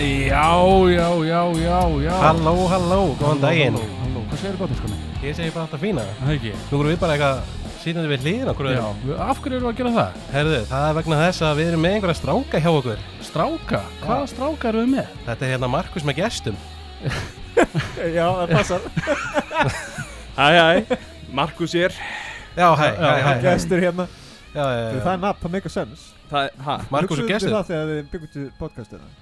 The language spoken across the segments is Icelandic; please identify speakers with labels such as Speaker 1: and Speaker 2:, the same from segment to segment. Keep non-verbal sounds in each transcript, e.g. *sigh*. Speaker 1: Já, já, já, já, já
Speaker 2: Halló, halló, góðan daginn
Speaker 1: Halló, halló, hvað segir gott, sko mig?
Speaker 2: Ég segi bara alltaf fína
Speaker 1: Það ekki
Speaker 2: Nú vorum við bara eitthvað sýnandi við hliðin okkur
Speaker 1: Já, við- af hverju erum við að gera það?
Speaker 2: Herðu, það er vegna þess að við erum með einhverja stráka hjá okkur
Speaker 1: Stráka? Hvaða stráka erum við með?
Speaker 2: Þetta er hérna Markus með gestum
Speaker 3: Já, það passar Hæ, hæ, Markus ég er
Speaker 2: Já, hæ, hæ, hæ, hæ.
Speaker 4: Gestur hérna
Speaker 2: Já, já, já.
Speaker 4: Það er nafn, það make a sense
Speaker 3: Það er, hæ,
Speaker 2: Markus og
Speaker 4: Hugsuðu þið
Speaker 2: gestur
Speaker 4: það þegar þið byggum til podcastina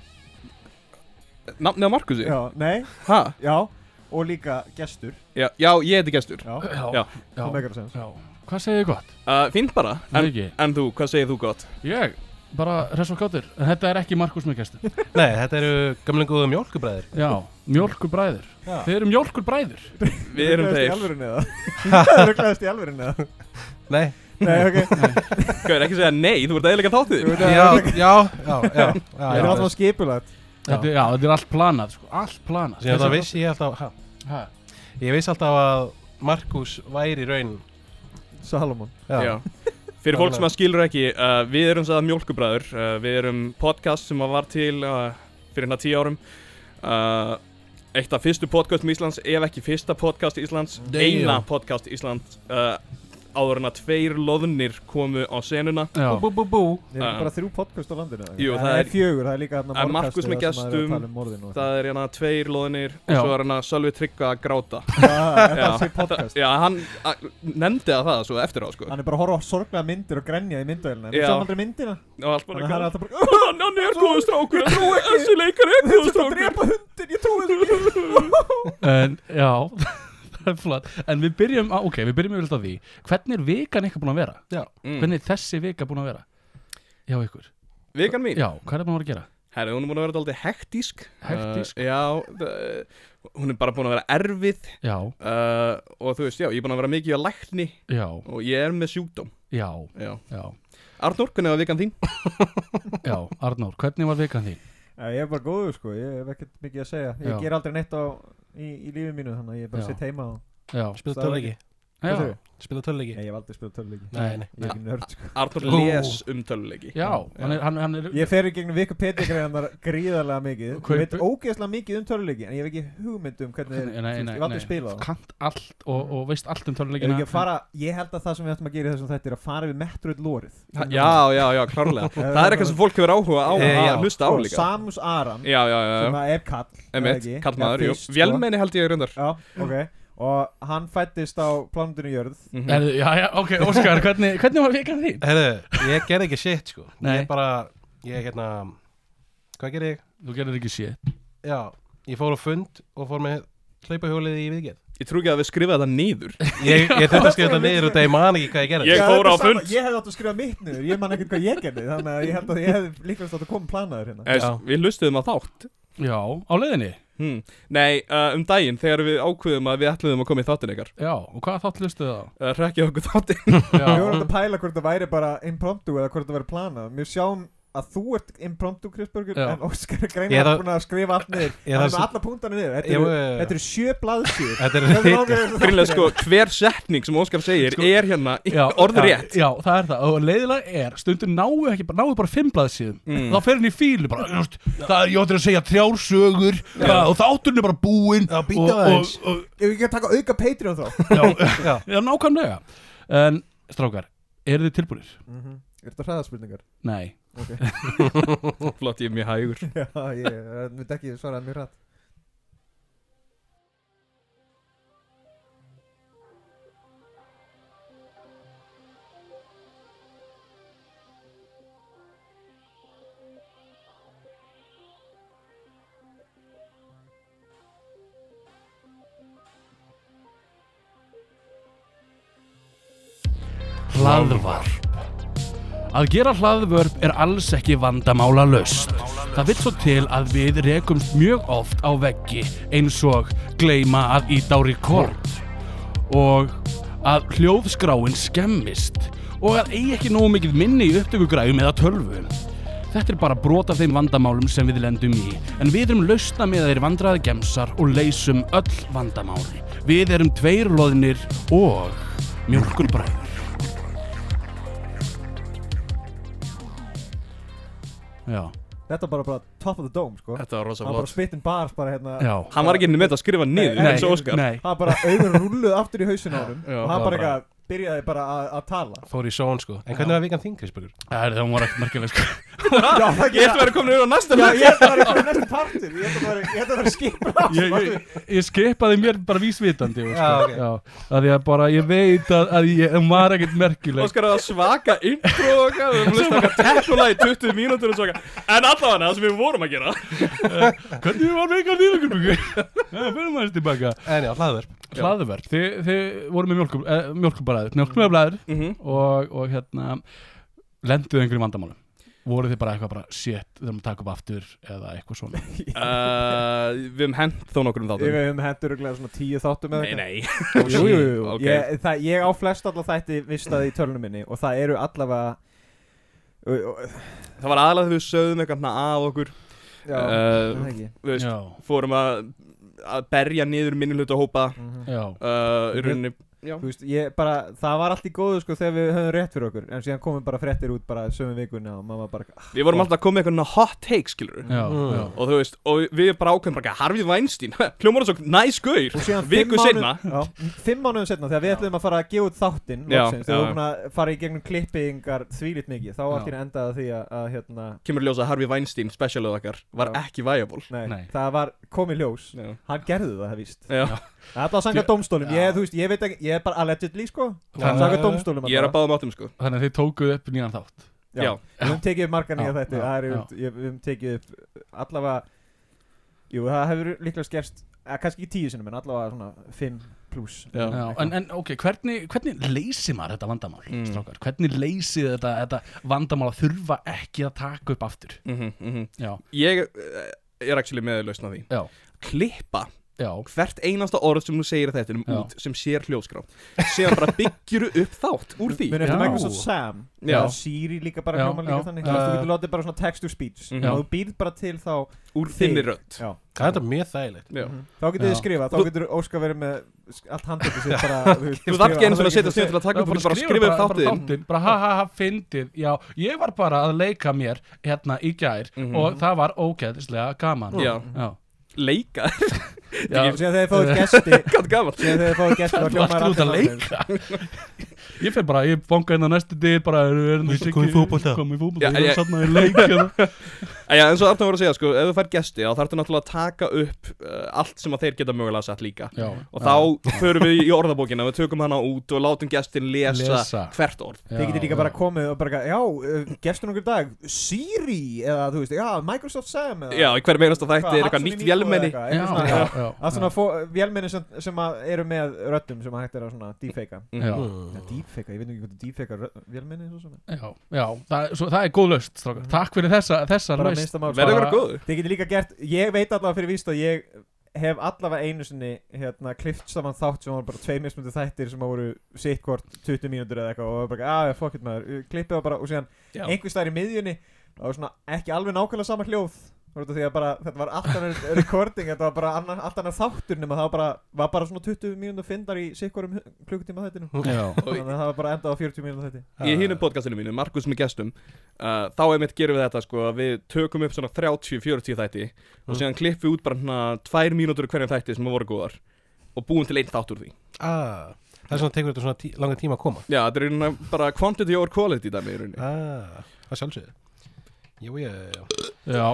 Speaker 3: nafnið á Markusi?
Speaker 4: Já, nei,
Speaker 3: Hæ,
Speaker 4: já Og líka gestur
Speaker 3: já, já, ég heiti gestur
Speaker 4: Já,
Speaker 3: Já.
Speaker 4: það
Speaker 1: já,
Speaker 4: make a sense
Speaker 1: já Hvað segir gott?
Speaker 3: uh, Fínt bara,
Speaker 1: Það
Speaker 3: en,
Speaker 1: ekki
Speaker 3: en þú, hvað segir þú gott?
Speaker 1: Ég, bara hress og gáttur En þetta er ekki Markus með gestum
Speaker 2: Nei, þetta eru gamlega góðu mjólkubræðir
Speaker 1: Já, mjólkurbræður
Speaker 2: Já.
Speaker 1: Þeir eru mjólkurbræður
Speaker 3: Við erum
Speaker 4: Ruglaðist í
Speaker 3: þeir,
Speaker 4: alvörunni
Speaker 2: *laughs*
Speaker 4: eða? Ruglaðist í alvörunni eða?
Speaker 2: Nei,
Speaker 4: Nei, ok
Speaker 3: hvað er ekki að segja nei, þú ert aðeinslega þáttið
Speaker 2: já, já, já, já, já,
Speaker 4: Það er
Speaker 2: já.
Speaker 4: alltaf skipulagt
Speaker 1: Þetta, er- já, þetta er allt planað, sko Allt planað
Speaker 2: Síðan það vissi ég alltaf, ha,
Speaker 1: Ha,
Speaker 2: ég vissi alltaf að Markus væri í raun
Speaker 4: Salomon
Speaker 3: Já Fyrir fólk sem að skilur ekki, uh, við erum sæða mjólkubræður uh, Við erum podcast sem að var til uh, fyrir hérna tíu árum uh, Eitt af fyrstu podcastum Íslands, ef ekki fyrsta podcast Íslands
Speaker 2: Damn.
Speaker 3: Eina podcast Íslands uh, Áður en að tveir loðnir komu á senuna
Speaker 1: Já,
Speaker 2: Bú, bú, bú
Speaker 4: Ég er
Speaker 3: Já.
Speaker 4: bara þrjú podcast á landinu eða?
Speaker 3: Jú,
Speaker 4: Nei,
Speaker 3: það er-
Speaker 4: fjögur, það er líka þarna
Speaker 3: Það er Markus
Speaker 4: morðkastið þar
Speaker 3: með
Speaker 4: sem maður er
Speaker 3: gestum,
Speaker 4: að tala um morðin og-
Speaker 3: Það er hérna tveir loðinir og
Speaker 1: Já.
Speaker 3: svo er hérna Sölvi Tryggva að gráta
Speaker 4: *laughs* Já, er
Speaker 3: Já.
Speaker 4: Það sé podcast
Speaker 3: Já, hann a, nefndi að það svo eftir á sko
Speaker 4: Hann er bara að horfa á sorglega myndir og grenja í myndavélina
Speaker 3: Já.
Speaker 4: En svo aldrei myndina
Speaker 3: Og allt bara
Speaker 4: Þannig að hann er
Speaker 3: hann
Speaker 4: alltaf bara
Speaker 3: *laughs* Hann er góðu strákur, hann er þessi leikar er góðu
Speaker 4: Það er að drepa
Speaker 3: strákur
Speaker 4: hundin, ég trúi því ekki
Speaker 3: *laughs*
Speaker 1: en, já *laughs* Það er flott En við byrjum, á, ok, við byrjum yfirleitt á því Hvernig er vikan eitthvað búin að vera?
Speaker 3: Mm.
Speaker 1: Hvernig er þessi vika búin að vera? Já, ykkur
Speaker 3: Vikan mín,
Speaker 1: Já, hvað er búin að vera að gera?
Speaker 3: herri, hún er búin að vera aldrei hektísk
Speaker 1: Hektísk?
Speaker 3: uh, Já, uh, hún er bara búin að vera erfið
Speaker 1: Já,
Speaker 3: uh, Og þú veist, já, ég er búin að vera mikið á lækni
Speaker 1: já,
Speaker 3: Og ég er með sjúkdóm
Speaker 1: já,
Speaker 3: Já
Speaker 1: já,
Speaker 3: Arnór, hvernig var vikan þín?
Speaker 1: já Arnór, hvernig var vikan þín?
Speaker 4: Já, ég er bara góður sko, ég hef ekkert mikið að segja Ég
Speaker 1: Já.
Speaker 4: ger aldrei neitt á, í, í lífi mínu Þannig að ég er bara
Speaker 1: Já.
Speaker 4: að setja heima og
Speaker 1: Já,
Speaker 2: Spila töluleiki,
Speaker 1: já,
Speaker 4: segirðu?
Speaker 2: spila töluleiki
Speaker 4: Nei, ég hef aldrei spilað töluleiki
Speaker 2: Nei, nei
Speaker 4: Ég er ekki nörd sko
Speaker 3: Arnór
Speaker 2: Ú.
Speaker 3: les um töluleiki
Speaker 1: já Hann er, hann, hann er
Speaker 4: Ég fer í gegnum Wikipedia greinar gríðarlega mikið
Speaker 1: Hvað
Speaker 4: Ég
Speaker 1: er-
Speaker 4: veit ógeðslega mikið um töluleiki En ég hef ekki hugmynd um hvernig
Speaker 1: Nei,
Speaker 4: þeir-
Speaker 1: nei, nei,
Speaker 4: þú veist, Ég hef aldrei
Speaker 1: nei.
Speaker 4: spilað það
Speaker 1: kant allt og, og veist allt um
Speaker 4: Ég hef
Speaker 1: törnuleikina
Speaker 4: ekki að fara, ég held að það sem við ættum að gera í þessum þetta er að fara við Metroid lórið
Speaker 3: Já, já, já,
Speaker 4: *laughs*
Speaker 3: klárlega Það er eitthvað sem fólk hefur áhuga á
Speaker 2: Eh, já.
Speaker 3: að hlusta á
Speaker 4: Og
Speaker 3: líka
Speaker 4: Samus Aran
Speaker 3: Já, já, já, já
Speaker 4: sem að er kall er það
Speaker 3: Emmett,
Speaker 4: ekki?
Speaker 3: kallmaður,
Speaker 4: Já,
Speaker 3: jú,
Speaker 4: fyrst, sko.
Speaker 3: vélmenni held ég rundar
Speaker 4: Já, ok Og hann fættist á plánundinu jörð
Speaker 1: er, Já, já, ok, Óskar, hvernig, hvernig var vikan þín?
Speaker 2: Herðu, ég gerði ekki shit sko
Speaker 1: Nei.
Speaker 2: Ég bara, ég hérna Hvað gerði ég?
Speaker 1: Þú gerir ekki sé
Speaker 2: Já, ég fór á fund og fór með hlaupahjólið í viðgerð
Speaker 3: Ég trú ekki að við skrifa þetta nýður *laughs*
Speaker 2: Ég, ég þurfti að skrifa þetta niður út að ég man ekki hvað ég gerði
Speaker 3: Ég-
Speaker 4: Já, þetta
Speaker 3: fór á
Speaker 4: er sama.
Speaker 3: fund.
Speaker 4: Ég hef átt að skrifa mitt niður, ég man ekkert hvað ég gerði Þannig að ég held að ég hef líkvæmst átt að koma planaður hérna
Speaker 3: Eða, Við hlustuðum að þátt
Speaker 1: Já, á leiðinni?
Speaker 3: hmm. Nei, uh, um daginn þegar við ákveðum að við ætluðum að koma í þáttin ykkar
Speaker 1: Já, og hvað þátt lustuðu það?
Speaker 3: uh, Rekkið okkur *laughs* þáttin
Speaker 1: Já,
Speaker 4: Við vorum að pæla hvort það væri bara impromptu eða hvort það væri planað Mér sjáum að þú ert impromptu Krisburgur
Speaker 1: Já.
Speaker 4: En Óskar er
Speaker 2: Ég
Speaker 4: greinlega
Speaker 2: þarf-
Speaker 4: búin að skrifa allt niður
Speaker 2: Ég þarf
Speaker 4: Hann er með
Speaker 2: svo-
Speaker 4: alla punktana niður Þetta
Speaker 2: Ég-
Speaker 4: eru- Þetta eru sjö
Speaker 2: *laughs*
Speaker 4: blaðsýr
Speaker 2: Þetta er hitt
Speaker 3: Grínlega sko, hver setning sem Óskar segir er hérna
Speaker 1: Já,
Speaker 3: orðrétt
Speaker 1: já, já, það er það og leiðilega er, stundum náu ekki bara, náu bara fimm blaðsíðum,
Speaker 3: Mm.
Speaker 1: þá fer henni í fílu bara, just, það er, ég ætlir að segja þrjár sögur bara, og þátturinn er bara búinn
Speaker 2: Já, bíddu
Speaker 1: og, og,
Speaker 2: aðeins.
Speaker 1: og,
Speaker 4: Ef við ekki að taka auka Patreon þá
Speaker 1: já, já, nákvæmlega en, strákar, eru þið tilbúinir?
Speaker 4: Er þetta hraðaspurningar?
Speaker 1: Nei,
Speaker 3: Flott, ég er mjög
Speaker 4: *laughs*
Speaker 3: hægur
Speaker 4: Já, ég myndi ekki svara mjög hratt
Speaker 1: hlaðvarp Að gera hlaðvörp er alls ekki vandamála laust. Það vill svo til að við rekumst mjög oft á veggi eins og gleima að íta á rekord og að hljóðskráin skemmist og að eigi ekki nógu mikið minni í upptökugræðum eða tölvum. Þetta er bara brot af þeim vandamálum sem við lendum í en við erum lausna með þeir vandraði gemsar og leysum öll vandamál. Við erum tveir loðnir og mjölkurbræður. Já,
Speaker 4: Þetta var bara, bara top of the dome sko
Speaker 3: Þetta var rosa
Speaker 4: Hann var bara
Speaker 3: flott
Speaker 4: spittin bars bara hérna
Speaker 1: Já.
Speaker 3: Hann var ekki með að skrifa niður
Speaker 4: Nei.
Speaker 3: eins og Óskar
Speaker 1: Nei,
Speaker 4: Hann bara augun rulluð aftur í hausin á honum
Speaker 1: Já,
Speaker 4: Og hann
Speaker 1: bara-
Speaker 4: bara eitthvað byrjaði bara að- að tala
Speaker 2: Fór í són sko En hvernig var vikan þín, Krisbergur?
Speaker 1: það er það var ekki merkileg sko.
Speaker 4: Já, það
Speaker 3: Ég ætla að vera komin yfir á næsta
Speaker 4: Já,
Speaker 3: hlut
Speaker 4: ég ætla að vera eitthvað næsta partur Ég ætla að vera- ég ætla að vera skipur á
Speaker 1: ég, ég, ég skipaði mér bara vísvitandi sko.
Speaker 2: Já, ok.
Speaker 1: já, að ég bara, ég veit að, að ég hún var ekkert merkileg
Speaker 3: Óskar að svaka intro og eitthvað Við höfum listað okkar tekkulega í 20 mínútur og svaka En allavega það sem við vorum að gera
Speaker 1: hvernig var veikar þín okkur fyrir maður tilbaka
Speaker 2: En já, hlaðverf
Speaker 3: Já.
Speaker 1: hlaðverk, þið, þið voru með mjölkum, eh, mjölkubræður mjölkubræður
Speaker 3: Mhm.
Speaker 1: og, og hérna lenduðu einhverjum vandamálum voru þið bara eitthvað bara shit, þurfum að taka upp aftur eða eitthvað svona
Speaker 3: Uh, Við höfum hent þó nokkur um
Speaker 4: Ég
Speaker 3: þáttum
Speaker 4: við höfum hendur örugglega svona tíu þáttum eða
Speaker 3: Nei,
Speaker 4: eitthvað.
Speaker 3: nei *laughs*
Speaker 4: Jú, jú, jú, jú.
Speaker 3: Ok.
Speaker 4: Ég, það, ég á flest alla þætti vistaði í tölunum minni og það eru allavega Ö- ö-
Speaker 3: Það var aðalega þegar við sögðum eitthvað svona að okkur
Speaker 4: Já,
Speaker 3: Eh,
Speaker 4: það er ekki
Speaker 3: Við veist,
Speaker 1: já,
Speaker 3: fórum að, að berja niður minnilötu hópa
Speaker 4: Mhm.
Speaker 1: já,
Speaker 3: uh, í rauninni
Speaker 4: Þú veist, ég bara, það var allt í góðu sko þegar við höfum rétt fyrir okkur En síðan komum bara frettir út bara sömu vikuna og mamma bara
Speaker 3: Við vorum alltaf að koma með eitthvað svona hot take, skilur
Speaker 1: já,
Speaker 2: Mm.
Speaker 1: já.
Speaker 3: Og þú veist, og við bara ákveðum bara eitthvað, Harvey Weinstein, *laughs* hljómar þess að næs gaur
Speaker 4: Og síðan fimm
Speaker 3: Viku
Speaker 4: mánuðum-
Speaker 3: sinna
Speaker 4: Já, fimm mánuðum setna þegar við ætlum að fara að gefa út þáttinn
Speaker 3: Já,
Speaker 4: loksins, þegar
Speaker 3: já.
Speaker 4: við vorum að fara í gegnum klippingar þvílitt mikið þá allt í enn endaði því að, að hérna,
Speaker 3: Kemur ljósa að Harvey Weinstein specialið okkar var
Speaker 4: Já.
Speaker 3: ekki viable
Speaker 4: nei,
Speaker 1: Nei.
Speaker 4: það var komið ljós
Speaker 3: Já,
Speaker 4: hann gerði það, það víst
Speaker 3: Já.
Speaker 4: það er bara að sanga
Speaker 1: Því-
Speaker 4: dómstólum
Speaker 1: Já.
Speaker 4: ég, þú veist, ég veit ekki, ég er bara allegedly sko
Speaker 1: Þannig-
Speaker 4: sanga dómstólum
Speaker 3: Ég er að báða mátum sko
Speaker 1: þannig að þið tókuðu upp nýjan þátt
Speaker 4: Já.
Speaker 3: Já.
Speaker 4: við höfum tekið upp margar nýja
Speaker 1: Já,
Speaker 4: þetta
Speaker 1: já,
Speaker 4: það er, yfirleitt- ég- við höfum tekið upp allavega jú, það hefur líklega skerst eh, kannski ekki tíu sinum en allavega svona fimm pluss
Speaker 3: Já.
Speaker 1: Já, en, en ok, hvernig, hvernig leysir maður þetta vandamál,
Speaker 3: Mm.
Speaker 1: strákar? Hvernig leysið þetta, þetta vandamál að þurfa ekki að taka upp aftur?
Speaker 3: mhm, mhm.
Speaker 1: Já,
Speaker 3: Ég eh, er actually með lausna því
Speaker 1: já,
Speaker 3: Klippa
Speaker 1: já,
Speaker 3: hvert einasta orð sem þú segir þetta um
Speaker 1: Já.
Speaker 3: út sem sér hljóskrá Síðan bara byggjuru upp þátt úr því
Speaker 4: Mér eftir
Speaker 1: Já.
Speaker 4: Microsoft Sam
Speaker 3: Já.
Speaker 4: Eða Siri líka bara
Speaker 1: Já,
Speaker 4: hljóma
Speaker 1: já.
Speaker 4: líka þannig
Speaker 1: Já.
Speaker 4: Þú veist, Þú getur látið bara svona text to speech
Speaker 3: Mhm.
Speaker 4: mm. Þú býrð bara til þá
Speaker 3: Úr þinni rödd
Speaker 4: já.
Speaker 2: Það er þetta mjög þægilegt
Speaker 3: Já.
Speaker 4: Mhm. Þá getur
Speaker 1: Já.
Speaker 4: þið skrifað, þá
Speaker 3: Þú-
Speaker 4: getur Óskar verið með sk- allt handtöku sér bara
Speaker 3: Þú þarf ekki einu svona að setja sniður til að taka upp
Speaker 1: bara
Speaker 3: Þú bara skrifa upp þáttinn
Speaker 1: bara ha ha ha fyndið, já ég var bara að leika mér hérna í gær
Speaker 3: Mhm.
Speaker 1: og það var ógæðislega gaman
Speaker 3: Já.
Speaker 1: já,
Speaker 3: Leika
Speaker 1: Mm. já.
Speaker 4: Síðan þegar þið fáið gesti
Speaker 3: Hvað gaman
Speaker 4: Síðan þegar þið fáið gesti þá
Speaker 1: Þú ættir
Speaker 4: hljómar
Speaker 1: út að
Speaker 4: allt þannig.
Speaker 1: leika *laughs* Ég fer bara, ég fanga hérna næstu dyr bara, hérna er, er,
Speaker 2: Viltu koma í fótbolta?
Speaker 1: Komum í
Speaker 3: Já,
Speaker 1: fótbolta, ég
Speaker 3: ég-
Speaker 1: er sann að ég leik hérna.
Speaker 3: Æja, eins og Arna voru að segja, sko, ef þú fær gesti þá þarf þú náttúrulega að taka upp uh, allt sem að þeir geta mögulega sett líka
Speaker 1: Já,
Speaker 3: *laughs* og þá förum við í orðabókina, við tökum hana út og látum gestin lesa,
Speaker 1: Lesa.
Speaker 3: hvert orð
Speaker 1: já,
Speaker 4: Þið getur líka
Speaker 1: já.
Speaker 4: bara komið og bara eitthvað, Já, uh, gestur nokkur dag Siri eða þú veist, já, Microsoft Sam eða
Speaker 3: Já, í hverju meinast að þetta
Speaker 4: Hvað,
Speaker 3: er eitthvað
Speaker 4: Hatsune
Speaker 3: nýtt
Speaker 4: Miku eða
Speaker 3: vélmenni
Speaker 4: eitthvað,
Speaker 1: Já,
Speaker 4: eitthvað svona,
Speaker 1: já,
Speaker 4: já.
Speaker 1: já,
Speaker 4: Það er svona fó- vélmenni sem, sem að eru með röddum sem að hægt er að svona deepfakea
Speaker 1: já,
Speaker 3: Mhm.
Speaker 1: já.
Speaker 2: Mm.
Speaker 4: Já, deepfakea, ég veit ekki hvað þú deepfakea rödd- vélmenni svo sem
Speaker 1: Já, já, það, svo, það er góð laust strákar. Takk fyrir þessa, þessa
Speaker 4: Mm. Bara
Speaker 1: laust
Speaker 4: minnsta mál
Speaker 3: Verður
Speaker 1: Bara-
Speaker 3: eitthvað góður
Speaker 4: Þið getur líka gert, ég veit allavega fyrir víst að ég hef allavega einu sinni hérna klift saman þátt sem var bara tvei mismundu þættir sem voru sitt hvort 20 mínútur eða eitthvað og var bara, að, fuck it maður, klippið það bara og síðan
Speaker 3: Já.
Speaker 4: einhvers staðar í miðjunni það var svona ekki alveg nákvæmlega sama hljóð Þú veist, af því að bara, þetta var allt annar *laughs* recording þetta var bara annar, allt annar þáttur nema það var bara, var bara svona 20 mínútur fyndar í sikkurum klukkutíma þættinum
Speaker 1: Já,
Speaker 4: þannig að það var bara endað á 40 mínútur þætti
Speaker 3: Í hinu podcastinu mínu, Markus með gestum uh, Þá einmitt gerum við þetta sko að Við tökum upp svona 30-40 þætti Og síðan klippum við út bara hana Tvær mínútur hverjum þætti sem voru góðar Og búum til einn þátt úr því
Speaker 2: ah, Það er svona tekur þetta svona tí, langa tíma að koma
Speaker 3: Já, þetta er í rauninni bara quantity over quality dæmi í rauninni
Speaker 2: ah, Það sjálfsögðu Jú, já, já, já
Speaker 1: já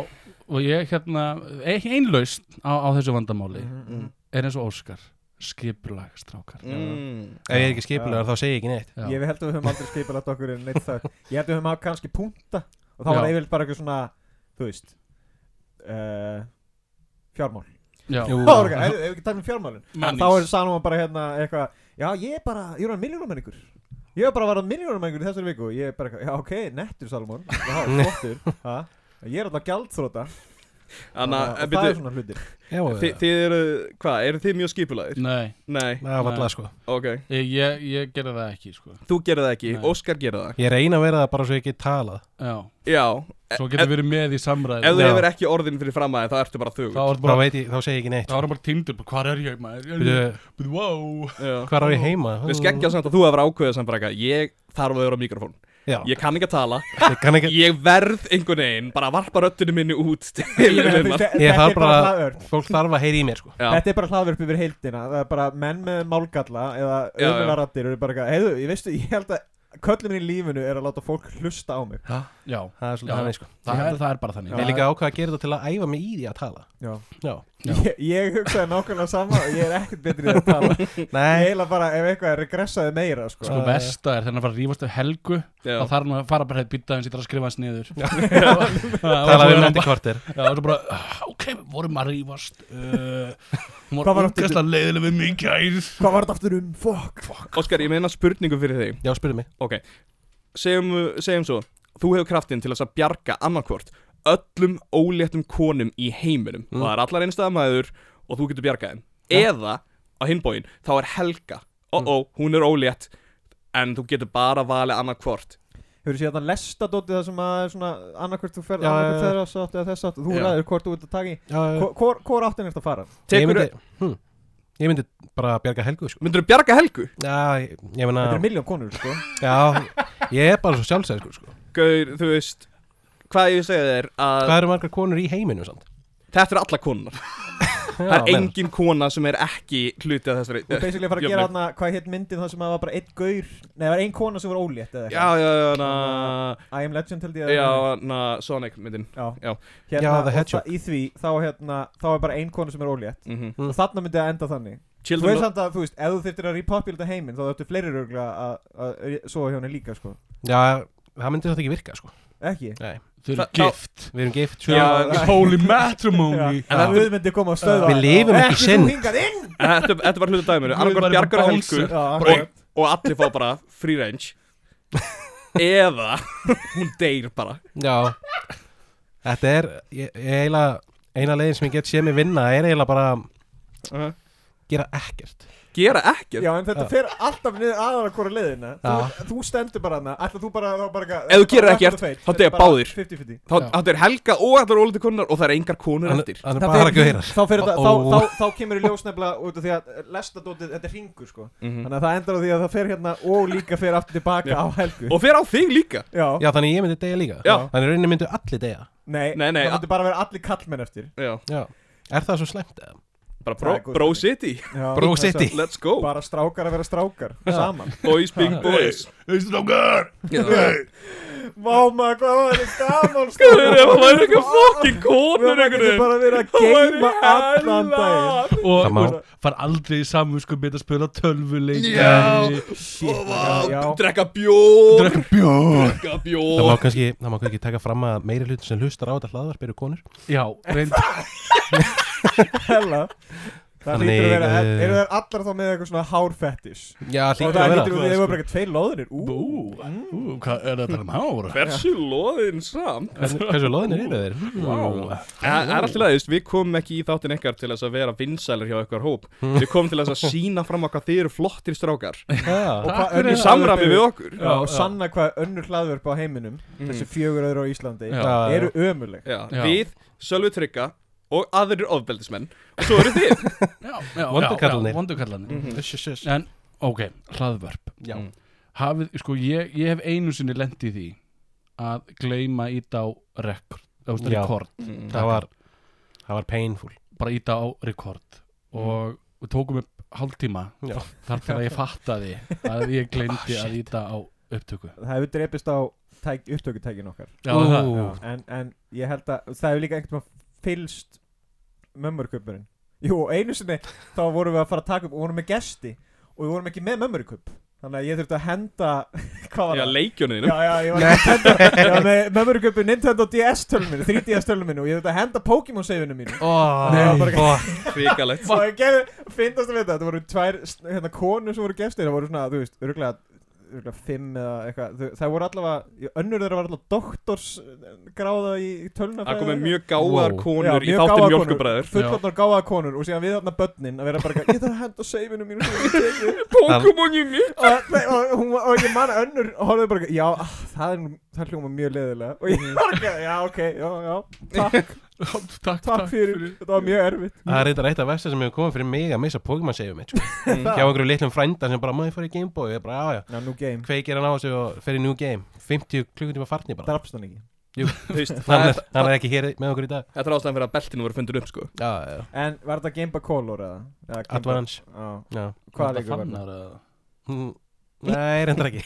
Speaker 1: Og ég hérna, ein- ein laust á, á þessu vandamáli
Speaker 4: Mm. Mhm.
Speaker 1: Er eins og Óskar Skipulag strákar
Speaker 3: mm.
Speaker 2: Ef ég er ekki skipulegar þá segi ég ekki neitt
Speaker 1: Já,
Speaker 4: ég held að við höfum aldrei skipilagt okkur en neitt það ég held að við höfum hafa kannski punta og þá var
Speaker 1: Já.
Speaker 4: yfirleitt bara eitthvað svona þú veist uh, fjármál
Speaker 1: já,
Speaker 2: Jú.
Speaker 4: þá var eitthvað, ef- ef við ekki tæmum fjármálin
Speaker 1: Mannís.
Speaker 4: þá er Salomon bara hérna eitthvað já ég er bara, ég er að miljónum ykkur ég er bara að vera miljónum ykkur í þessari viku og ég er bara eitthvað, já ok, nettur Salomon já,
Speaker 3: *laughs*
Speaker 4: flottur, ha ég er alltaf gjaldþróta
Speaker 3: Anna,
Speaker 4: og
Speaker 3: en
Speaker 4: það er
Speaker 3: byrju,
Speaker 4: svona hlutir
Speaker 2: Já,
Speaker 3: þi,
Speaker 2: já,
Speaker 3: þið eru, hvað, eru þið mjög skipulagir?
Speaker 1: Nei,
Speaker 3: Nei,
Speaker 2: það var alltaf sko
Speaker 3: ok
Speaker 1: ég, ég, ég gerði það ekki sko.
Speaker 3: Þú gerir það ekki,
Speaker 1: Nei.
Speaker 3: Óskar gerir það
Speaker 2: Ég reyna að vera það bara svo ég get talað
Speaker 1: Já,
Speaker 3: Já,
Speaker 1: svo
Speaker 3: ef-
Speaker 1: getur verið með í samræði
Speaker 3: ef þú
Speaker 2: Já.
Speaker 3: hefur ekki orðin fyrir fram að það ertu bara þögul
Speaker 1: Þá er
Speaker 2: Bara
Speaker 1: bara,
Speaker 2: veit ég, þá segi ég ekki neitt sko.
Speaker 1: þá er bara tindur bara, Hvar er ég maður? Er
Speaker 2: Byrju,
Speaker 1: ég- Byrju, Wow
Speaker 3: Já.
Speaker 2: Hvar á ég heima?
Speaker 3: Við skeggja samt að þú hefur ákveðið samt bara eitthvað Ég þarf að vera á mikrofón
Speaker 2: Já.
Speaker 3: ég kann ekki að tala
Speaker 2: Ég kann ekki
Speaker 3: ég verð einhvern veginn bara að varpa röttinu minni út til
Speaker 4: Ég meina,
Speaker 3: Vilmar.
Speaker 4: þetta-
Speaker 2: Ég
Speaker 4: Þetta
Speaker 2: þarf
Speaker 4: er bara
Speaker 2: bara-
Speaker 4: hlaðvörp
Speaker 2: Fólk þarf að heyri í mér sko
Speaker 3: Já.
Speaker 4: Þetta er bara hlaðvörp yfir heildina Það er bara menn með málgalla Eða
Speaker 3: Já,
Speaker 4: ömulega
Speaker 3: já.
Speaker 4: rattir eru bara eitthvað, Heiðu, ég veistu, ég held að Köllum minn í lífinu er að láta fólk hlusta á mig
Speaker 2: Já,
Speaker 1: Já,
Speaker 2: það er
Speaker 1: Já.
Speaker 2: svolítið þannig sko
Speaker 1: það er, það er bara þannig
Speaker 4: Já.
Speaker 2: Ég er líka ákvað að gera þetta til að æfa mig í því að tala
Speaker 4: Já
Speaker 2: Já
Speaker 1: Já.
Speaker 4: *laughs* Ég, ég hugsaði nákvæmlega sama og ég er ekkert betri í að tala Ég
Speaker 2: *laughs* Nei
Speaker 4: heila bara ef eitthvað er regressaði meira sko.
Speaker 1: Sko besta er þegar hann var að rífast af helgu
Speaker 3: Já.
Speaker 1: þá þarf hann að fara bara að býta hans ég þarf að skrifa hans niður *laughs*
Speaker 2: Tala við
Speaker 1: Talaði
Speaker 2: um nætti kvartir
Speaker 1: Já, það var bara, "Ah, ok, við vorum að rífast uh, Hún
Speaker 4: Hvað var
Speaker 1: var
Speaker 4: aftur-
Speaker 1: ógæslega leiðileg við mig í gær
Speaker 4: Hvað var þetta aftur um? Fuck
Speaker 3: Óskar, ég meina spurningu fyrir þig
Speaker 2: Já, spyrðu mig
Speaker 3: Ok, segjum, segjum svo Þú hefur kraftinn til þess að bjarga annarkvort öllum óléttum konum í heiminum
Speaker 2: Mm.
Speaker 3: og það er allar einstæðamæður og þú getur bjargað þeim eða á hinbóin þá er Helga ó ó, hún er ólétt en þú getur bara valið annarkvort
Speaker 4: Hefur séð þarna lestadótið það sem að er svona annarkvært þú ferð
Speaker 2: Já,
Speaker 4: annarkvært
Speaker 2: já, já.
Speaker 4: þeirra sátt eða þess átt Þú
Speaker 3: Já.
Speaker 4: ræður hvort þú vilt að taka í
Speaker 2: Já,
Speaker 4: Hvor- Hvor hvor áttin er þetta að fara?
Speaker 2: ég
Speaker 3: Tekur,
Speaker 2: myndi hm, Ég myndi bara bjarga helgu sko
Speaker 3: Myndirðu bjarga Helgu?
Speaker 2: Já, ég, ég meina
Speaker 4: Þetta er miljón konur sko
Speaker 2: Já, ég er bara svo sjálfsæðiskur sko
Speaker 3: Gaur, þú veist hvað ég segja þér að
Speaker 2: Hvað eru margar konur í heiminum samt?
Speaker 3: þetta er alla konar það er engin kona sem er ekki hluti af þessari
Speaker 4: Þú er basically að fara að
Speaker 3: Jöfnir.
Speaker 4: gera þarna Hvað hétt myndin það sem að það var bara einn gaur Nei, það var einn kona sem var ólétt eða
Speaker 3: Já,
Speaker 4: eitthvað
Speaker 3: já, já, na,
Speaker 4: I am legend held ég að-
Speaker 3: já, na, Sonic myndin
Speaker 4: já.
Speaker 3: Já.
Speaker 4: Hérna,
Speaker 2: Já, The
Speaker 4: og það-
Speaker 2: Hedgehog.
Speaker 4: Í því þá, hérna, þá er bara einn kona sem er ólétt
Speaker 3: mm -hmm.
Speaker 2: Mm.
Speaker 4: Og þarna myndi það enda þannig Þú
Speaker 3: Children
Speaker 4: veist samt að, þú veist, ef þú þyrftir að repopulata heiminn þá þurftu fleiri rögla að, að, að sofa hjá henni líka, sko
Speaker 2: Já, það myndi þetta ekki virka sko
Speaker 4: Ekki?
Speaker 1: Þau eru
Speaker 3: Þa- þá-
Speaker 1: gift
Speaker 2: Við erum gift
Speaker 3: Já,
Speaker 2: sjálf
Speaker 3: en-
Speaker 1: Holy matrimony
Speaker 4: En
Speaker 2: Já.
Speaker 4: að við myndi koma að stöða
Speaker 2: Við lifum ekki sinn.
Speaker 4: Ekki þú hingað inn!
Speaker 3: þetta, þetta var hluta dæminu
Speaker 1: Guð
Speaker 3: Annarkvært
Speaker 1: væri
Speaker 3: bjargar
Speaker 1: bara
Speaker 3: Helgu
Speaker 4: Já,
Speaker 3: og,
Speaker 4: akkurat.
Speaker 3: og allir fá bara free range Eða Hún deyr bara
Speaker 2: Já Þetta er ég, ég eiginlega Eina leiðin sem ég get séð mig vinna er eiginlega bara gera ekkert
Speaker 3: Gera ekkert
Speaker 4: Já, en þetta
Speaker 2: Já.
Speaker 4: fer alltaf niður aðra hvora leiðina þú,
Speaker 2: Já.
Speaker 4: þú stendur bara hana, alltaf þú bara, þá bara
Speaker 3: Ef þú gerir ekkert, þá deyja báðir.
Speaker 4: 50-50
Speaker 3: Þá
Speaker 1: Já.
Speaker 3: þetta er Helga og allar ólítið konar Og það er engar konur
Speaker 2: Hann
Speaker 3: eftir
Speaker 2: hann er
Speaker 4: Það
Speaker 2: bara
Speaker 4: fer-
Speaker 2: gaurar
Speaker 4: Þá, fer þetta,
Speaker 2: Ó.
Speaker 4: þá, þá, þá kemur í ljós nefnilega út af því að lestadótið, þetta er ringur sko
Speaker 2: Mm.
Speaker 3: Mhm.
Speaker 4: Þannig að það endar á því að það fer hérna og líka fer aftur tilbaka á helgu
Speaker 3: Og fer á þig líka
Speaker 4: Já,
Speaker 2: Já, þannig ég myndi deyja líka
Speaker 3: Já.
Speaker 2: Þannig í rauninni myndu allir deyja
Speaker 4: nei,
Speaker 3: Nei, nei,
Speaker 4: það myndi bara vera allir kallmenn eftir
Speaker 3: Já,
Speaker 2: Já Er það svo slæmt eða?
Speaker 3: bara
Speaker 4: Það
Speaker 3: bro,
Speaker 4: er góð
Speaker 3: bro
Speaker 4: spurning.
Speaker 3: city
Speaker 4: Já,
Speaker 2: Bro
Speaker 4: þess að-
Speaker 2: City.
Speaker 3: Let's go
Speaker 4: Bara strákar að vera strákar,
Speaker 2: *laughs*
Speaker 4: saman
Speaker 3: Boys being boys
Speaker 1: Íslangar
Speaker 3: Já.
Speaker 4: Máma, hvað var þetta
Speaker 3: *laughs*
Speaker 4: gaman sko
Speaker 3: Guður, ef það væri ekki fokkin konur
Speaker 4: Við getum
Speaker 3: einhvern
Speaker 4: bara verið að
Speaker 3: veginn
Speaker 4: geima allan daginn
Speaker 3: daginn
Speaker 1: Og
Speaker 2: Það má.
Speaker 1: þú veist, far aldrei í samvinsku byrja að spila tölvuleik
Speaker 3: Já.
Speaker 4: Shit, já.
Speaker 3: Vá, drekka bjór
Speaker 1: Drekka bjór
Speaker 3: Drekka
Speaker 2: Það má
Speaker 3: bjór
Speaker 2: kannski, það má kannski taka fram að meiri hlutin sem hlustar á þetta hlaðvarp eru konur
Speaker 1: Já, reynd
Speaker 4: hella Það
Speaker 2: Þannig,
Speaker 4: lítur að vera,
Speaker 2: eh,
Speaker 4: eru þær allar þá með eitthvað svona hárfettis
Speaker 2: Já,
Speaker 4: Og
Speaker 2: hlýtur
Speaker 4: það
Speaker 2: að
Speaker 4: lítur
Speaker 2: vera
Speaker 4: að þeir voru bara ekki tveir loðinir Ú,
Speaker 1: Ú, ú, hvað er þetta um hára?
Speaker 3: Hversu loðin samt
Speaker 2: Hvernig- Hversu loðinir eru þeir? Hmm.
Speaker 1: Vá
Speaker 3: Það er alltaf leiðist, við komum ekki í þáttin ykkar til þess að vera vinsælir hjá ykkar hóp Við komum til þess að sína fram á hvað þið eru flottir strákar
Speaker 2: Já,
Speaker 4: hvað
Speaker 1: fyrir
Speaker 4: önnur
Speaker 3: Í samræmi við okkur
Speaker 4: Já, Mm. Hmm. og sanna hvað önnur hlaðvörp á heiminum Þessu fjögur öðru á Íslandi
Speaker 1: Já.
Speaker 4: Eru ömuleg
Speaker 3: Já,
Speaker 1: Já.
Speaker 3: Við, Sölvi Trygga og aðrir ofbeldismenn Og svo eru þið
Speaker 1: Já, já,
Speaker 2: Vondukallarnir.
Speaker 1: já, Vondukallanir
Speaker 2: Sjöss,
Speaker 1: En, ok, hlaðvörp
Speaker 2: Já.
Speaker 1: Hafið, sko, ég, ég hef einu sinni lent í því að gleyma ít á rekord, þú veist,
Speaker 2: Já.
Speaker 1: rekord
Speaker 2: það var það var painful
Speaker 1: bara íta á rekord og við tókum upp hálftíma
Speaker 2: Já.
Speaker 1: þar til *laughs* að ég fattaði að ég glemdi að íta á upptöku
Speaker 4: Það hefur drepist á tæk, upptökutækin okkar
Speaker 1: Já,
Speaker 2: Ú.
Speaker 1: það,
Speaker 2: Ú.
Speaker 4: Já, en, en ég held að það hefur líka einhvern veginn fylst mömmurkuppurinn Jú, og einu sinni þá vorum við að fara að taka upp og vorum með gesti og við vorum ekki með mömmurkupp Þannig að ég þurfti að henda *laughs* Hvað var
Speaker 3: Já,
Speaker 4: það?
Speaker 3: leikjónuðinu
Speaker 4: Já, já,
Speaker 1: *laughs*
Speaker 4: ég var að henda ég var með mömmuruköpu Nintendo DS tölum minu, 3DS tölum minu og ég þurfti að henda Pokémon save-inu mínu
Speaker 2: oh,
Speaker 4: Nei, það var bara-
Speaker 3: Hrikalegt
Speaker 4: og ég gerði, finnast að vita, þetta voru tvær hérna, konur sem voru gestir, það voru svona, þú veist, örgulega örgulega fimm eða eitthvað þau- það voru allavega, önnur þeirra var allavega doktorsgráða í, í tölunafræði
Speaker 3: Það
Speaker 4: eða
Speaker 3: komið
Speaker 4: eitthvað.
Speaker 3: mjög gáðar
Speaker 2: Wow.
Speaker 4: Já,
Speaker 3: konur í
Speaker 4: mjög
Speaker 3: þáttin
Speaker 4: gáfaðar
Speaker 3: mjölkubræður
Speaker 4: konur, fullorðnar gáðaða konur og síðan við þarna börnin að vera bara eitthvað, ég þarf að henda save-inu mínu sem ég tekið."
Speaker 3: Pokémon í
Speaker 4: *laughs*
Speaker 3: mig
Speaker 4: og, nei, og, og, og, og ég man að önnur horfði *laughs* bara, já, ah, það, er, nú- það hljóma mjög leðilega og ég var ekki, já, ok, já, já, takk
Speaker 1: takk, *laughs* takk,
Speaker 4: Mhm. Takk fyrir, þetta var mjög erfitt
Speaker 2: Það er eitthvað eitt af versta sem hefur komið fyrir mig að missa Pokémon-seifum mitt, sko.
Speaker 3: Mm.
Speaker 2: Hjá einhverju litlum frænda sem bara, maður ég fór í Gameboy, ég bara, já, já.
Speaker 4: Já, nú game
Speaker 2: Kveikir hann á þessu og fer í New Game. 50 klukkutíma farni bara.
Speaker 4: Drapst hann ekki
Speaker 3: Þú veist, það
Speaker 2: Hann
Speaker 3: er,
Speaker 2: er, hann er ekki hér með okkur í dag.
Speaker 3: þetta er ástæðan fyrir að beltinu voru fundin upp sko
Speaker 2: Já, já.
Speaker 4: En var þetta Game Boy Color eða? eða Game Boy-
Speaker 2: Advance.
Speaker 4: Já,
Speaker 2: Já.
Speaker 4: hvaða leikur var þetta?
Speaker 1: fannar eða? *laughs*
Speaker 2: Mm, Nei, reyndar *laughs* ekki.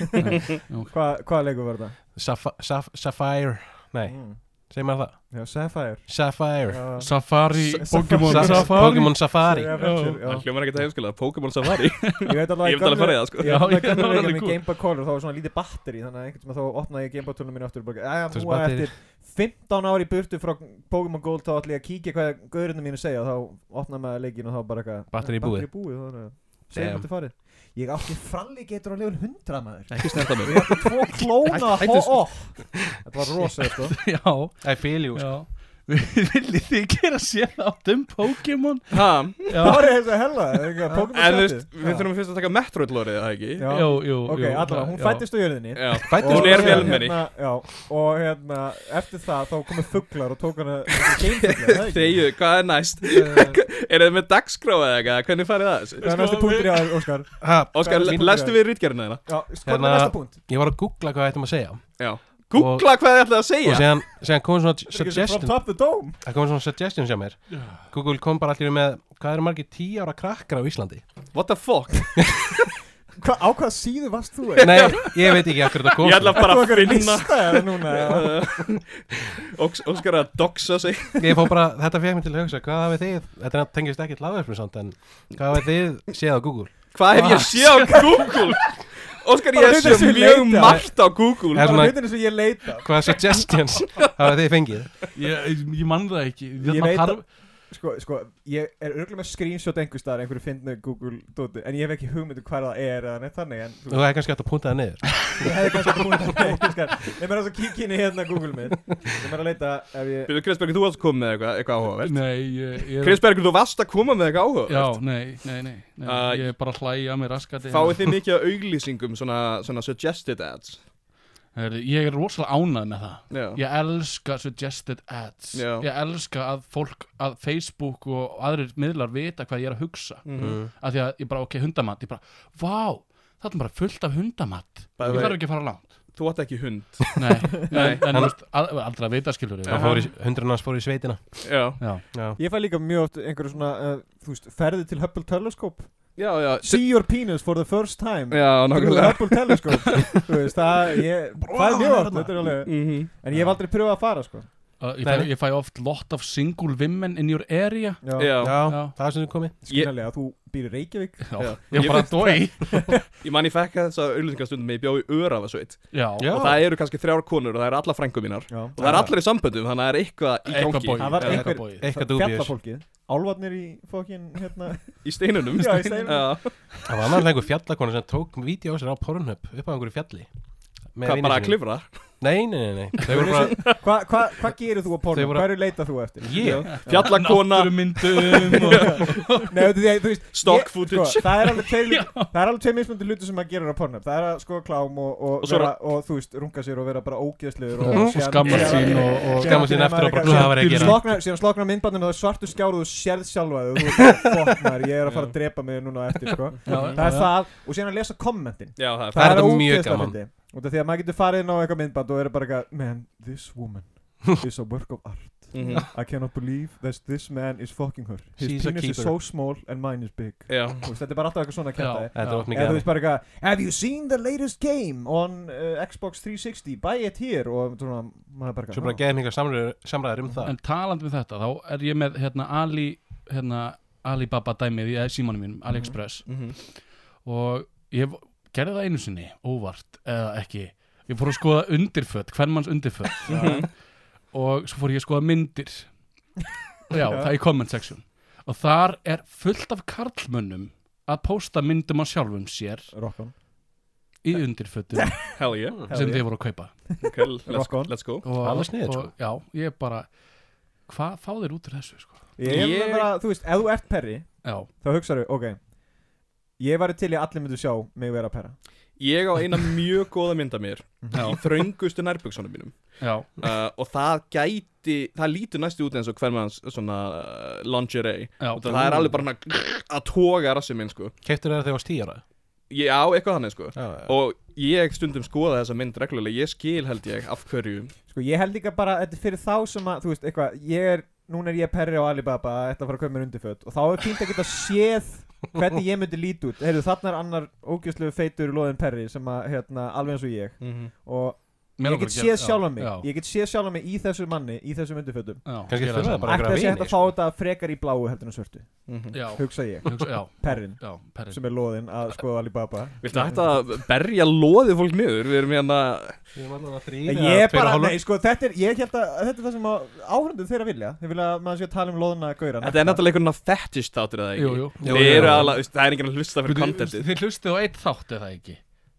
Speaker 4: Hvað- Hvaða leikur var þetta?
Speaker 2: Safa, saf, Sapphire. Nei,
Speaker 4: Mm.
Speaker 2: segir maður það?
Speaker 4: Já, Sapphire
Speaker 2: Sapphire.
Speaker 4: Já.
Speaker 1: Safari,
Speaker 4: Sa-
Speaker 1: Pokémon
Speaker 4: Sa-
Speaker 2: Sa- Pokémon Safari.
Speaker 4: Sega Adventure, já.
Speaker 3: Það hljómar ekki að heimskila, Pokémon Safari
Speaker 4: Ég veit alveg
Speaker 3: Ég vil alveg fara í *laughs* það, sko.
Speaker 4: Já,
Speaker 1: Já,
Speaker 4: ég
Speaker 1: ég- það var
Speaker 4: gamla
Speaker 1: alveg
Speaker 4: leika með
Speaker 1: cool.
Speaker 4: Game Boy Color þá var svona lítið batteri þannig að einhvern tíma þá opnaði ég Game Boy tölunum mínu aftur og bara, aðja,
Speaker 2: Þú veist,
Speaker 4: nú að
Speaker 2: batterið.
Speaker 4: eftir 15 ári burtu frá Pokémon Gold þá ætla ég að kíkja hvað gaurinu mínu segja og þá opnaði maður leikin og þá bara eitthvað
Speaker 2: Batterið í
Speaker 4: Batteri búið, þannig að
Speaker 2: Damn.
Speaker 4: segjum þetta farið Ég átti fralli getur á legun 100 maður
Speaker 3: Ekki snerta mig
Speaker 4: Ég átti tvo klóna
Speaker 1: Hættu þessu.
Speaker 4: ho-off Þetta var rosa, sko
Speaker 1: Já,
Speaker 2: I feel you.
Speaker 1: já *laughs* Viljið þið gera sér átt um Pokémon?
Speaker 3: Ha,
Speaker 4: Það var eins og hella, það er ekki að Pokémon
Speaker 3: en þú veist,
Speaker 4: settið.
Speaker 3: við þurfum fyrst að taka Metroid-lórið, það ekki?
Speaker 4: Já.
Speaker 1: Jú, jú,
Speaker 4: Ok,
Speaker 1: jú,
Speaker 4: allavega, hún
Speaker 1: já.
Speaker 4: fættist á jörðinni
Speaker 3: *laughs* Já,
Speaker 2: Fæddist
Speaker 3: hún
Speaker 2: á
Speaker 3: er
Speaker 2: jörðinni.
Speaker 3: velmenni
Speaker 4: hérna, já, og hérna, eftir það þá komu fugglar og tók hana gamefuglar
Speaker 3: Þegju, hvað er
Speaker 4: *laughs*
Speaker 3: næst? *laughs* Er þið með dagskrá eða eitthvað? Hvernig farið það?
Speaker 4: Það Eh. er næsta punktur í aðeins, Óskar
Speaker 2: Ha,
Speaker 3: Óskar,
Speaker 4: Hvað er-
Speaker 3: lestu við rítgerðina þeirna?
Speaker 4: Já, sko,
Speaker 2: Hérna-
Speaker 4: hérna, næsta punkt
Speaker 2: ég var að googla hvað við ættum að segja.
Speaker 3: Já Googla hvað þið ætlaði að
Speaker 2: Og
Speaker 3: segja
Speaker 2: síðan, síðan kom svona
Speaker 4: From
Speaker 2: suggestion.
Speaker 4: top the dome
Speaker 2: Það kom svona suggestion hjá mér. Google kom bara allir með, hvað eru margir 10 ára krakkar á Íslandi?
Speaker 3: What the fuck?
Speaker 4: Hva, Á hvaða síðu varst
Speaker 3: *laughs*
Speaker 4: þú? eiginlega?
Speaker 2: Nei, ég veit ekki af hverju þetta kom
Speaker 3: Ég ætla
Speaker 4: Þú
Speaker 3: bara að
Speaker 4: okkar í
Speaker 3: finna *laughs* Hérna-
Speaker 4: lista eða núna eða?
Speaker 3: Óx- Óskar er að doxa sig
Speaker 2: Ég fór bara, þetta fekk mér til að hugsa, hvað hafið þið, þetta tengist ekki hlaðverfum samt, en hvað hafið þið séð á Google?
Speaker 3: Hvað
Speaker 4: Ah,
Speaker 3: hef ég séð á Google? Óskar, ég
Speaker 4: Bara
Speaker 3: hef
Speaker 4: hlutir
Speaker 3: séð
Speaker 4: sem ég
Speaker 3: mjög
Speaker 4: leita.
Speaker 3: margt á Google
Speaker 2: Er
Speaker 4: Bara
Speaker 2: svona-
Speaker 4: hlutin sem ég leita
Speaker 2: Hvaða suggestions hafið þið fengið?
Speaker 1: Ég, ég man það ekki
Speaker 4: Ég veit
Speaker 1: þarf-
Speaker 4: að- Sko, sko, ég er örgulega með screenshot einhver staðar einhverju fyndnu Google dóti En ég hef ekki hugmyndu hvar það er eða neitt þannig En
Speaker 2: Þú
Speaker 4: þú-
Speaker 2: hefði kannski hægt að punta það niður.
Speaker 4: ég hefði kannski búin að Óskar Ég meira þess að kíkja inn í hérna Google mið Ég meira að leita ef ég
Speaker 3: Byrðu, Krisbergur, þú varst að koma með eitthvað, eitthvað áhugavert
Speaker 1: Nei, ég, ég er
Speaker 3: Krisbergur, þú varst að koma með eitthvað áhugavert
Speaker 1: Já, nei, nei, nei, nei.
Speaker 3: Uh,
Speaker 1: Ég er bara að hlæja mér raskati
Speaker 3: Fáið þið mikið af auglýsingum svona, svona suggested ads
Speaker 1: Herðu, Ég er rosalega ánað með það
Speaker 3: Já,
Speaker 1: Ég elska suggested ads
Speaker 3: Já.
Speaker 1: Ég elska að fólk, að Facebook og aðrir miðlar vita hvað ég er að hugsa
Speaker 4: Mm.
Speaker 3: Mhm.
Speaker 1: Af því að ég bara, ok, hundamat Ég bara, vá, það er bara fullt af hundamat
Speaker 3: By the
Speaker 1: Ég
Speaker 3: way-
Speaker 1: þarf ekki að fara langt
Speaker 3: Þú átt ekki
Speaker 4: *laughs*
Speaker 3: hund *laughs*
Speaker 1: Nei, nei, en
Speaker 2: Hann-
Speaker 1: þú veist, al- aldrei að vita skilur
Speaker 3: Já.
Speaker 2: Það fór í, hundrun hans fór í sveitina.
Speaker 3: Já,
Speaker 1: Já,
Speaker 2: Já.
Speaker 4: Ég fæ líka mjög oft einhverju svona, uh, þú veist, ferði til Hubble Telescope
Speaker 3: já, já
Speaker 4: See your penis for the first time
Speaker 3: Já,
Speaker 4: Through
Speaker 3: nákvæmlega
Speaker 4: Hubble Telescope Þú veist, það, ég, það er mjög oft, þetta er alveg
Speaker 3: Mhm.
Speaker 4: En ég hef aldrei pröfað að fara, sko
Speaker 1: uh, ég,
Speaker 2: Nei,
Speaker 1: fæ,
Speaker 2: nei.
Speaker 1: ég fæ oft lot of single women in your area
Speaker 4: Já,
Speaker 3: Já,
Speaker 2: Já,
Speaker 1: Já.
Speaker 2: það sem þú komið.
Speaker 3: ég,
Speaker 4: skiljanlega, þú býr í Reykjavík
Speaker 1: Já,
Speaker 3: Já.
Speaker 1: ég
Speaker 3: Ég
Speaker 1: bara
Speaker 3: finnst
Speaker 1: dói
Speaker 3: ég man ég fekk þess að auglýsingastundum ég bjó í Örafasveit
Speaker 1: Já,
Speaker 2: Já.
Speaker 3: og það eru kannski þrjár konur og það eru alla frængu mínar
Speaker 4: Já,
Speaker 3: og það eru allir í samböndum þannig að það er eitthvað í
Speaker 1: eitthvað
Speaker 3: gangi
Speaker 1: bói
Speaker 4: Það var
Speaker 1: eitthvað
Speaker 4: einhver-
Speaker 1: bogið.
Speaker 2: Eitthvað dúbjus.
Speaker 4: Fjallafólkið, álvarnir í fókin, hérna
Speaker 3: í steinunum
Speaker 4: Já, í steinunum.
Speaker 3: Já.
Speaker 2: Það var annars einhver fjallakona sem tók vídeo á sér á Pornhub upp á einhverju fjalli. Með
Speaker 3: hvað
Speaker 2: vini
Speaker 3: bara að
Speaker 2: sínum.
Speaker 3: klifra
Speaker 2: Nei, nei, nei, nei. Þau voru bara,
Speaker 4: Hvað hva, hva gerir þú á porno?
Speaker 2: Þau voru-
Speaker 4: Hverju leitar þú eftir?
Speaker 2: ég,
Speaker 3: fjallakona,
Speaker 1: Náttúrumyndum og
Speaker 4: Nei, veitu því að, þú veist
Speaker 3: Stock
Speaker 4: ég-
Speaker 3: footage.
Speaker 4: sko, Það er alveg tveir Það er alveg tveir mismunandi hluti sem maður gerir á pornum Það er að sko klám og, og,
Speaker 3: Og svo er
Speaker 4: vera, og þú veist, runga sér og vera bara ógeðslegur
Speaker 1: Já, og skammast sín og- og-
Speaker 2: Skammast sín eftir og bara, "Hvað var ég að gera?"
Speaker 4: Slokna, síðan sloknar myndbandinu og það er svartu skjáru og þú sérð sjálfa þig og þú veist, fokk maður, ég er að fara að drepa mig núna á eftir, sko
Speaker 1: Já,
Speaker 4: Það er það, og síðan að lesa kommentin
Speaker 3: já það er
Speaker 2: Það
Speaker 3: það
Speaker 2: er þetta mjög
Speaker 4: ógeðslega
Speaker 2: gaman.
Speaker 4: fyndið. Út af því að maður getur farið inn á eitthvað myndband og er bara eitthvað Man, this woman is a work of art
Speaker 3: Mhm.
Speaker 4: I cannot believe that this man is fucking her His
Speaker 2: She's a
Speaker 4: penis is
Speaker 2: keeper.
Speaker 4: so small and mine is big
Speaker 3: já,
Speaker 4: Þú veist, Þetta er bara alltaf eitthvað svona kæftæði
Speaker 2: þetta var
Speaker 4: Eða þú
Speaker 2: opningið.
Speaker 4: veist bara eitthvað Have you seen the latest game on uh, Xbox 360? Buy it here Og svona, maður bara
Speaker 2: Svo bara
Speaker 4: "Ah."
Speaker 2: geðum einhver samræður um það.
Speaker 1: En talandi með þetta, þá er ég með hérna Ali, hérna Alibaba dæmið í símanum mínum, AliExpress
Speaker 3: Mhm.
Speaker 1: og ég gerði það einu sinni, óvart eða ekki, ég fór að skoða undirföt hvernmanns
Speaker 2: *laughs*
Speaker 1: undirföt
Speaker 3: Mhm.
Speaker 1: og svo fór ég að skoða myndir Já, það er í comment section og þar er fullt af karlmönnum að pósta myndum á sjálfum sér
Speaker 4: Rock on
Speaker 1: í undirfötum
Speaker 3: hell yeah
Speaker 1: sem þeir voru að kaupa
Speaker 3: okay, let's,
Speaker 4: Rock on.
Speaker 3: let's go
Speaker 1: og,
Speaker 2: Alveg sniðugt,
Speaker 1: og,
Speaker 2: sko.
Speaker 1: Já, ég bara hvað fá þeir út úr þessu sko?
Speaker 4: Ég er
Speaker 3: Ég-
Speaker 4: bara, þú veist, ef þú ert perri
Speaker 1: Já,
Speaker 4: Þá hugsaðu, ok Ég væri til í að allir myndu sjá mig vera perra
Speaker 3: Ég á eina mjög góða mynda mér Í þröngustu nærbuksonum mínum
Speaker 1: já,
Speaker 3: uh, Og það gæti Það lítur næstu út eins og hver manns Svona uh, lingerie
Speaker 1: já
Speaker 3: Og það er alveg bara hana, að toga rassið minn sko
Speaker 2: Keiptur þér þegar þú varst 10 ára
Speaker 3: Ég á eitthvað þannig sko
Speaker 2: Já, já.
Speaker 3: Og ég stundum skoða þessa mynd reglulega Ég skil held ég af hverju
Speaker 4: Sko ég held líka bara, þetta er fyrir þá sem að, þú veist, eitthvað, ég er, núna er ég perri á Alibaba, þetta að fara að köpa mér undirföt og þá er fínt að geta séð hvernig ég myndi líti út. Heyrðu, þarna er annar ógjörslu feitur loðin perri sem að, hérna, alveg eins og ég og
Speaker 1: Mér
Speaker 4: ég
Speaker 1: langar
Speaker 4: get
Speaker 1: að gera-
Speaker 4: séð sjálfan mig,
Speaker 1: já, já,
Speaker 4: ég get séð sjálfan mig í þessu manni, í þessum undirfötum.
Speaker 1: já,
Speaker 2: Kannski
Speaker 1: gera
Speaker 2: þurfa það
Speaker 1: saman.
Speaker 2: bara
Speaker 4: Ætti
Speaker 2: einhverja
Speaker 4: þessi hægt
Speaker 2: vini,
Speaker 4: að fá þetta frekar í bláu heldur en svörtu,
Speaker 1: sko. Já,
Speaker 4: hugsa ég,
Speaker 1: hugsa- já,
Speaker 4: perrin
Speaker 1: *laughs* já, perri
Speaker 4: sem er loðin að skoða Alibaba.
Speaker 3: Viltu hægt að berja loðið fólk niður Við erum hérna
Speaker 2: Ég var allavega þrír
Speaker 4: Ég
Speaker 2: eða
Speaker 4: er
Speaker 2: tveir og
Speaker 4: bara,
Speaker 2: hálfur.
Speaker 4: nei, sko, þetta er, ég held að þetta er það sem áhörndum þeirra vilja, þeir vilja að maður sé að tala um loðina gauran.
Speaker 3: Þetta er náttúrulega einhvern veginn fetish þáttur eða ekki
Speaker 1: Jú, jú.
Speaker 3: Þeir
Speaker 2: Jú, jú,
Speaker 3: eru
Speaker 2: jú.
Speaker 3: alveg- Það er enginn að hlusta fyrir
Speaker 1: Þið
Speaker 3: contentið
Speaker 1: þið hlustið á eitt þátt eða ekki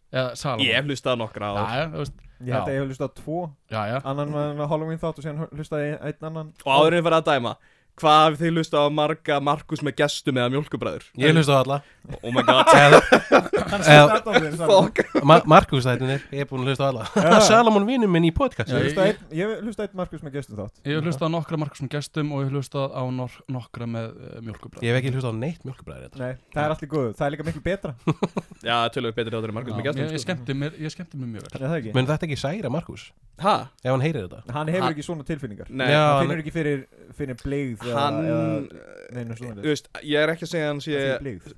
Speaker 1: Eða Salomon
Speaker 3: Ég hef hlustað nokkra á
Speaker 1: Já, já, þú veist
Speaker 4: Ég held
Speaker 1: Já.
Speaker 4: að ég hef hlustað á tvo
Speaker 1: Já, já
Speaker 4: Annan var hann að Halloween þátt og síðan hlustaði ég einn annan
Speaker 3: Og áður en við fara að dæma Hvað hafið þið hlustað á marga Markus með gestum eða mjólkubræður?
Speaker 2: Ég hlust á alla
Speaker 3: Oh my god
Speaker 4: Hann
Speaker 2: Já.
Speaker 4: hlustaði á þér saman.
Speaker 3: Fuck
Speaker 2: Ma Markus þættinir, ég er búin að hlusta á alla Salamon vinnum minn í podcast
Speaker 1: Já,
Speaker 4: Ég
Speaker 1: ég-
Speaker 4: hlustaði einn- Ég hlustaði einn Markus með gestum þátt
Speaker 1: Ég hef hlustað á nokkra Markus með gestum og ég hef hlustað á nor- nokkra með uh, mjölkubræð
Speaker 2: Ég hef ekki hlust á neitt hérna. mjölkubræðir
Speaker 4: Nei, það er allt í góðu, það er líka miklu betra Er
Speaker 3: Já, tölum við betri þáttur en Markus með sko.
Speaker 1: ég,
Speaker 3: gestum
Speaker 4: sko.
Speaker 1: ég, skemmti mér, ég skemmti mér mjög vel
Speaker 4: Það ekki
Speaker 2: Mun þetta ekki særa Markus?
Speaker 3: Hæ?
Speaker 2: Ef hann heyrir þetta
Speaker 4: Hann
Speaker 3: Ha-
Speaker 4: hefur ekki svona tilfinningar
Speaker 3: Nei
Speaker 2: Já,
Speaker 4: Hann
Speaker 2: hann-
Speaker 4: finnur ekki fyrir, fyrir bleigð eða-
Speaker 3: Hann
Speaker 4: eða- Neinu svona
Speaker 3: Þú veist, ég er ekki að segja hans ég
Speaker 4: bleigð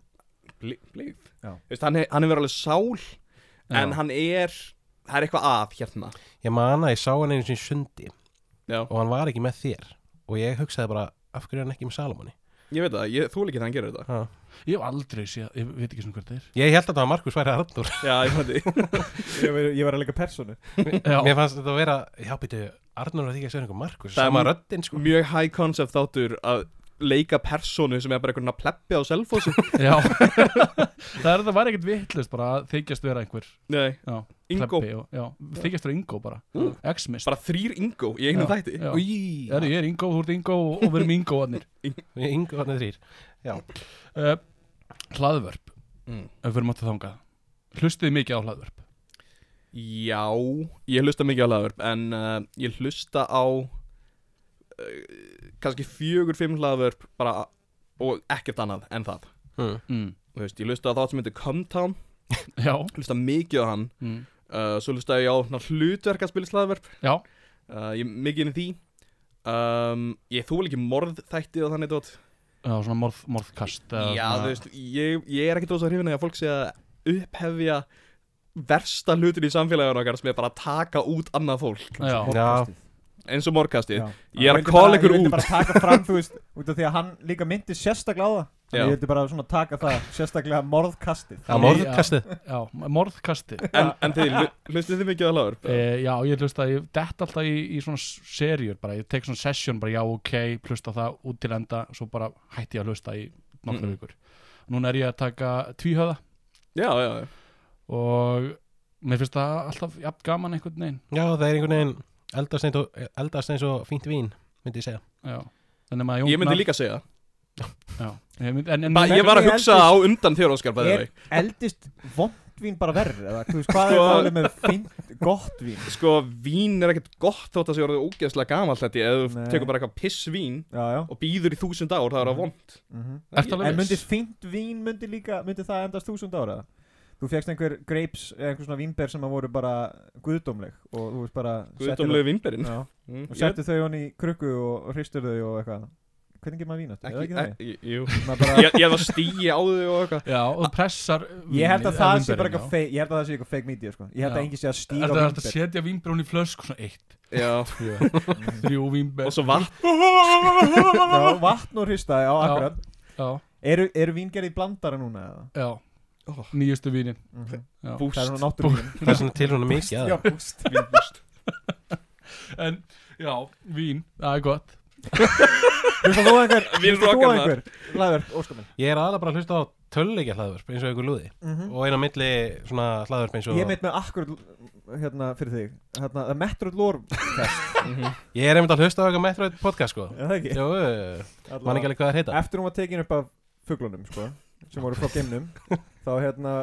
Speaker 3: Blíð
Speaker 4: Já.
Speaker 3: Þú veist, hann, he- hann hefur alveg sál En
Speaker 1: Já.
Speaker 3: hann er Það er eitthvað að hérna
Speaker 2: Ég man að ég sá hann einu sinni í sundi
Speaker 3: Já,
Speaker 2: Og hann var ekki með þér Og ég hugsaði bara, af hverju er hann ekki með Salamoni?
Speaker 3: ég veit það, ég, þú líkir það hann gerir þetta
Speaker 2: Ha.
Speaker 1: Ég hef aldrei séð, ég veit ekki sem hvert
Speaker 4: *laughs*
Speaker 1: það
Speaker 2: Ég held að það var Markus væri Arnur
Speaker 3: *laughs* Já, ég veit því
Speaker 4: Ég var- ég var alveg personu
Speaker 1: er Já,
Speaker 2: Mér fannst þetta að vera, já býtu, Arnur var því ekki að segja einhver Markus
Speaker 3: Það er
Speaker 2: Sama
Speaker 3: m- Mm,
Speaker 2: röddinn sko
Speaker 3: Mjög high concept þáttur að leika personu sem er bara einhvern að pleppi á selfósi
Speaker 1: já *laughs* Það er það væri ekkert vittlust bara að þykjast vera einhver
Speaker 3: *laughs* Nei,
Speaker 1: Já,
Speaker 3: Ingo
Speaker 1: plebbi og, já, Þykjast vera Ingo bara
Speaker 3: Ú.
Speaker 1: X-mist
Speaker 3: Bara þrýr Ingo í einum
Speaker 1: Já,
Speaker 3: þætti
Speaker 1: já.
Speaker 2: Í,
Speaker 1: Eru, Ég er Ingo, þú ert Ingo og, og við erum Ingo annir
Speaker 2: Ingo hann er þrýr
Speaker 1: uh, Hlaðvörp
Speaker 3: Mm.
Speaker 1: Ef við erum átt að þangað Hlustið mikið á hlaðvörp
Speaker 3: Já, ég hlusta mikið á hlaðvörp en uh, ég hlusta á uh, kannski fjögur, fimm hlaðvörp bara og ekkert annað en það
Speaker 2: mm.
Speaker 1: mm.
Speaker 3: Þú veist, ég hlusta á þátt sem heitir Comtown
Speaker 1: Já
Speaker 3: hlusta mikið á hann
Speaker 1: mm.
Speaker 3: uh, svo hlusta ég á svona hlutverk að spilist hlaðvörp
Speaker 1: Já,
Speaker 3: uh, ég er mikið inn í því um, ég þú ekki morðþætti og þannig dót
Speaker 1: já svona morð, morðkast eða
Speaker 3: Já,
Speaker 1: svona-
Speaker 3: þú veist, ég, ég er ekkert ósað hrifin að fólk sé að upphefja versta hlutin í samfélaginu okkar sem er bara að taka út annað fólk
Speaker 1: Já,
Speaker 4: Podcastið.
Speaker 3: eins og morgkastið
Speaker 4: Já.
Speaker 3: Ég er að
Speaker 4: vildi
Speaker 3: call
Speaker 4: bara-
Speaker 3: ykkur
Speaker 4: Ég
Speaker 3: út.
Speaker 4: vildi bara taka fram, þú veist Út af því að hann líka myndi sérstaklega á það Þannig
Speaker 3: Já.
Speaker 4: Ég vildi bara svona taka það Sérstaklega morðkastið
Speaker 2: Það morðkastið
Speaker 1: já, morðkasti
Speaker 3: En, en þið, hlustið þið mikið á hlaðvörp?
Speaker 4: Eh,
Speaker 1: e, Já, ég hlusta, ég dett alltaf í, í svona s- seríur bara, ég tek svona session bara já, ok, hlusta það út til enda svo bara hætti ég að hlusta í nokkra
Speaker 3: Mm.
Speaker 1: vikur Núna er ég að taka tvíhöða
Speaker 3: Já, já, já.
Speaker 1: og mér finnst það alltaf jafn gaman einhvern veginn
Speaker 2: Já, það er einhvern veginn eldast eins og, eldast eins og fínt vín Myndi ég segja
Speaker 1: Já, þannig maður
Speaker 3: Ég myndi líka segja
Speaker 1: já, ég myndi, en, en,
Speaker 3: ba Ég var að hugsa á undan þér Óskar bæði
Speaker 4: Er
Speaker 3: vei
Speaker 4: eldist vondvín bara verri eða þú veist hvað
Speaker 3: Sko-
Speaker 4: er málið með fint gott vín
Speaker 3: Sko, vín er ekkert gott þótt að sé orðið ógeðslega gamalt þetta Ef þú
Speaker 4: Nei.
Speaker 3: tekur bara eitthvað pissvín
Speaker 4: já, já.
Speaker 3: og býður í þúsund ár, það er að vond
Speaker 4: Mm
Speaker 1: Ertu alveg
Speaker 4: en
Speaker 1: viss?
Speaker 4: myndi fint vín myndi líka myndi það endast þúsund ára þú fegst einhver grapes eða einhver svona vínber sem að voru bara guðdómleg og þú veist bara
Speaker 3: Guðdómlegu
Speaker 4: settir,
Speaker 3: vinnberinn
Speaker 4: já,
Speaker 3: Mm,
Speaker 4: og
Speaker 3: ég-
Speaker 4: settir þau hann í krukku og hristur þau og eitthvað hvernig gerir maður vínast? Er það
Speaker 3: Ekki,
Speaker 4: ekki þannig?
Speaker 3: e- jú
Speaker 4: Maður bara-
Speaker 3: Ég ég hef að stíja á þau og eitthvað
Speaker 1: Já, og pressar
Speaker 4: ég held að það sé bara
Speaker 1: vínberin,
Speaker 4: eitthvað
Speaker 1: já.
Speaker 4: fake ég held að það sé eitthvað fake media sko ég held
Speaker 1: Já.
Speaker 4: að engin sé að
Speaker 1: Er það
Speaker 4: stíga á
Speaker 1: er það að
Speaker 4: vínber
Speaker 1: setja vínbrún í flösk svona
Speaker 4: *laughs*
Speaker 1: eitt,
Speaker 3: Já,
Speaker 1: tvö, þrjú vínber
Speaker 3: og svo vatn
Speaker 4: Já, vatn og hrista
Speaker 1: Já.
Speaker 4: já, akkurat
Speaker 1: Já,
Speaker 4: eru, eru víngerði blandara núna eða?
Speaker 1: já,
Speaker 3: Oh.
Speaker 1: nýjustu vínin
Speaker 4: Mm
Speaker 1: já.
Speaker 4: Það er
Speaker 3: Búst
Speaker 4: nú náttúrulega
Speaker 2: Það er svona til hún mikið að
Speaker 4: Já, búst
Speaker 3: Vínbúst
Speaker 1: En, já, vín, það er gott
Speaker 4: Hlustar þú á einhver
Speaker 3: *laughs* Við
Speaker 4: Hlustar þú á
Speaker 3: rokum það.
Speaker 4: einhver Laður, óskar minn
Speaker 2: Ég er aðalega bara að hlusta á töluleikja hlaðvörp eins og einhver lúði
Speaker 4: Mm.
Speaker 2: og eina milli svona hlaðvörp eins og
Speaker 4: Mhm. Ég meit með akkur Hérna, fyrir þig Hérna, það mettur út lór
Speaker 2: Ég er einmitt að hlusta á eitthvað Metroid podcast sko
Speaker 4: Er það ekki?
Speaker 2: Jó, mann ekki alveg hvað það heita
Speaker 4: Eftir hún var tekin upp af fuglunum, sko sem voru frá geimnum þá hérna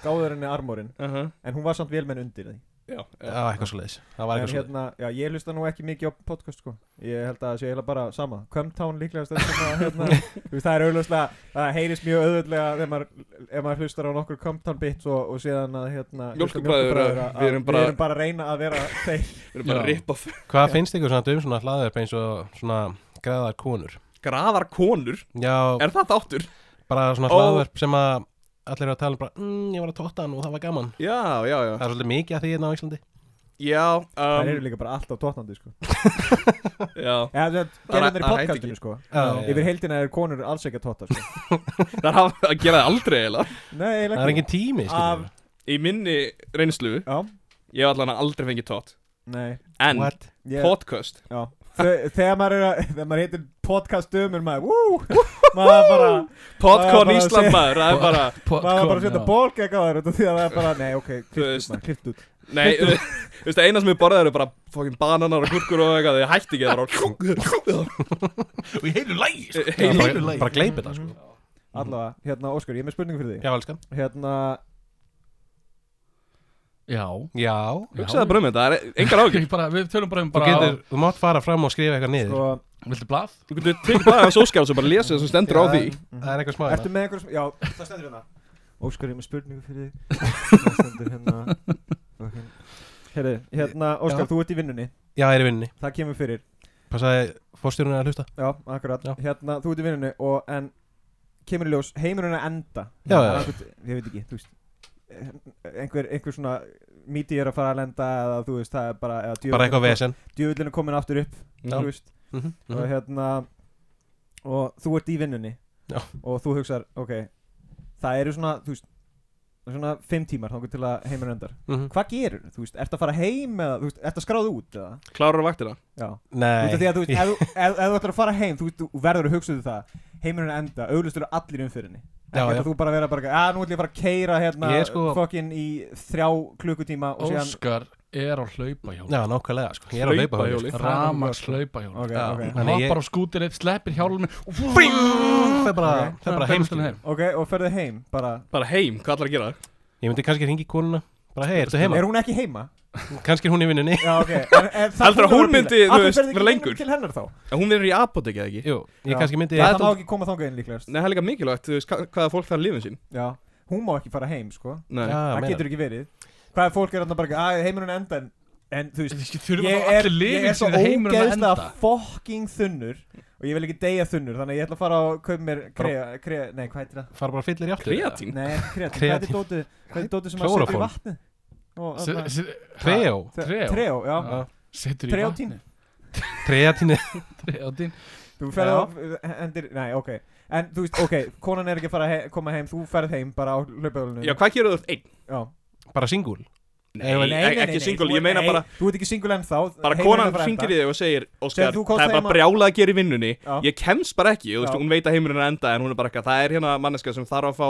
Speaker 4: gáður henni armórin
Speaker 3: -huh.
Speaker 4: en hún var samt velmenn undir því
Speaker 3: Já,
Speaker 2: Já, eitthvað svo Það var
Speaker 4: en
Speaker 2: eitthvað svo
Speaker 4: hérna, já, ég hlusta nú ekki mikið á podcast sko ég held að það sé eiginlega bara sama Cumtown líklega stöðum sem að hérna þú veist, það er auðvitað, það heyrist mjög auðvitað ef maður, ef maður hlustar á nokkur Cumtown bits og, og síðan að hérna hlusta á
Speaker 3: Mjólkurbræður,
Speaker 4: Mjólkurbræður
Speaker 3: að
Speaker 4: að-
Speaker 3: við erum bara-
Speaker 4: við erum bara að reyna að vera þeir
Speaker 3: við erum bara að
Speaker 1: Já.
Speaker 3: rippa f-
Speaker 4: hérna-
Speaker 2: Hvað finnst ykkur svona um svona hlaðverf eins og svona græðar konur?
Speaker 3: Graðar konur,
Speaker 2: Já,
Speaker 3: er það þáttur?
Speaker 2: bara svona
Speaker 3: Ó.
Speaker 2: hlaðverf sem að allir eru að tala um bara mm, ég var að tóta hann og það var gaman
Speaker 3: Já, já, já
Speaker 2: Það er svolítið mikið að því hérna á Íslandi
Speaker 3: Já,
Speaker 4: það eru
Speaker 3: um,
Speaker 4: líka bara alltaf tóttandi sko
Speaker 3: já
Speaker 4: eða
Speaker 3: Það
Speaker 4: gerðum þeir í
Speaker 3: er- það er hægt
Speaker 4: podcastinu sko
Speaker 3: Já.
Speaker 2: Já,
Speaker 4: yfir heildina er konur alls ekki að tóta sko.
Speaker 3: *laughs* Það er að að gera það aldrei eiginlega
Speaker 4: nei,
Speaker 2: Það
Speaker 4: eiginlega
Speaker 2: er engin tími, skilur
Speaker 4: Af-
Speaker 3: Í minni reynslu,
Speaker 4: já,
Speaker 3: ég hef allan aldrei fengið tótt
Speaker 4: nei
Speaker 3: En,
Speaker 2: What?
Speaker 4: ég,
Speaker 3: podcast
Speaker 4: já. Þe- þegar maður er að, *laughs* þegar maður heitir podcastum er maður, wú maður bara Það er
Speaker 3: Podcorn
Speaker 4: bara að
Speaker 3: Ísland
Speaker 4: segja-
Speaker 3: maður, það er bara
Speaker 2: *laughs*
Speaker 4: maður var bara að setja bólk ekki á þér út af því að það er bara, nei, ok,
Speaker 3: veist.
Speaker 4: klift út, klift út
Speaker 3: Nei, þú þú veist, eina sem ég borðið eru bara Fokkin bananar og gúrkur og eitthvað Þið hætti ekki það
Speaker 2: *laughs*
Speaker 3: bara
Speaker 1: Og í heilu lægi sko.
Speaker 3: Heilu
Speaker 1: Í
Speaker 2: bara, bara gleipið það, sko
Speaker 4: allavega, hérna, Óskar, ég er með spurningu fyrir
Speaker 2: Já, elskan
Speaker 4: því hérna,
Speaker 1: Já
Speaker 2: Já,
Speaker 3: Hugsaðu bara um þetta, það er engar ágjur
Speaker 1: Ég bara, Við tölum bara um
Speaker 2: þú
Speaker 1: bara
Speaker 2: getur, þú mátt fara fram og skrifa eitthvað niður
Speaker 4: sko
Speaker 1: Viltu blað?
Speaker 3: Þú getur tekið bara hans óskjáls og bara lesið það sem stendur á
Speaker 2: Já,
Speaker 3: því
Speaker 2: Það er eitthvað smá
Speaker 4: ertu
Speaker 2: hérna.
Speaker 4: með einhver, já, það stendur hérna Óskar, ég er með spurningu
Speaker 2: *laughs*
Speaker 4: fyrir því það stendur hérna ok. Heyrðu, hérna,
Speaker 2: Já.
Speaker 4: Óskar, þú ert í vinnunni
Speaker 2: Já, ég er í vinninni
Speaker 4: það kemur fyrir,
Speaker 2: Passaði fórstjórun að hlusta
Speaker 4: já, akkurat
Speaker 2: Já.
Speaker 4: hérna, þú ert í vinnunni og en kemur í ljós, heimurinn er að enda
Speaker 2: Já, já.
Speaker 4: Akkurat, ég veit ekki, þú veist einhver, einhver svona míti er að fara að lenda eða þú veist, það er bara eða
Speaker 2: Bara
Speaker 4: djöfullinn-
Speaker 2: eitthvað vesen
Speaker 4: djöfullin er komin aftur upp þú veist,
Speaker 2: Mhm,
Speaker 4: og
Speaker 2: mhm.
Speaker 4: hérna og þú ert í vinnunni
Speaker 2: Já.
Speaker 4: og þú hugsar, ok það eru svona, þú veist það eru svona fimm tímar þangur til að heimur endar
Speaker 2: Mhm.
Speaker 4: hvað gerur, þú veist, ert að fara heim eða, þú veist, ert að skráða út eða
Speaker 3: Klárar á vaktina
Speaker 4: já, út af því
Speaker 2: Nei
Speaker 4: að þú veist,
Speaker 2: *laughs*
Speaker 4: ef, þú- ef, ef þú ætlar að fara heim þú veist, þú verður að hugsa um það, heimurinn er að enda auðvist eru allir um fyrirni
Speaker 2: Já,
Speaker 4: ekki
Speaker 2: já.
Speaker 4: að þú bara vera bara, að nú ætlum ég að fara að keira hérna,
Speaker 2: Ég er sko-
Speaker 4: fokkin í þrjá klukkutíma og síðan
Speaker 1: Óskar er á hlaupahjól
Speaker 2: Já, nákvæmlega, sko Ég er að hlaupa
Speaker 3: Hlaupahjóli.
Speaker 1: Ramags hlaupahjól
Speaker 4: ok,
Speaker 2: Já.
Speaker 4: ok
Speaker 1: Hann
Speaker 2: Þannig ég-
Speaker 1: hoppar á skútirið, sleppir hjálmin og
Speaker 2: Það er bara,
Speaker 4: Ok.
Speaker 2: það er bara
Speaker 1: Beint
Speaker 2: heim
Speaker 1: til
Speaker 2: skilur.
Speaker 4: ok, og ferðu heim, bara
Speaker 3: Bara heim, hvað ætlar að gera?
Speaker 2: Ég myndi kannski hringi í konuna Bara, hei, ertu heima?
Speaker 4: er hún ekki heima?
Speaker 2: Kannski er hún í vinnunni
Speaker 4: *laughs* Já, ok En-
Speaker 2: *laughs*
Speaker 4: en það
Speaker 3: Heldur að hún
Speaker 4: þarf vera
Speaker 3: myndi,
Speaker 4: bíl. Af
Speaker 3: þú
Speaker 4: hverju
Speaker 3: veist,
Speaker 4: ferðu ekki
Speaker 3: vera
Speaker 4: heim
Speaker 3: lengur?
Speaker 4: Til hennar þá
Speaker 3: En hún verður í apotek eða ekki?
Speaker 2: Jú, ég
Speaker 4: Já.
Speaker 2: kannski myndi
Speaker 3: Það er
Speaker 4: Það má
Speaker 3: dálítið-
Speaker 4: ekki koma þangað inn líklegast
Speaker 3: Nei, það er líka mikilvægt, þú veist, hva- hvaða fólk þarf lífin sín
Speaker 4: Já Hún má ekki fara heim, sko
Speaker 3: Nei,
Speaker 2: Já,
Speaker 4: Það
Speaker 2: meina.
Speaker 4: getur ekki verið Hvað er fólk er þarna bara að heimurinn enda en, en þú veist
Speaker 1: Þurfum
Speaker 4: Ég
Speaker 1: þá
Speaker 4: er,
Speaker 1: allir
Speaker 4: ég
Speaker 1: lifin
Speaker 4: er svo
Speaker 1: sem heimur að enda
Speaker 4: ógeðslega fucking þunnur Og ég vil ekki deyja þunnur Þannig að ég ætla að fara og kaupa mér krea, krea, Nei, hvað heitir það?
Speaker 2: Fara bara fyllir í áttu
Speaker 3: kreatín
Speaker 4: Nei, ekki kreatín Hvað
Speaker 2: Kreatín.
Speaker 4: heitir dótið? Hvað heitir dótið sem að setja í
Speaker 2: Klóróform.
Speaker 4: vatnið? Og-
Speaker 1: S-
Speaker 4: þarna-
Speaker 1: s-
Speaker 2: Treo
Speaker 1: Treo.
Speaker 4: Treo, já
Speaker 1: Já. Setur í
Speaker 4: Treótín.
Speaker 1: vatni
Speaker 2: Kreatín er- *laughs*
Speaker 1: Treótín
Speaker 4: Þú ferð á endir, nei, ok En þú veist, ok, konan er ekki að fara að he koma heim Þú ferð heim bara á hlaupahjólinu
Speaker 3: Já, hvað gerur þú eftir einn?
Speaker 4: Já.
Speaker 2: Bara singul
Speaker 3: ekki single, ég meina
Speaker 4: nei,
Speaker 3: bara
Speaker 4: Þú ert ekki single ennþá
Speaker 3: Bara konan hringir í þig og segir Óskar,
Speaker 4: þú
Speaker 3: það
Speaker 4: komst
Speaker 3: er bara
Speaker 4: heim að-
Speaker 3: brjálað að gera í vinnunni
Speaker 4: Já.
Speaker 3: Ég kemst bara ekki, þú veist,
Speaker 4: Já.
Speaker 3: hún veit að heimurinn er að enda En hún er bara ekki, það er hérna manneska sem þarf að fá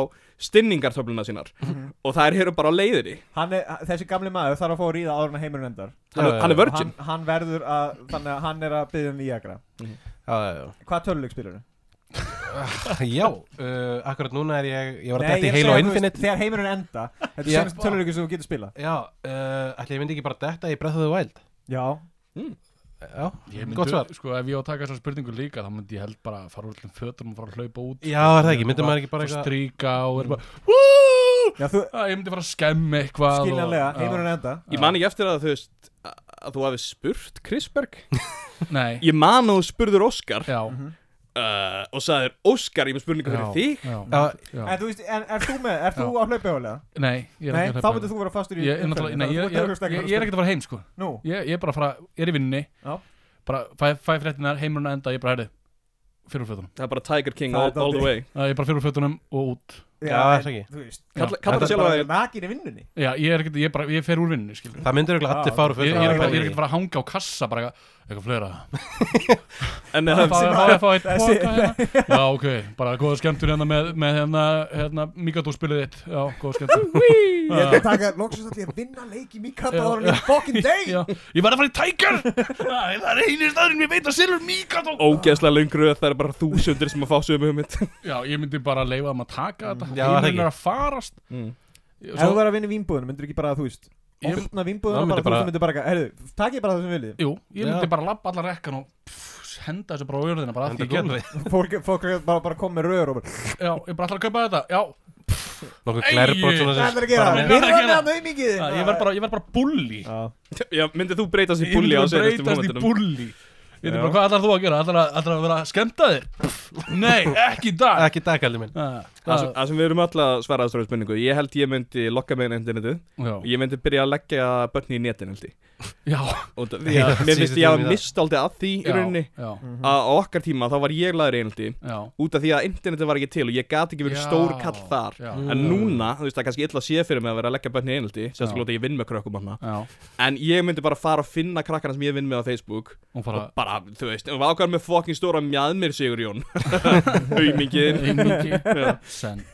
Speaker 3: stinningartöfluna sínar Og það er hérna bara á leiðinni
Speaker 4: Mhm. hann er, Þessi gamli maður þarf að fá að ríða áður en að heimurinn endar
Speaker 3: Hann
Speaker 2: Já,
Speaker 3: er-
Speaker 2: já,
Speaker 3: hann er
Speaker 2: já.
Speaker 3: virgin
Speaker 4: hann, hann verður að, þannig að hann er að byggja um Viagra
Speaker 2: Já, já, já
Speaker 4: Hvað töluleik spilur
Speaker 2: Já, uh, akkurat núna er ég Ég var að detta í Halo Infinite
Speaker 4: Þegar heimurinn enda, þetta er
Speaker 2: Já.
Speaker 4: senast töluleikur sem þú getur spila
Speaker 2: Já, uh, ætli ég myndi ekki bara detta í Breath of the Wild
Speaker 4: Já,
Speaker 2: Já,
Speaker 1: Ég myndi,
Speaker 2: gott svar
Speaker 1: Sko, ef ég á að taka þessar spurningu líka þá myndi ég held bara að fara úr allum fötum og fara að hlaupa út
Speaker 2: Já, er það ekki, myndi maður ekki bara
Speaker 1: Fara að
Speaker 2: eitthvað Mm.
Speaker 1: stríka og er bara "Woo!"
Speaker 4: já þú,
Speaker 1: Æ, Ég myndi fara að skemmi eitthvað og-
Speaker 4: skiljanlega,
Speaker 1: Já.
Speaker 4: heimurinn enda
Speaker 3: Ég man ekki eftir að þú veist að þú hafi spurt Krisberg
Speaker 1: Nei
Speaker 3: Ég man að þú spurður Óskar
Speaker 1: Já
Speaker 4: Mhm.
Speaker 3: uh, Og sagðir, Óskar, ég með spurningu fyrir þig
Speaker 1: Já,
Speaker 2: Já,
Speaker 1: já.
Speaker 4: En þú veist, en er þú með, er þú á hlaupahjólega?
Speaker 1: Nei, ég er
Speaker 4: Nei,
Speaker 1: ekki að
Speaker 4: þá
Speaker 1: hlaupa
Speaker 4: myndir þú vera fastur í
Speaker 1: Ég er náttúrulega- nei, ég- ég- ég er ekkert að fara heim sko
Speaker 4: Nú,
Speaker 1: Ég ég er bara að fara, ég er í vinninni
Speaker 4: Já.
Speaker 1: Bara fæ, fæ fréttinar, heimurinn að enda, ég bara herði Fyrir úr fötunum
Speaker 3: Það er bara Tiger King
Speaker 4: Það er
Speaker 3: all, all the
Speaker 4: dálítið.
Speaker 3: way
Speaker 1: Æ, Ég er bara fyrir úr fötunum og út
Speaker 2: Já, það er
Speaker 4: en
Speaker 2: ekki.
Speaker 4: Þú veist,
Speaker 3: Kalla-
Speaker 1: Já.
Speaker 3: Kallar það
Speaker 4: það er
Speaker 3: sjálf
Speaker 4: bara
Speaker 3: að
Speaker 4: verið nakin í vinnunni
Speaker 1: Já, ég er ekkert, ég, bara, ég fer úr vinninni skilur
Speaker 2: Það myndir örugglega allir fara
Speaker 1: Ég, ég, er
Speaker 4: Já,
Speaker 1: ekkert að-
Speaker 4: já,
Speaker 1: ég er ekkert að fara að hanga á kassa bara eitthvað, eitthvað fleira
Speaker 3: En
Speaker 1: Það
Speaker 3: það
Speaker 1: er bara að fá að fá eitt
Speaker 4: Þessi-
Speaker 1: poka hérna Já, ok, bara góða skemmtur hérna með, með hérna, hérna, Mikado spilið þitt Já, góða skemmtur
Speaker 4: Ég ætla að taka, loksins ætla ég að vinna leiki Mikata
Speaker 1: Já.
Speaker 4: áður en ég fucking day
Speaker 1: *laughs* Já, ég verð að fara í Tiger Æ, Það er eini staðurinn ég veit að selur Mikado
Speaker 3: Ógeðslega lengur Það er bara þúsundir sem að fá sömu hugmynd
Speaker 1: Já, ég myndi bara leifa um að taka þetta
Speaker 2: Já, það er
Speaker 1: heimurinn
Speaker 2: ekki.
Speaker 1: er að farast
Speaker 3: mm.
Speaker 1: Ég-
Speaker 4: Ef
Speaker 1: svo-
Speaker 4: þú verður að vinna í vínbúðinu, myndur ekki bara þú veist
Speaker 1: Ég-
Speaker 4: Opna
Speaker 2: Þá
Speaker 4: vínbúðinu
Speaker 2: myndi
Speaker 4: bara, þú
Speaker 2: bara-
Speaker 4: veist, myndur bara Herðu, takk ég bara það sem viljið
Speaker 1: Jú, ég myndi
Speaker 2: Já.
Speaker 1: bara labba allar rekkan og pff, henda þessu bara á jörðina bara allt í
Speaker 2: Enda
Speaker 1: gólfi
Speaker 2: gólfið.
Speaker 4: Fólk, fólk er bara, bara kom með rör og bara
Speaker 1: Já, ég bara ætla að kaupa þetta Já,
Speaker 2: Nokkuð
Speaker 1: Ey!
Speaker 2: glerbrót svona
Speaker 4: Það
Speaker 2: sem
Speaker 4: er að gera,
Speaker 1: bara-
Speaker 4: við
Speaker 1: Hvað er
Speaker 4: erum
Speaker 1: að
Speaker 4: að
Speaker 1: gera?
Speaker 4: hann auðmikið
Speaker 1: já, ég verð bara, ég verð bara bulli
Speaker 3: *laughs* Já, myndið þú breytast í
Speaker 1: Ég
Speaker 3: bulli á
Speaker 1: myndi bara
Speaker 3: seinustu
Speaker 1: breytast í
Speaker 3: momentunum?
Speaker 1: bulli Ég veit
Speaker 3: Já.
Speaker 1: bara, hvað ætlar þú að gera? Ætlar að, ætlar að vera að skemmta þér? Pff, Nei, ekki í dag
Speaker 2: Ekki dagaldi minn
Speaker 1: Ah,
Speaker 3: Það
Speaker 1: það-
Speaker 3: sem- það sem við erum öll að svara þessari spurningu Ég held ég myndi lokka mig inn á internetið
Speaker 1: Já,
Speaker 3: Ég myndi byrja að leggja börn í netin held ég
Speaker 1: já,
Speaker 3: og það-
Speaker 2: Já,
Speaker 1: *laughs*
Speaker 3: Mér
Speaker 2: síðustu
Speaker 3: finnst ég
Speaker 2: tími
Speaker 3: að
Speaker 2: í dag.
Speaker 3: mista aldrei að því í
Speaker 1: já, Mhm.
Speaker 3: rauninni
Speaker 1: já,
Speaker 3: að á okkar tíma þá var ég laður einhaldi
Speaker 1: já.
Speaker 3: út af því að internetið var ekki til og ég gat ekki verið
Speaker 1: Já,
Speaker 3: stór kall þar
Speaker 1: já,
Speaker 2: Mm.
Speaker 3: en núna, þú veist það er kannski illa að sé fyrir mig að vera að leggja bönni einhaldi sérstaklega
Speaker 1: Já.
Speaker 3: út að ég vinn með krökkum hann
Speaker 1: já,
Speaker 3: en ég myndi bara fara að finna krakkana sem ég vinn með á Facebook
Speaker 1: og bara
Speaker 3: *laughs* og bara, þú veist, og ákvæðan með fokkin stóra mjadmir Sigur
Speaker 1: *laughs*
Speaker 3: Jón auðmingið
Speaker 1: Aumingi, send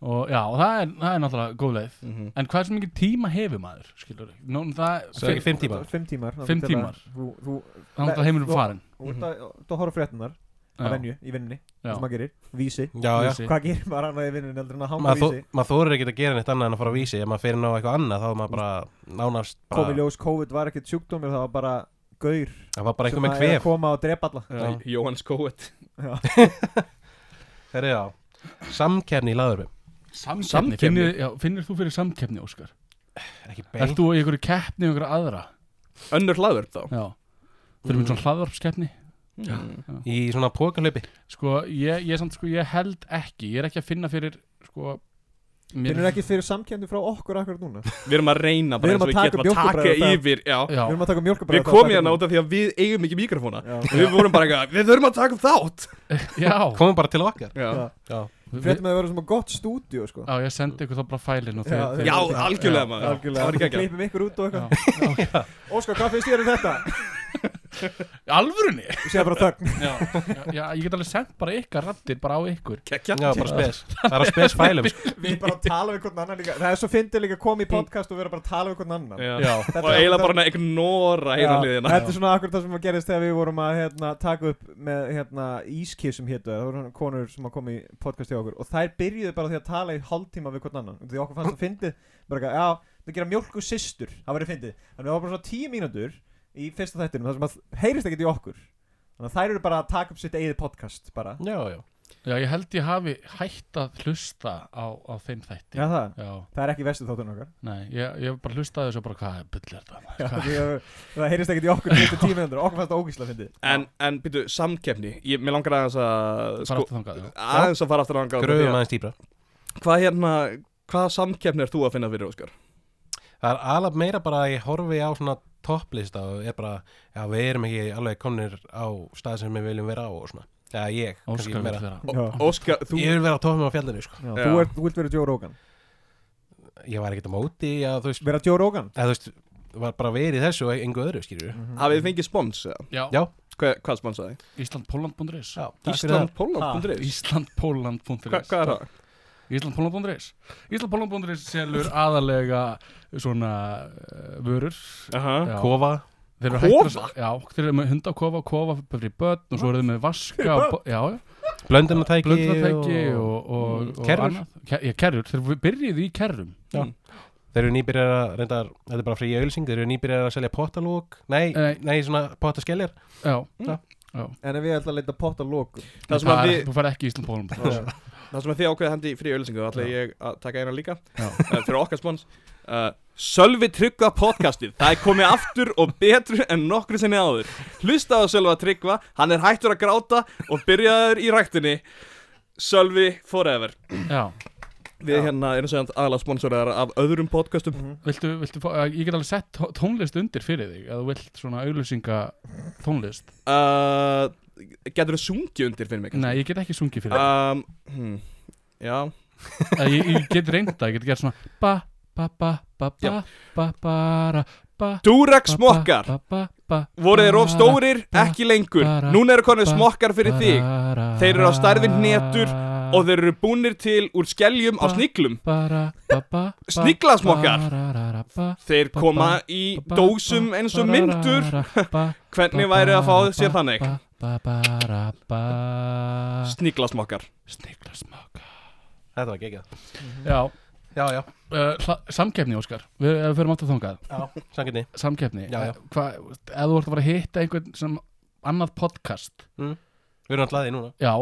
Speaker 1: og já, og það er, það er náttúrulega góð leið en hvað er svo mikið tíma hefur maður skilur við, Nú, það
Speaker 2: Svo ekki
Speaker 1: það er
Speaker 2: fimm tíma
Speaker 4: Fimm tímar þá
Speaker 1: Fimm
Speaker 4: til að-
Speaker 1: tímar.
Speaker 4: Þú, þú,
Speaker 1: náttúrulega heimurinn
Speaker 4: Þú-
Speaker 1: farin
Speaker 4: þú, ert að- þú horfður fréttunar að
Speaker 1: já,
Speaker 4: venju í vinnunni
Speaker 1: já,
Speaker 4: sem maður gerir, vísi
Speaker 2: Já, já
Speaker 1: Vísi.
Speaker 4: Hvað gerir maður annað í vinnunni heldur en að hanga á
Speaker 2: Maður
Speaker 4: vísi
Speaker 2: þó- maður þorir ekki að gera neitt annað en að fara á vísi Ef maður fyrir ná eitthvað annað þá er maður bara nánast bara-
Speaker 4: Kom í ljós, COVID var ekkert sjúkdómur, það var bara gaur
Speaker 2: Það var bara
Speaker 4: sem
Speaker 2: eitthvað með
Speaker 4: að er að
Speaker 2: kvef
Speaker 4: koma og drepa alla
Speaker 2: Já.
Speaker 3: Jóhanns Kóet
Speaker 2: Herri já Samkefni í laðurum
Speaker 1: samkeppni, finnir, já, finnir þú fyrir samkeppni Óskar?
Speaker 2: Ekki
Speaker 1: Ert þú í einhverju keppni og einhverju aðra?
Speaker 3: önnur hlaður þá
Speaker 1: Já, fyrir mér svona hlaðvarpskeppni
Speaker 3: Mm.
Speaker 2: Í svona pókalöpi
Speaker 1: sko, ég, ég samt sko, ég held ekki ég er ekki að finna fyrir, sko mér-
Speaker 4: Finnur ekki fyrir samkendi frá okkur akkur núna Við
Speaker 3: Við erum að reyna bara
Speaker 4: Við erum
Speaker 3: eins og
Speaker 4: að
Speaker 3: við
Speaker 4: taka
Speaker 3: getum
Speaker 4: upp
Speaker 3: að taka
Speaker 4: mjólkurbrauð þetta.
Speaker 3: yfir já.
Speaker 1: Já,
Speaker 4: erum að taka mjólka
Speaker 3: Við komum hérna út af því að við eigum ekki mikrofóna Við vorum bara eitthvað, við þurfum að taka upp þátt
Speaker 1: já,
Speaker 2: Komum bara til okkar
Speaker 3: Já,
Speaker 4: Já.
Speaker 2: Já
Speaker 1: Við-
Speaker 4: Fréttum að það verður svona gott stúdíu sko
Speaker 1: já ég sendi ykkur þá bara fælin og
Speaker 4: Já,
Speaker 1: þið- þið-
Speaker 3: Já, algjörlega
Speaker 1: Já,
Speaker 3: maður Það var
Speaker 4: Algjörlega, við
Speaker 3: ekki ekki
Speaker 4: klippum ykkur út og
Speaker 1: já.
Speaker 4: eitthvað *laughs* Óskar, hvað finnst þér um þetta?
Speaker 1: Alvörunni?
Speaker 4: Þú séð bara þögn
Speaker 1: Já, já, já, ég get alveg sendt bara ykkar rattir bara á ykkur
Speaker 3: Kekja
Speaker 2: Já, bara spes Það er á spes fælum sko.
Speaker 4: *laughs* Við bara að tala við hvern annan líka Það er svo fyndið líka að koma í podcast og vera bara að tala við hvern annan
Speaker 3: Já.
Speaker 1: Já,
Speaker 4: Þetta
Speaker 3: Og
Speaker 4: er-
Speaker 3: eiginlega bara að ignora hérna
Speaker 4: Já,
Speaker 3: liðina
Speaker 4: Þetta er svona akkurat það sem að gerist þegar við vorum að hérna, taka upp með hérna, ískissum hétu það voru svona konur sem að koma í podcast hjá okkur og þær byrjuðu bara á því að tala í hálftíma við hvern annan því okkur fannst það fyndið bara eitthvað, já, það gera mjölku systur það verið fyndið þannig að það var bara svona tíu mínútur í fyrsta þættinum það sem að heyrist ekkert í okkur þannig að þær eru bara að taka upp sitt eigið podcast bara
Speaker 2: Já, já
Speaker 1: já, ég held ég hafi hætt að hlusta á, á þeim þætti
Speaker 4: Já, það,
Speaker 1: Já,
Speaker 4: það er ekki vestu þáttunum okkar
Speaker 1: nei, ég, ég bara hlustaði þessu og bara hvað er bullir þetta maður?
Speaker 4: Já,
Speaker 1: Hvað-
Speaker 4: því að- Það heyrist ekkert í okkur í fyrstu tíu mínútur okkur fannst það ógísla fyndið
Speaker 3: En, en býtu, samkeppni Ég, Mér langar aðeins að
Speaker 1: Bara
Speaker 3: sko,
Speaker 1: aftur þangað, já
Speaker 3: Aðeins að fara aftur að
Speaker 2: Gröfum
Speaker 3: langa
Speaker 2: aðeins dýbra
Speaker 3: Hvað hérna, hvaða samkeppni er þú að finna fyrir, Óskar?
Speaker 2: Það er alveg meira bara að ég horfi á svona topplista og er bara Já, við erum ekki alveg komnir á stað sem við viljum vera á og svona Já, ég kannski
Speaker 1: Óskar vil
Speaker 2: meira.
Speaker 1: vera
Speaker 4: Já.
Speaker 3: Óskar, þú
Speaker 2: Ég vil vera á toppum á fjallinu sko.
Speaker 4: Já,
Speaker 3: Já.
Speaker 4: þú, ert, þú vilt vera Joe Rogan
Speaker 2: Ég var ekkert á móti að þú veist,
Speaker 4: Vera Joe Rogan
Speaker 2: að, þú veist var bara verið í þessu og engu öðru skýrur
Speaker 3: hafið þið fengið spons eða?
Speaker 1: Já,
Speaker 2: Já.
Speaker 3: Hva, Hvað sponsaði?
Speaker 1: Íslandpóland.is
Speaker 3: Íslandpóland.is Hva,
Speaker 1: Íslandpóland.is
Speaker 3: Hvað er það?
Speaker 1: Íslandpóland.is Íslandpóland.is selur aðalega svona uh, vörur
Speaker 3: Aha.
Speaker 1: Já.
Speaker 2: Kofa
Speaker 1: Þeir eru hættir
Speaker 3: Kofa?
Speaker 1: að- Já, þeir eru með hundakofa, kofa fyrir börn og svo eru þeir með vaska og bo- Já, já
Speaker 2: Blöndunatæki
Speaker 1: blöndunartæki og, og,
Speaker 2: Mm,
Speaker 1: og
Speaker 2: kerrur.
Speaker 1: annað. Ke- Já, kerrur, þeir byrjuðu í kerrum
Speaker 2: Já. Þeir eru nýbyrjar að, reyndar, þetta er bara frí auðlýsing Þeir eru nýbyrjar að selja pottalók Nei,
Speaker 1: Nei.
Speaker 2: nei, svona pottaskeljar
Speaker 1: Já,
Speaker 2: Já.
Speaker 4: En ef ég ætla að leita potta lókum
Speaker 3: Það sem að
Speaker 1: er-
Speaker 3: þið-
Speaker 1: þú fær ekki Íslandbólum
Speaker 4: Hvað
Speaker 3: Það sem að þið ákveðið hendi í frí auðlýsingu, þá ætla
Speaker 1: Já.
Speaker 3: ég að taka eina líka *laughs*
Speaker 1: Já.
Speaker 3: uh, fyrir okkar spons. Uh, Sölvi Tryggva podcastið, það er komið aftur og betur en nokkru sinni áður. Hlustaðu á Sölva Tryggva, hann er hættur að gráta og byrjaður í ræktinni. Sölvi forever.
Speaker 1: Já,
Speaker 3: Við hérna erum segjant aðalega sponsorar af öðrum podcastum.
Speaker 1: viltu, viltu, fá- ég get alveg sett tó- tónlist undir fyrir þig að þú vilt svona auðlýsinga tónlist
Speaker 3: Uh, getur þú sungið undir fyrir mig?
Speaker 1: Nei, ég get ekki sungið fyrir þig
Speaker 3: Um, hm, já,
Speaker 1: Eða ég, ég get reynda, ég get gert svona ba, ba, ba, ba, ba,
Speaker 3: Já.
Speaker 1: ba, bara ba,
Speaker 3: Durex
Speaker 1: ba,
Speaker 3: smokkar.
Speaker 1: ba, ba, ba,
Speaker 3: Voru þeir of stórir?
Speaker 1: bara,
Speaker 3: Ekki lengur.
Speaker 1: bara,
Speaker 3: Núna eru konir
Speaker 1: bara,
Speaker 3: smokkar fyrir þig.
Speaker 1: bara,
Speaker 3: Þeir eru á stærð við hnetur og
Speaker 1: þeir
Speaker 3: þeir eru búnir til úr skeljum á sniglum
Speaker 1: bara, ba, ba, ba,
Speaker 3: Sniglasmokkar.
Speaker 1: bara, ra, ra, ba,
Speaker 3: Þeir koma í dósum eins og myndur *laughs* Hvernig væri að fá sér þannig?
Speaker 1: Sniglasmokkar
Speaker 3: Sniglasmokkar
Speaker 2: Þetta þetta var geggjað
Speaker 1: Já,
Speaker 2: já, já,
Speaker 1: uh, hla- samkeppni Óskar, við ef við förum alltaf þangað
Speaker 2: já, sanginni
Speaker 1: Samkeppni,
Speaker 2: Já, já.
Speaker 1: Eh, Hvað, ef þú ert að fara að hitta einhvern sem annað podcast
Speaker 2: við erum alltaf að því núna
Speaker 1: Já,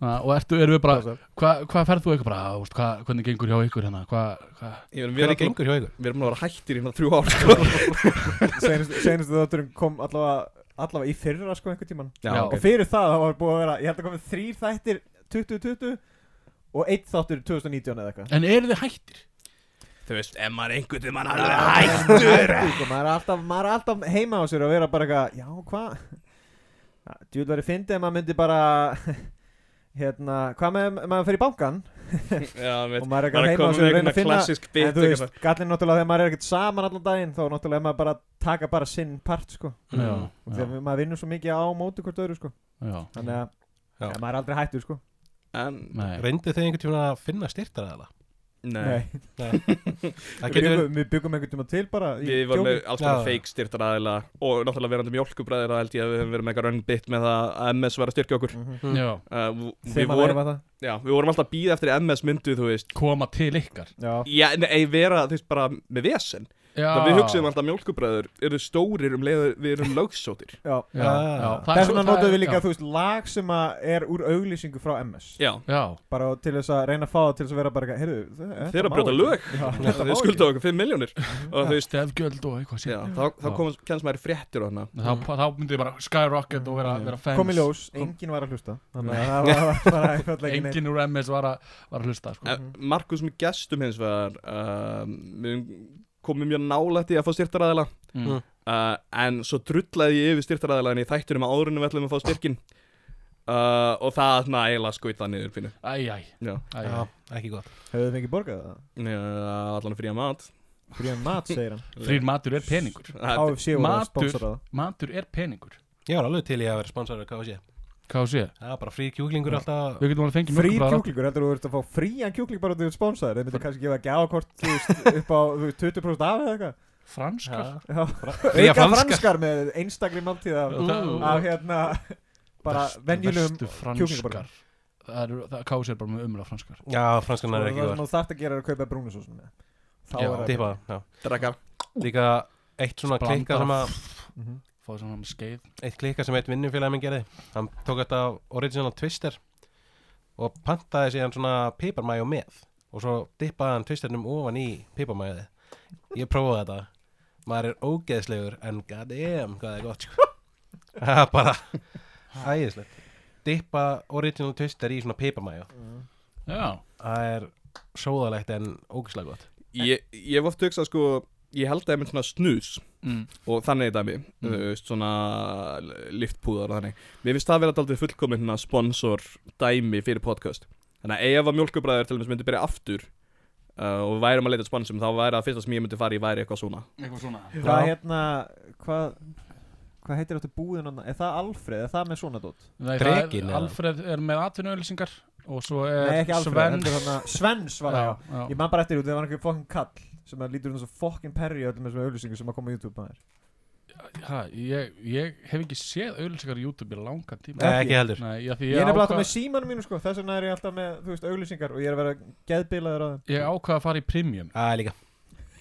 Speaker 1: na, og ertu, erum við bara Hvað hva ferð þú eitthvað bara, á, veist, hva, hvernig gengur hjá ykkur hérna Hva, hva?
Speaker 3: Ég meina, við erum
Speaker 2: hvernig
Speaker 3: náttúrulega-
Speaker 2: gengur hjá ykkur?
Speaker 3: við erum búin að vera hættir í hérna þrjú ár sko.
Speaker 4: Senastu þátturinn kom allavega allavega í fyrra sko einhver tíman
Speaker 1: Já,
Speaker 3: *laughs* Já,
Speaker 1: ok.
Speaker 4: og fyrir það það var búið að vera ég held að komið þrýr þættir 2020 og eitt þáttur 2019 eða eitthvað
Speaker 1: En eru þið hættir?
Speaker 3: Þú veist, ef maður einhvern veginn mann alveg hættur
Speaker 4: Sko, maður, er alltaf, maður er alltaf heima á sér og vera bara eitthvað já hvað djúl verið fyndið ef maður myndi bara *laughs* hérna hvað með ef maður fyrir bankan
Speaker 3: *laughs* Já, veit,
Speaker 4: og maður er eitthvað
Speaker 3: maður er
Speaker 4: heima á
Speaker 3: komin
Speaker 4: sér og
Speaker 3: með
Speaker 4: reyna
Speaker 3: einhvern
Speaker 4: að finna
Speaker 3: klassisk
Speaker 4: en
Speaker 3: bit
Speaker 4: þú
Speaker 3: eitthvað.
Speaker 4: veist gallin náttúrulega þegar maður er ekkert saman allan daginn þá náttúrulega er maður bara taka bara sinn part sko
Speaker 1: Já,
Speaker 4: þegar
Speaker 1: já,
Speaker 4: maður vinnur svo mikið á móti hvort öðru sko
Speaker 1: já.
Speaker 4: þannig að
Speaker 2: Já.
Speaker 4: ja, maður er aldrei hættur sko
Speaker 3: En,
Speaker 1: Nei.
Speaker 2: reyndu þau einhvern tíma að finna styrtara eða?
Speaker 3: nei
Speaker 2: það
Speaker 4: Við
Speaker 2: getur verið
Speaker 4: byggum, við byggum einhvern tíma til bara í
Speaker 3: Við vorum með
Speaker 4: djóki.
Speaker 3: alls konar
Speaker 2: Já.
Speaker 3: fake styrtar aðila og náttúrulega verandi mjólkubræðir að held ég að við höfum verið með eitthvað run bit með það að MS var að styrkja okkur
Speaker 4: Mhm.
Speaker 2: Mm.
Speaker 1: Já,
Speaker 3: uh, v-
Speaker 4: Þeim
Speaker 3: við,
Speaker 4: að um
Speaker 3: vorum,
Speaker 4: leifa það
Speaker 3: já, við vorum alltaf að býða eftir MS myndu þú veist
Speaker 1: koma til ykkar
Speaker 4: Já,
Speaker 3: Já, nei, vera þú veist bara með vesen
Speaker 1: já.
Speaker 3: Það við hugsiðum alltaf mjólkubræður eru stórir um leiður við erum lögsótir
Speaker 4: já
Speaker 1: já, já. Það
Speaker 2: Ah.
Speaker 1: er-
Speaker 4: Þess vegna
Speaker 1: það er-
Speaker 4: notaðum við líka,
Speaker 1: já.
Speaker 4: þú veist, lag sem að er úr auglýsingu frá MS
Speaker 3: Já,
Speaker 1: Já,
Speaker 4: Bara til þess að reyna að fá það til þess að vera bara eitthvað, heyrðu, þe- þetta
Speaker 3: þeir eru að
Speaker 4: má
Speaker 3: brjóta
Speaker 4: ekki.
Speaker 3: lög
Speaker 4: Já, þetta má
Speaker 3: Þeir
Speaker 4: ekki.
Speaker 3: skulda okkur 5 miljónir *laughs* og þú veist,
Speaker 1: stefgjöld og eitthvað sér
Speaker 3: já, þá, þá
Speaker 1: Já.
Speaker 3: komast, kennst maður í fréttir og hana
Speaker 1: þá, þá myndi ég bara skyrocket og vera, vera fans
Speaker 4: Kom í ljós, enginn var að hlusta Þannig að það var bara eitthvað ekki neitt
Speaker 1: Engin úr MS var að, var að hlusta sko.
Speaker 3: En Markus með gestum hins vegar um, við komum mjög nálætti að fá styrtaræðila
Speaker 1: mm.
Speaker 3: uh, en svo drullaði ég yfir styrtaræðilaðin í þættunum að árunum við ætlum að fá styrkin uh, og það svona eiginlega skauta niður pínu
Speaker 1: Æ, æ,
Speaker 3: Já,
Speaker 1: æ, æ.
Speaker 2: Já, ekki gott
Speaker 4: Hefðu þið ekki borgað það?
Speaker 3: Já, allan fría mat
Speaker 4: Fríðan mat, segir hann
Speaker 1: Frýr matur er peningur
Speaker 3: Það-
Speaker 4: HFC voru að
Speaker 1: Matur.
Speaker 4: sponsora það
Speaker 1: Matur er peningur
Speaker 2: ég var alveg til í að vera sponsor af KFC
Speaker 1: Hvað sé?
Speaker 2: það var bara frí kjúklingur alltaf
Speaker 1: Við getum alveg fengið
Speaker 4: Frí
Speaker 1: mjólkurbræður
Speaker 4: kjúklingur, heldur þú ert að fá frían kjúkling bara því þú ert sponsaður Þeir myndu kannski gefa gjafakort, þú veist, upp á þú veist, 20% af eða eitthvað
Speaker 1: Franskar
Speaker 2: Já.
Speaker 4: Já.
Speaker 2: Fría
Speaker 4: Auka
Speaker 2: franskar
Speaker 4: franskar með einstakri máltíð af,
Speaker 1: Og það-
Speaker 4: af hérna bara
Speaker 1: Verst-
Speaker 4: venjulegum
Speaker 1: verstu
Speaker 4: kjúklingaborgum.
Speaker 1: franskar Það eru, það kási er bara með umla franskar
Speaker 2: já, franskarnar er
Speaker 4: það
Speaker 2: ekki
Speaker 4: sem
Speaker 2: gott
Speaker 4: þú þarft að gera er að kaupa brúnusósun þá
Speaker 1: Já,
Speaker 4: er það
Speaker 2: tippa það, já.
Speaker 3: Drakka
Speaker 2: líka eitt svona
Speaker 1: Blandað.
Speaker 2: klikka sem að
Speaker 4: Mhm.
Speaker 1: Fáðu svona með skeið
Speaker 2: eitt klikka sem eitt vinnufélagi minn gerði hann tók þetta af original twister og pantaði síðan svona piparmæju með og svo dippaði hann twisternum ofan í piparmæjuði ég prófaði þetta maður er ógeðslegur en goddamn hvað það er
Speaker 1: *laughs*
Speaker 2: gott sko það er bara æðislegt dippa original twister í svona piparmæju
Speaker 1: Já,
Speaker 2: það er sóðalegt en ógeðslega gott
Speaker 3: Ég ég hef oft hugsað sko Ég held að ég mynd svona snus
Speaker 1: mm.
Speaker 3: og þannig dæmi þú veist, svona liftpúðar og þannig mér finnst það vera daldið fullkomin hérna sponsor dæmi fyrir podcast þannig að ef að mjölkubræður til dæmis myndi byrja aftur uh, og við værum að leita að sponsum þá væri það fyrsta sem ég myndi fara í væri eitthvað svona
Speaker 1: eitthvað svona
Speaker 4: hvað hérna hvað hvað heitir þetta búðin annað? er það Alfred, er það með svona dót
Speaker 1: Nei,
Speaker 2: Drekinn,
Speaker 1: það er-
Speaker 2: eða?
Speaker 1: Alfred er með atvinnuauðlýsingar Og svo
Speaker 4: nei
Speaker 1: er
Speaker 4: ekki Alfred,
Speaker 1: Sven-
Speaker 4: heldur þarna Svens var það já.
Speaker 1: Eh, já.
Speaker 4: ég man bara eftir út, það var einhver fokkin kall sem að lítur um þessu fokkin perri í öllum þessum auðlýsingu sem að koma á YouTube maður
Speaker 1: Ha, ég, ég hef ekki séð auðlýsingar í YouTube í langan tíma
Speaker 2: Nei, ekki heldur
Speaker 1: Nei, já, því
Speaker 4: ég
Speaker 1: ég,
Speaker 4: er nefnilega
Speaker 1: ákvað,
Speaker 4: alltaf með símanum mínu sko þess vegna er ég alltaf með, þú veist, auðlýsingar og ég er að vera geðbilaður á þeim
Speaker 1: ég ákvað að fara í premium,
Speaker 2: Það er líka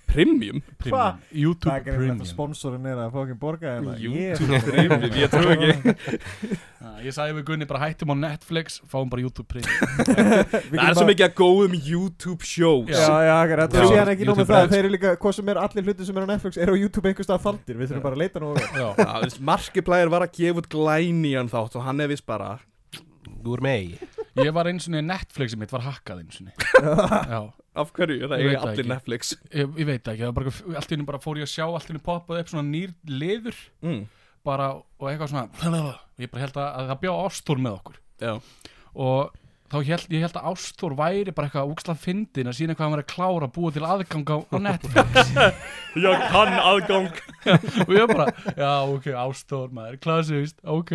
Speaker 3: Premium?
Speaker 1: premium.
Speaker 4: það
Speaker 1: YouTube
Speaker 4: er ekki nefnilega að
Speaker 1: premium
Speaker 4: sponsorin er að fokkin borga þeim maður. Ég-
Speaker 3: YouTube Premium, ég trú ekki
Speaker 1: ja, Ég sagði við Gunni bara hættum á Netflix Fáum bara YouTube premium
Speaker 4: Við
Speaker 3: Það er
Speaker 4: getum
Speaker 3: svo
Speaker 4: bara-
Speaker 3: mikið að góðum YouTube shows
Speaker 1: Já.
Speaker 4: Já, já, akkurat,
Speaker 1: Já.
Speaker 4: og síðan ekki nóg með
Speaker 1: YouTube
Speaker 4: það
Speaker 1: Red.
Speaker 4: Þeir eru líka, hvað sem er allir hluti sem er á Netflix eru á YouTube einhvers stað faldir, við þurfum bara að leita
Speaker 3: *laughs*
Speaker 4: nú
Speaker 1: Já,
Speaker 3: Já, þú veist, Markiplier var að gefa út glænían þátt og hann er vist bara
Speaker 2: gourmet
Speaker 1: Ég var eins og niður Netflixið mitt var hakkað eins og Já,
Speaker 3: af hverju,
Speaker 1: Ég
Speaker 3: það er
Speaker 1: veit það
Speaker 3: allir
Speaker 1: ekki.
Speaker 3: Netflix
Speaker 1: ég, ég veit ekki það var bara, Allt í henni bara fór ég að sjá Allt í henni poppaði upp svona nýr liður
Speaker 3: mm.
Speaker 1: bara, Og eitthvað svona Ég bara held að, að það bjá Ástór með okkur
Speaker 3: Já,
Speaker 1: Og þá held ég held að Ástór væri bara eitthvað úksla fyndin Að sína hvað hann væri að klára að búa til aðgang á, á Netflix
Speaker 3: ég kann aðgang
Speaker 1: og ég bara, já ok, ástór maður, klassist, ok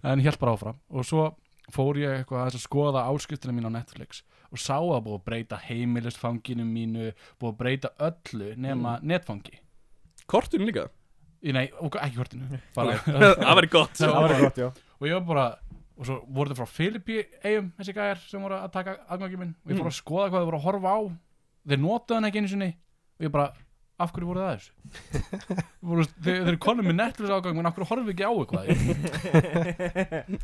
Speaker 1: en held bara áfram og svo fór ég eitthvað aðeins að skoða áskriftina mín á Netflix og sá að búið að breyta heimilisfanginu mínu, búið að breyta öllu nema netfangi
Speaker 3: Kortun líka,
Speaker 1: Í, nei, ok, ekki hortinu bara,
Speaker 3: *laughs* það væri gott
Speaker 1: Já.
Speaker 4: Það var gott, já
Speaker 1: *laughs*
Speaker 4: *laughs*
Speaker 1: og ég var bara og svo voru þau frá Filippi eigum þessi gæjar sem voru að taka aðgangi minn og ég fór að skoða hvað þau voru að horfa á þeir notuðu hann ekki einu sinni og ég bara, af hverju voru það að þessu voru, þeir, þeir konum mér nettlust aðgang menn af hverju horfum við ekki á eitthvað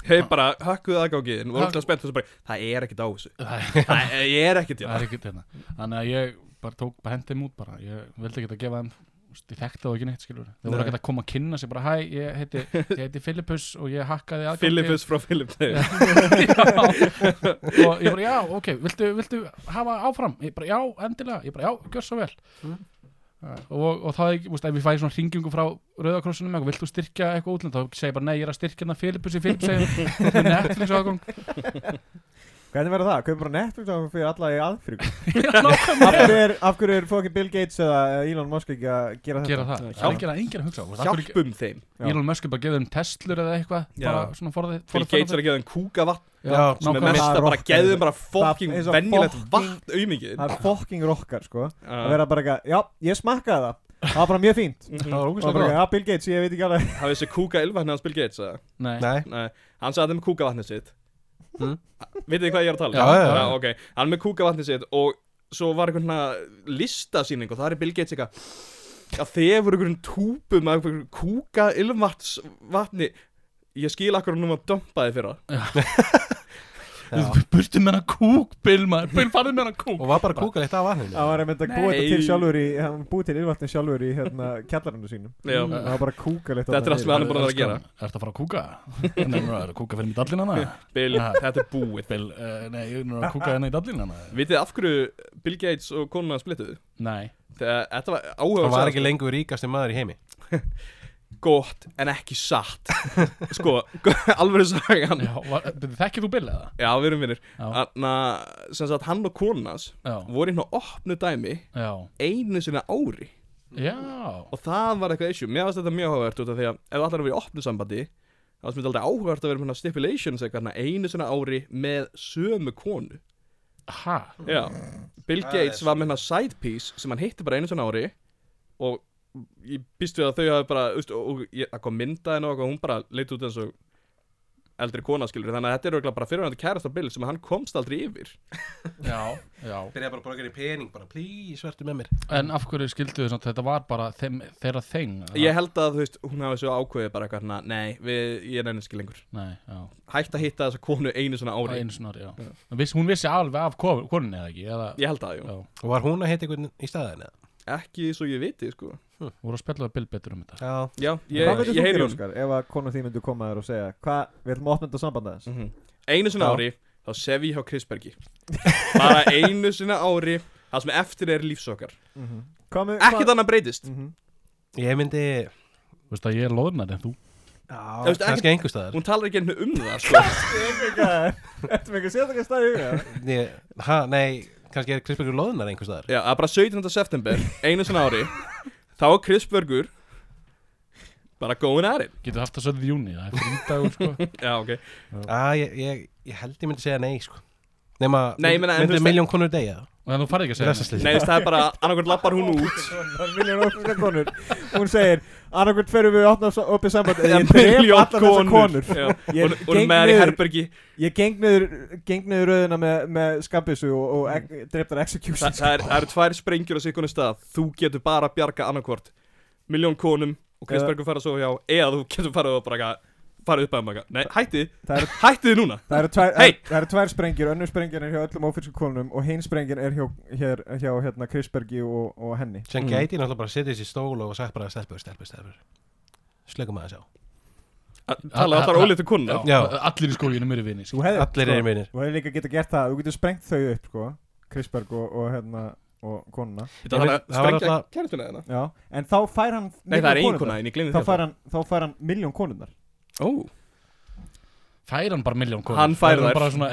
Speaker 3: Hei bara, hökkuðu aðgákiðin og alltaf spennt og svo bara, það er ekkert á þessu
Speaker 1: það,
Speaker 3: Það er ekkert,
Speaker 1: það
Speaker 3: já
Speaker 1: er ekki þetta þannig að ég bara tók bara hendum út bara ég vildi ekki að gefa þeim þú veist, ég þekkti þá ekki neitt skilur þau voru
Speaker 2: Nei.
Speaker 1: ekki að koma að kynna sig bara hæ, ég heiti, ég heiti Filippus og ég hakkaði aðgang *laughs*
Speaker 3: Philippus frá Philip Davis
Speaker 1: já. og ég bara já, ok, viltu, viltu hafa áfram, ég bara já, endilega ég bara já, gjör svo vel
Speaker 2: Mm.
Speaker 1: Uh, og, og það er, ekki, þú veist, ef ég fæði svona hringingu frá Rauðakrossunum, eitthvað, vilt þú styrkja eitthvað útlönd þá segi ég bara, nei, ég er að styrkja hérna Filipus í Filipus með Netflix ágang
Speaker 4: Hvernig verður það? Kaup bara Netflix og fyrir alla í aðfrug
Speaker 1: gera
Speaker 4: af, hverju er- af hverju er fokkin Bill Gates eða eða Elon Musk ekki að gera
Speaker 1: það,
Speaker 4: þetta?
Speaker 3: Hjálp.
Speaker 1: það er ekki að enginn að hugsa á þú veist, af hverju-
Speaker 3: Hjálpum þeim
Speaker 4: Já.
Speaker 1: Elon Musk er bara að gefa þeim Teslur eða eitthvað,
Speaker 3: Já.
Speaker 1: bara svona forðið
Speaker 3: Phil Gates er að gefa þeim kúka vatn
Speaker 1: já,
Speaker 3: sem er
Speaker 1: nákvæmlega.
Speaker 3: mest að
Speaker 4: Það er
Speaker 3: bara
Speaker 4: rock-
Speaker 3: geða þeim bara
Speaker 4: Það
Speaker 3: fokking
Speaker 4: er svo
Speaker 3: venjulegt
Speaker 4: fucking-
Speaker 3: vatn auðmikið
Speaker 4: Það er fokking rockar sko að
Speaker 3: Það
Speaker 4: vera bara eitthvað, já, ég smakkaði það það var bara mjög fínt
Speaker 1: það var
Speaker 4: og bara
Speaker 1: ógæslega
Speaker 4: eitthvað,
Speaker 1: gott
Speaker 4: já, Bill Gates, ég veit ekki alveg
Speaker 3: Mhm. Hafið þessi kúka ylvatni hans Bill Gates, eða?
Speaker 1: Nei.
Speaker 2: Nei,
Speaker 3: Nei, hann sagði þetta með kúkavatnið sitt
Speaker 2: Mm.
Speaker 3: Vitið þið hvað ég er að tala? um?
Speaker 2: Já, já, já.
Speaker 3: ok, hann er með kúkavatnið sitt og svo var einhvern svona listasýning og það er Bill Gates eitthvað Já, þegar voru einhverjum túpum af einhverjum kúka ylvats vatni Ég skil akkur hann um að dömpa þið fyrir það
Speaker 2: já.
Speaker 1: burtu með hana kúk, Bill maður Bill farið með hana kúk
Speaker 2: og var bara kúkalegt af vatninu
Speaker 4: hann var að mynda að búa þetta
Speaker 3: Nei.
Speaker 4: til sjálfur í hann búið til ylvatni sjálfur í hérna kjallarannu sínum
Speaker 3: Já,
Speaker 1: Mm.
Speaker 2: Hmm.
Speaker 4: það var bara kúkalegt
Speaker 3: Þetta er allt sem hann er búin að vera að gera
Speaker 1: Elskan, Sko, ertu að fara að kúka? Nei, nú er að kúka fyrir mig dallin hana
Speaker 3: Bill,
Speaker 1: Ja.
Speaker 3: þetta er búið
Speaker 1: Bill, uh, nei, ég er nú að kúka hérna í dallin hana
Speaker 3: Vitið þið af hverju Bill Gates og konuna splittuðu?
Speaker 1: Nei,
Speaker 3: Þegar þetta var
Speaker 2: hann var
Speaker 3: áhuga
Speaker 2: ekki lengur ríkasti maður í heimi
Speaker 3: gott en ekki
Speaker 2: *laughs*
Speaker 3: satt Sko, *laughs* alveg sagan
Speaker 1: já, var- byrju, þekkir þú Bill eða?
Speaker 3: Já, við erum vinnir
Speaker 1: Já,
Speaker 3: Þannig að sem sagt hann og konas
Speaker 1: já,
Speaker 3: voru inn á opnu dæmi
Speaker 1: já,
Speaker 3: einu sinna ári
Speaker 1: já,
Speaker 3: og það var eitthvað issue, mér finnst þetta mjög áhugavert út af því að ef allar er að vera í opnu sambandi þá finnst mér alltaf áhugavert að vera með svona stipulations eitthvað svona einu sinna ári með sömu konu
Speaker 1: ha,
Speaker 3: Já, Bill
Speaker 2: Það
Speaker 3: Gates
Speaker 2: er
Speaker 3: var með hérna side piece sem hann hitti bara einu sinna ári og ég býst við að þau hafi bara, þú veist, og, og ég, það kom mynda henni og eitthvað, hún bara leit út eins og eldri kona skilur, þannig að þetta er örugglega bara fyrirhandi kærasta Bill sem hann komst aldrei yfir
Speaker 1: já, já
Speaker 2: Byrjaði bara að borga í pening, bara please, vertu með mér
Speaker 1: En af hverju skildu þau svona, þetta var bara þeim, þeirra þeim eða?
Speaker 3: Ég held að, þú veist, hún hafi svo ákveðið bara eitthvað hérna, nei, við, ég nefnir ekki lengur.
Speaker 1: Nei, já,
Speaker 3: Hætt að hitta þessa konu einu svona
Speaker 1: það
Speaker 3: ári.
Speaker 1: einu svona, já En viss, Hún vissi alveg af ko- konunni eða ekki, eða
Speaker 3: Ég held að, jú.
Speaker 1: Já,
Speaker 2: Og var hún að heita einhvern í staðin eða?
Speaker 3: Ekki svo ég viti, sko.
Speaker 1: voru að spjalla við Bill betur um þetta
Speaker 2: Já,
Speaker 3: Já,
Speaker 4: hvað
Speaker 3: ég,
Speaker 4: veitir
Speaker 3: ég
Speaker 4: þú
Speaker 3: heyri um-
Speaker 4: fyrir
Speaker 3: hún.
Speaker 4: Óskar ef að konu þín myndi koma þér og segja hvað, við ætlum að opna þetta samband aðeins
Speaker 3: Mhm. Einu svona
Speaker 4: Já.
Speaker 3: ári, þá sef ég hjá Krisbergi. bara einu svona ári, það sem eftir er lífsokkar.
Speaker 4: Komi-
Speaker 3: Ekkert
Speaker 4: hvað-
Speaker 3: annað breytist.
Speaker 4: Mhm.
Speaker 2: ég myndi
Speaker 1: Þú veist að ég er loðnar en þú
Speaker 2: Já,
Speaker 3: veist,
Speaker 2: kannski einhver staðar
Speaker 3: Hún talar ekki einu um það, sko.
Speaker 4: Ertu með eitthvað sérstakar staði í huga?
Speaker 2: Ég- Ha, nei, kannski er Kristbergur loðnar einhver staðar
Speaker 3: Já, það er bara 17. september, einu svona ári, þá er Krisbergur bara going at it.
Speaker 1: Getur haft það söðið í júni, það er frídagur, sko
Speaker 2: *laughs*
Speaker 3: Já, ok.
Speaker 2: Já, Ah, ég, ég, ég held ég myndi segja nei, sko Nefna,
Speaker 3: Nei, ég meina, en þú
Speaker 2: myndi
Speaker 3: veist-
Speaker 2: miljón konur degja
Speaker 1: En þú farið ekki að segja
Speaker 2: Lestaslið.
Speaker 3: Nei, þú veist, það er bara, annarkvæmt lappar hún út.
Speaker 4: Miljón óskar konur Hún segir Annarkvæmt ferum við að opna opið samband eða Ég dref
Speaker 3: Milljón
Speaker 4: allar þessar konur
Speaker 3: Já,
Speaker 4: Ég
Speaker 3: Hún hún er
Speaker 4: geng
Speaker 3: með það í
Speaker 4: niður-
Speaker 3: herbergi
Speaker 4: Ég geng niður, geng niður rauðina með, með skambissu og, og ek, dreftar
Speaker 3: Þa,
Speaker 4: execution
Speaker 3: Mm. það, er, það eru tvær sprengjur á sikkunni stað Þú getur bara að bjarga annarkvort Miljón konum og Kristbergur fara svo hjá Eða þú getur farið og bara eitthvað- farið upp að maga Nei, hætti,
Speaker 4: Það eru-
Speaker 3: hætti þið núna
Speaker 4: Það eru tvær,
Speaker 3: Hey!
Speaker 4: það eru tvær sprengir, önnur sprengin er hjá öllum ófyrsku konunum og hinn sprengin er hjá, hér, hjá hérna Krisbergi og, og henni.
Speaker 2: Sem
Speaker 3: Mm.
Speaker 2: gæti ég náttúrulega bara að setja þessi stól og sagt bara stelpur, stelpur, stelpur Slökum aðeins á
Speaker 3: Talað allar ólítið
Speaker 1: Já,
Speaker 3: konuna
Speaker 2: Já.
Speaker 1: allir í skóginum eru vinni, sko
Speaker 4: Þú hefði,
Speaker 2: Allir
Speaker 4: sko,
Speaker 2: eru mínir.
Speaker 4: Þú hefði líka getað gert það, þú getur sprengt þau upp, sko, Krisberg og, og hérna og konuna.
Speaker 3: Þetta var að
Speaker 2: Það var
Speaker 3: sprengja hérna.
Speaker 2: alltaf-
Speaker 3: kærtuna þeirna
Speaker 4: Já, en þá fær hann
Speaker 3: Nei, það er
Speaker 4: milljón
Speaker 3: ein kona, en ég glimði
Speaker 4: Þá
Speaker 3: þetta
Speaker 4: fær hann, þá fær hann miljón konunnar.
Speaker 3: Ó,
Speaker 1: Fær hann bara miljón konur
Speaker 3: Hann fær
Speaker 1: Fær
Speaker 3: þær.
Speaker 1: bara svona,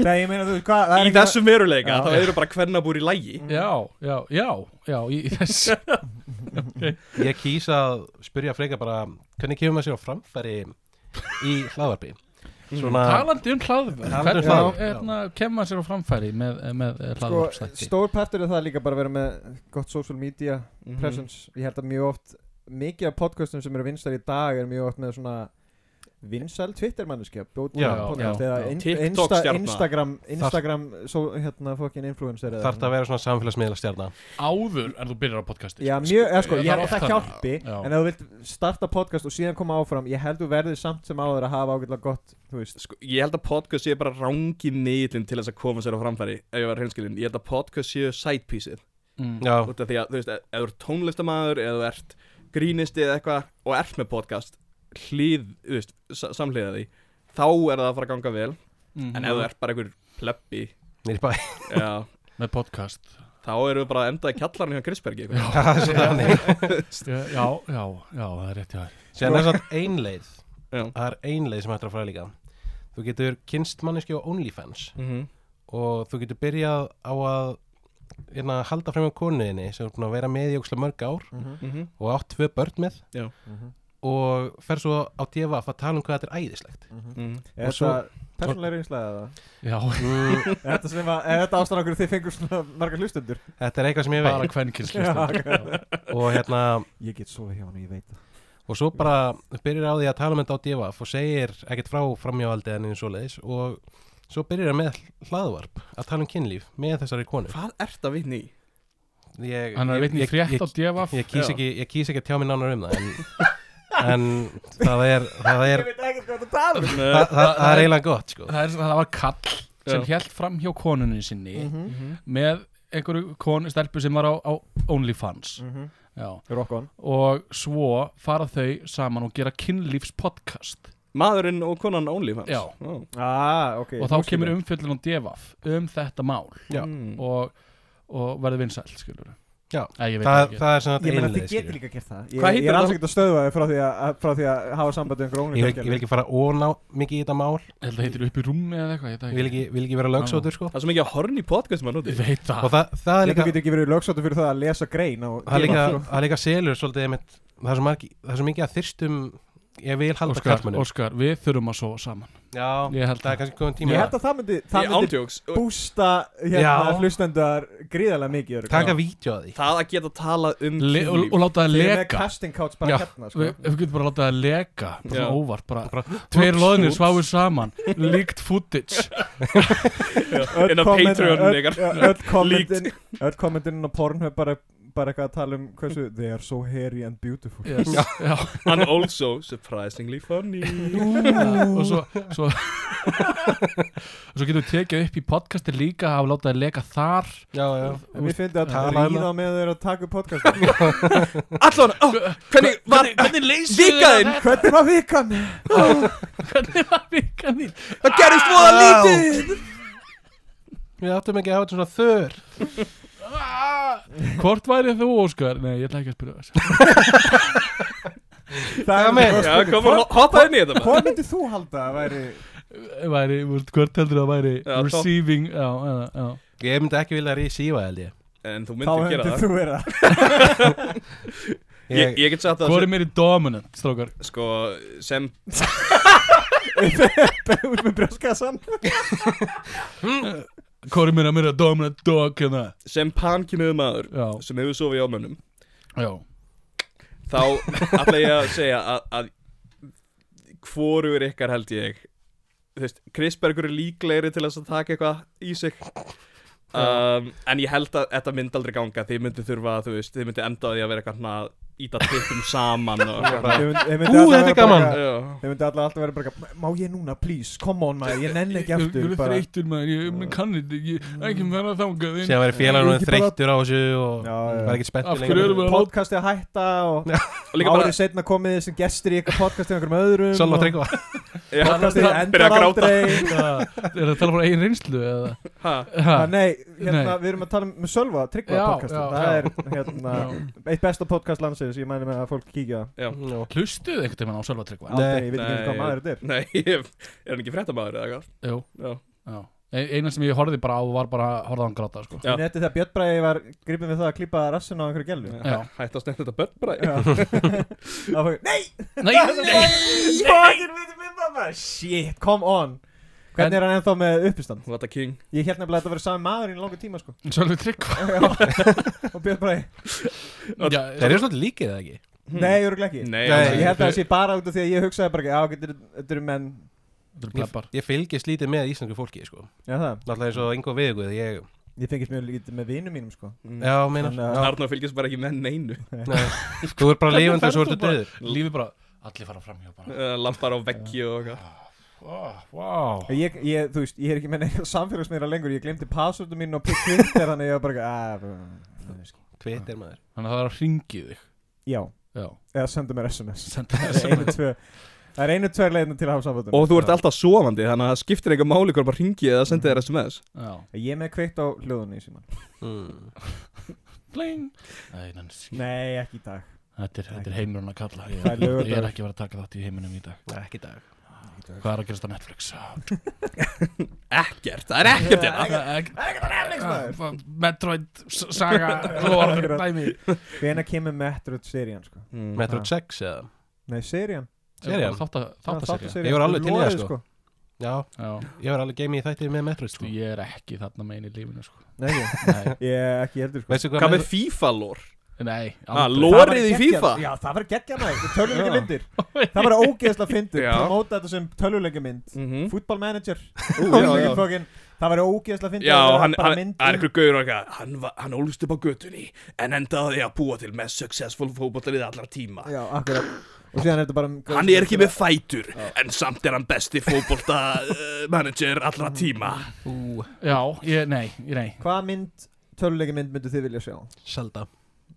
Speaker 4: Nei, ég meina þú, veist hvað, það er
Speaker 3: Í
Speaker 4: ekki-
Speaker 3: þessum veruleika,
Speaker 4: Já.
Speaker 3: þá eru bara hvernig að búið í lægi
Speaker 1: Já, já, já, já, í, í þess
Speaker 2: Ég kýsa að spyrja Freyka bara Hvernig kemur maður sér á framfæri í hlaðvarpi? Svona
Speaker 1: Talandi um hlaðvörp
Speaker 2: Talandi um
Speaker 1: Hvernig
Speaker 2: hlaðvörp, já.
Speaker 1: hérna, kemur maður sér á framfæri með, með eh,
Speaker 4: Sko,
Speaker 1: hlaðvörpstætti?
Speaker 4: stór partur er það líka bara að vera með gott social media
Speaker 3: Mhm.
Speaker 4: presence ég held að mjög oft mikið af podcastum sem eru vinstar í dag er mjög oft með svona vinsæl Twitter manneskja bjóð
Speaker 2: Já,
Speaker 4: podcast
Speaker 1: já,
Speaker 4: eða
Speaker 3: já.
Speaker 4: in,
Speaker 3: TikTok
Speaker 4: Insta,
Speaker 3: stjarna.
Speaker 4: Instagram Instagram svo, hérna fokkin influencer eða hérna.
Speaker 2: Þarf það að vera svona samfélagsmiðla stjarnan
Speaker 1: áður en þú byrjar á podcasti
Speaker 4: Já, mjög, eða sko,
Speaker 1: það er
Speaker 4: ég held að
Speaker 1: oft
Speaker 4: það
Speaker 1: þannig.
Speaker 4: hjálpi
Speaker 1: Já.
Speaker 4: en ef þú vilt starta podcast og síðan koma áfram ég held þú verðið samt sem áður að hafa ágætlega gott þú veist,
Speaker 3: sko, ég held að podcast sé bara rangi miðlinn til þess að koma sér á framfæri ef ég var hreinskilinn, ég held að podcast séu sidepieceið
Speaker 1: Mm.
Speaker 2: Já,
Speaker 3: út af því að þú veist, e- ef ef þú ert tónlistamæður eða þú ert grínisti eða eitthvað og ert með podcast hlýð, þú veist, sa- samhliða því þá er það að fara að ganga vel
Speaker 1: Mhm.
Speaker 3: en ef þú ert bara einhver pleppi
Speaker 2: nýr bæ *laughs*
Speaker 3: já,
Speaker 1: með podcast
Speaker 3: þá eru við bara að enda í kjallarni hjá Krisbergi eitthvað.
Speaker 2: Það er svona þannig.
Speaker 1: já, já, já, það er rétt hjá þér
Speaker 2: Síðan er svona ein leið
Speaker 3: Já.
Speaker 2: Það er ein leið sem hættir að fara líka Þú getur kynst manneski á OnlyFans
Speaker 3: Mhm.
Speaker 2: og þú getur byrjað á að hérna, halda fram á konuðinni sem er búin að vera með í ókslega mörg ár
Speaker 3: Mhm.
Speaker 2: og átt tvö börn með
Speaker 4: Mhm.
Speaker 2: og fer svo á divaf að tala um hvað þetta er æðislegt
Speaker 3: Mhm.
Speaker 4: er
Speaker 2: Og svo-
Speaker 4: þetta persónlega reynslega eða
Speaker 1: já,
Speaker 2: mm,
Speaker 4: Er þetta sem að, er þetta ástæðan okkur þið fengur svona margar hlustundur
Speaker 2: Þetta er eitthvað sem ég
Speaker 1: bara
Speaker 2: veit
Speaker 1: kvennkynslista
Speaker 2: og, hérna,
Speaker 4: Ég get sofið hjá hann og ég veit það
Speaker 2: og svo bara byrjar á því að tala um þetta á divaf og segir ekkert frá framjáaldið en einu svoleiðis og svo byrjar hann með hlaðvarp að tala um kynlíf með þessari konu
Speaker 3: hvað ert að vitni í?
Speaker 2: ég,
Speaker 1: hann er
Speaker 2: ég-
Speaker 1: veitni
Speaker 2: ég-
Speaker 1: frétt
Speaker 2: ég-
Speaker 1: á devaf
Speaker 2: ég kýs
Speaker 3: Já.
Speaker 2: ekki, ég kýs ekki að tjá mér nánar um það en, en *laughs* það er það er,
Speaker 4: Ég veit ekkert hvað það tala um
Speaker 2: það, það, það er eiginlega gott sko.
Speaker 1: það, er, það var kall sem held fram hjá konunni sinni
Speaker 2: Mhm.
Speaker 3: Mhm.
Speaker 1: með einhverju konu stelpu sem var á, á
Speaker 2: Mhm.
Speaker 1: OnlyFans
Speaker 4: Mhm.
Speaker 1: já.
Speaker 4: Rock on
Speaker 1: og svo fara þau saman og gera kynlífspodcast
Speaker 3: maðurinn og konan OnlyFans
Speaker 1: Já.
Speaker 3: Ó.
Speaker 4: ah, okay.
Speaker 1: og þá kemur um umfjöllin á devaf um þetta mál
Speaker 2: Já.
Speaker 3: Mm.
Speaker 1: og, og verður vinsælt skilur
Speaker 2: Mhm. Já.
Speaker 1: Æ, ég veit
Speaker 2: það,
Speaker 1: ekki.
Speaker 2: það er svona
Speaker 4: Ég meina
Speaker 2: einlega
Speaker 4: þið getur líka gert það Ég,
Speaker 3: Hvað heitir
Speaker 4: ég er alls
Speaker 3: það?
Speaker 4: ekkert að stöðva þið frá því að, að- frá því að hafa sambandi um grónu
Speaker 2: ég vil, ég vil ekki fara ón á mikið í þetta mál
Speaker 1: ég held að heitir upp í rúmi eða eitthvað ég, veit
Speaker 2: ég
Speaker 1: það
Speaker 2: vil ekki, vil ekki vera lögsótur sko.
Speaker 3: það er svo mikið að horni podcast maður
Speaker 1: ég
Speaker 3: núti
Speaker 1: veit
Speaker 2: og
Speaker 1: það
Speaker 2: það, það er
Speaker 4: Þú
Speaker 2: líka
Speaker 4: getur ekki verið lögsóttu fyrir það að lesa grein á
Speaker 2: það er líka,
Speaker 4: Gmail.
Speaker 2: það er líka selur svolítið einmitt, það, er svo margi, það er svo mikið að þyrstum ég vil halda
Speaker 1: Óskar,
Speaker 2: kallmennum
Speaker 1: Óskar, við þurfum að sofa saman
Speaker 2: já,
Speaker 1: Ég held
Speaker 2: það
Speaker 1: það.
Speaker 2: er kannski komið
Speaker 4: Ég
Speaker 2: tíma
Speaker 4: held að það myndi, það
Speaker 3: ég
Speaker 4: myndi
Speaker 3: ándjóks
Speaker 4: bústa
Speaker 2: Já.
Speaker 4: hérna hlustendar gríðarlega mikið örugglega.
Speaker 2: taka vídeo að því
Speaker 3: það að geta tala um
Speaker 1: Le og, og láta það
Speaker 4: Þið eruð með
Speaker 1: leka
Speaker 4: casting couch bara
Speaker 2: Já.
Speaker 1: við,
Speaker 4: hérna sko.
Speaker 1: við getum bara að láta það leka bara
Speaker 3: Já.
Speaker 1: svona óvart bara
Speaker 2: Bara,
Speaker 1: Tveir
Speaker 2: Ups,
Speaker 1: loðnir
Speaker 2: ups.
Speaker 1: sváir saman Leaked *laughs* footage
Speaker 4: Öll
Speaker 3: *laughs* inn á
Speaker 4: kommentin-
Speaker 3: Patreon
Speaker 4: öll-
Speaker 3: ykkar.
Speaker 4: já, Öll kommentin Öll kommentin á Pornhub bara bara eitthvað að tala um hversu They are so hairy and beautiful
Speaker 1: yes. Já.
Speaker 3: *laughs* and also surprisingly funny
Speaker 1: Og svo Svo, *laughs* svo getum við tekið upp í podcasti líka að hafa látað að leka þar
Speaker 2: já, já.
Speaker 4: En Mér finnst að
Speaker 2: Tala um
Speaker 4: ríða með þeir að taka upp podcast *laughs*
Speaker 3: allan, ó, hvernig var
Speaker 1: Hvernig leysið
Speaker 3: vikaðinn,
Speaker 4: Hvernig var vikan?
Speaker 1: *laughs* Hvernig var vikan þín?
Speaker 3: það gerist voða lítið
Speaker 2: við áttum ekki að hafa þetta svona þör
Speaker 1: Ah! Hvort væri þú, Óskar? Nei, ég ætla ekki að spyrja þess
Speaker 4: Það er
Speaker 2: meina.
Speaker 4: góð
Speaker 3: já,
Speaker 4: spurning.
Speaker 3: koma,
Speaker 4: Hvor-
Speaker 3: hoppa inn í þetta bara.
Speaker 4: Hvað myndið þú halda að væri
Speaker 1: Eh, væri, þú veist, Hvort heldur það væri
Speaker 3: Já, topp.
Speaker 1: receiving Já, já, já
Speaker 2: ég myndi ekki vilja receiva held ég
Speaker 3: en þú
Speaker 4: Þá
Speaker 3: myndir gera
Speaker 4: myndið
Speaker 3: það
Speaker 4: þú vera *laughs*
Speaker 3: ég, ég get sagt það
Speaker 1: Hvor er
Speaker 3: sem,
Speaker 1: meiri dominant, strókar?
Speaker 3: sko, sem
Speaker 4: út með brjóskassan
Speaker 1: Hvor er meira meira dominant dog hérna?
Speaker 3: sem pankinuðu maður
Speaker 1: Já,
Speaker 3: sem hefur sofið á mönnum
Speaker 1: já
Speaker 3: þá ætla ég að segja að, að hvorur ykkar held ég þú veist, Krisbergur er líklegri til þess að taka eitthvað í sig um, en ég held að þetta myndi aldrei ganga þið myndi þurfa, þú veist, þið myndi enda á því að vera eitthvað svona að íta tippum saman og eitthvað
Speaker 4: Ú,
Speaker 2: Ú, þetta er gaman.
Speaker 3: Já.
Speaker 4: Þeir myndi alltaf alltaf vera bara eitthvað, Má ég núna, please, come on maður, ég nenn ekki
Speaker 1: Ég-
Speaker 4: aftur
Speaker 1: Ég er
Speaker 4: bara.
Speaker 1: þreytur maður, ég ég kann þetta ekki, ekki með hana þangað inn.
Speaker 2: síðan væri félagunum
Speaker 4: Ekki bara-
Speaker 2: þreyttur á þessu og
Speaker 4: Já, já.
Speaker 2: var ekki spenntur
Speaker 1: Af hverju erum við að láta,
Speaker 4: Podcastið að hætta og
Speaker 3: og líka bara
Speaker 4: árið setna komið þið sem gestir í eitthvað podcastið með einhverjum
Speaker 1: hérna?
Speaker 4: öðrum
Speaker 2: Sölva
Speaker 4: og
Speaker 2: Tryggva
Speaker 1: *laughs*
Speaker 3: já,
Speaker 4: Podcastið
Speaker 3: byrja að
Speaker 4: endar
Speaker 3: gráta
Speaker 4: aldrei
Speaker 1: er það að tala frá eigin reynslu eða?
Speaker 3: ha,
Speaker 1: Ha,
Speaker 4: Ah, Nei, hérna,
Speaker 1: Nei.
Speaker 4: við erum að tala um með Sölva Tryggva
Speaker 1: Já,
Speaker 4: podcastið
Speaker 1: já,
Speaker 4: Það
Speaker 1: já.
Speaker 4: er hérna
Speaker 1: Já.
Speaker 4: eitt besta podcast landsins Ég mæli með að fólk kíkja á það.
Speaker 3: já.
Speaker 1: Hlustuðu einhvern veginn á Sölva Tryggva?
Speaker 4: Aldrei, ég veit ekki hvað
Speaker 3: nei.
Speaker 4: maður þetta er
Speaker 3: nei, ég- er hann ekki fréttamaður eða eitthvað
Speaker 1: Jú,
Speaker 3: Já.
Speaker 1: já. E- Eina sem ég horfði bara á var bara að horfa á hann gráta, sko.
Speaker 3: Já.
Speaker 4: En þetta er þegar Björn Bræði var gripin við það að klippa rassin á einhverju gellu
Speaker 1: Já.
Speaker 3: hætti að stenda þetta börn bara
Speaker 4: Já. Það fór- *laughs* Nei,
Speaker 1: Nei, nei,
Speaker 4: Fucking við mynda maður Shit, come on Hvernig er hann ennþá með uppistand?
Speaker 3: What a king
Speaker 4: Ég held nefnilega að þetta verið sami maður í langu tíma sko
Speaker 1: Sölva Tryggva.
Speaker 4: Og Björn Bræði
Speaker 1: Já,
Speaker 2: Þeir eru svolítið líkið eða ekki?
Speaker 4: Nei, örugglega ekki
Speaker 3: Hmm. Nei,
Speaker 2: Nei,
Speaker 4: Ég held að
Speaker 2: þau-
Speaker 4: það sé bara út af því að ég hugsaði bara ekki Já, getur- þetta eru menn
Speaker 1: Þetta er
Speaker 2: Ég,
Speaker 1: blabbar
Speaker 2: ég fylgist lítið með íslensku fólki sko.
Speaker 4: Já, það
Speaker 2: Náttúrulega eins og yngu viðguð ég,
Speaker 4: Ég fengist mjög lítið með vinum mínum, sko
Speaker 3: Nei,
Speaker 2: Já, meinar
Speaker 4: Þannig að-
Speaker 2: Já.
Speaker 3: Arnór fylgist bara ekki með neinu
Speaker 2: Nei, Þú er bara lifandi og svo ertu
Speaker 1: Hvernig ferð
Speaker 2: döður
Speaker 1: þú bara- Lífið bara, allir fara fram hjá bara
Speaker 3: uh, Lampar á veggi og eitthvað
Speaker 1: oh,
Speaker 4: Ah,
Speaker 1: wow.
Speaker 4: Ég, ég, þú veist, ég er ekki með neina samfélagsmiðra lengur Ég glemdi passwordu mín og Twitter Þannig að ég var bara eitthvað, "Ah, þú veist."
Speaker 2: Twitter maður
Speaker 1: Þannig að það er að ringið þig
Speaker 4: Já,
Speaker 1: Já,
Speaker 4: eða sendu mér SMS
Speaker 1: senda
Speaker 4: Það er
Speaker 1: SMS
Speaker 4: einu, tvö Það er einu, tvö leiðinu til að hafa sambandum
Speaker 3: Og þú ert alltaf sofandi þannig að það skiptir eitthvað máli hver bara ringi eða sendi þér SMS
Speaker 1: Já,
Speaker 4: Ég er með kveikt á hljóðunni í síman
Speaker 2: mm.
Speaker 1: bling Nei, nansi
Speaker 4: Nei, ekki í dag
Speaker 1: Þetta er, þetta er heimurinn að kalla Ég,
Speaker 4: Það er
Speaker 1: ég, er
Speaker 4: laugardagur.
Speaker 1: ekki verið að taka þátt í heiminum í dag
Speaker 2: Nei, Ekki í dag
Speaker 1: Hvað er að gerast á Netflix?
Speaker 3: Ekkert, það er ekkert hérna
Speaker 1: Ah, Metroid, s-
Speaker 4: *laughs*
Speaker 1: Saga, Lore, dæmi
Speaker 4: Hvena kemur Metroid serían, sko
Speaker 3: Mm.
Speaker 2: Metro 6 eða
Speaker 4: Nei, serían
Speaker 2: Serían?
Speaker 1: Þáttaserja
Speaker 2: Ég var alveg til í það, sko. Já,
Speaker 1: Já,
Speaker 2: ég var alveg geimið í þætti með Metro
Speaker 1: sko
Speaker 2: sko.
Speaker 1: ég er ekki þarna megin í lífinu sko
Speaker 4: Nei, ég,
Speaker 1: Nei,
Speaker 4: ég ekki heldur, sko
Speaker 2: Veistu
Speaker 3: Hvað
Speaker 2: hvað
Speaker 3: með FIFA-lór?
Speaker 1: nei
Speaker 3: Ah,
Speaker 1: aldrei.
Speaker 4: Það
Speaker 3: lore.
Speaker 4: var
Speaker 3: Vorið í
Speaker 4: geggjað-
Speaker 3: FIFA?
Speaker 4: Já, það var geggja maður, við tölum ekki
Speaker 3: Já.
Speaker 4: myndir Það
Speaker 2: *laughs*
Speaker 4: var ógeðslega fyndir,
Speaker 3: Já.
Speaker 4: promóta þetta sem tölvuleika mynd
Speaker 3: Mm
Speaker 4: Football manager,
Speaker 3: já, já.
Speaker 4: fókin Það var ógeðslega fyndir
Speaker 3: Já, hann, hann, hann er einhver gauður og eitthvað Hann, var- hann ólst upp á götunni En endaði að búa til með successful fótbollarið allra tíma
Speaker 4: Já, akkurat Og síðan er þetta bara
Speaker 3: Hann er ekki með fætur En samt er hann besti fótbolta eh, manager allra tíma
Speaker 2: Ú,
Speaker 1: Já, ég, nei, ég- nei
Speaker 4: Hvaða mynd, tölvuleika mynd myndu þið vilja sjá?
Speaker 3: Sko,
Speaker 2: Zelda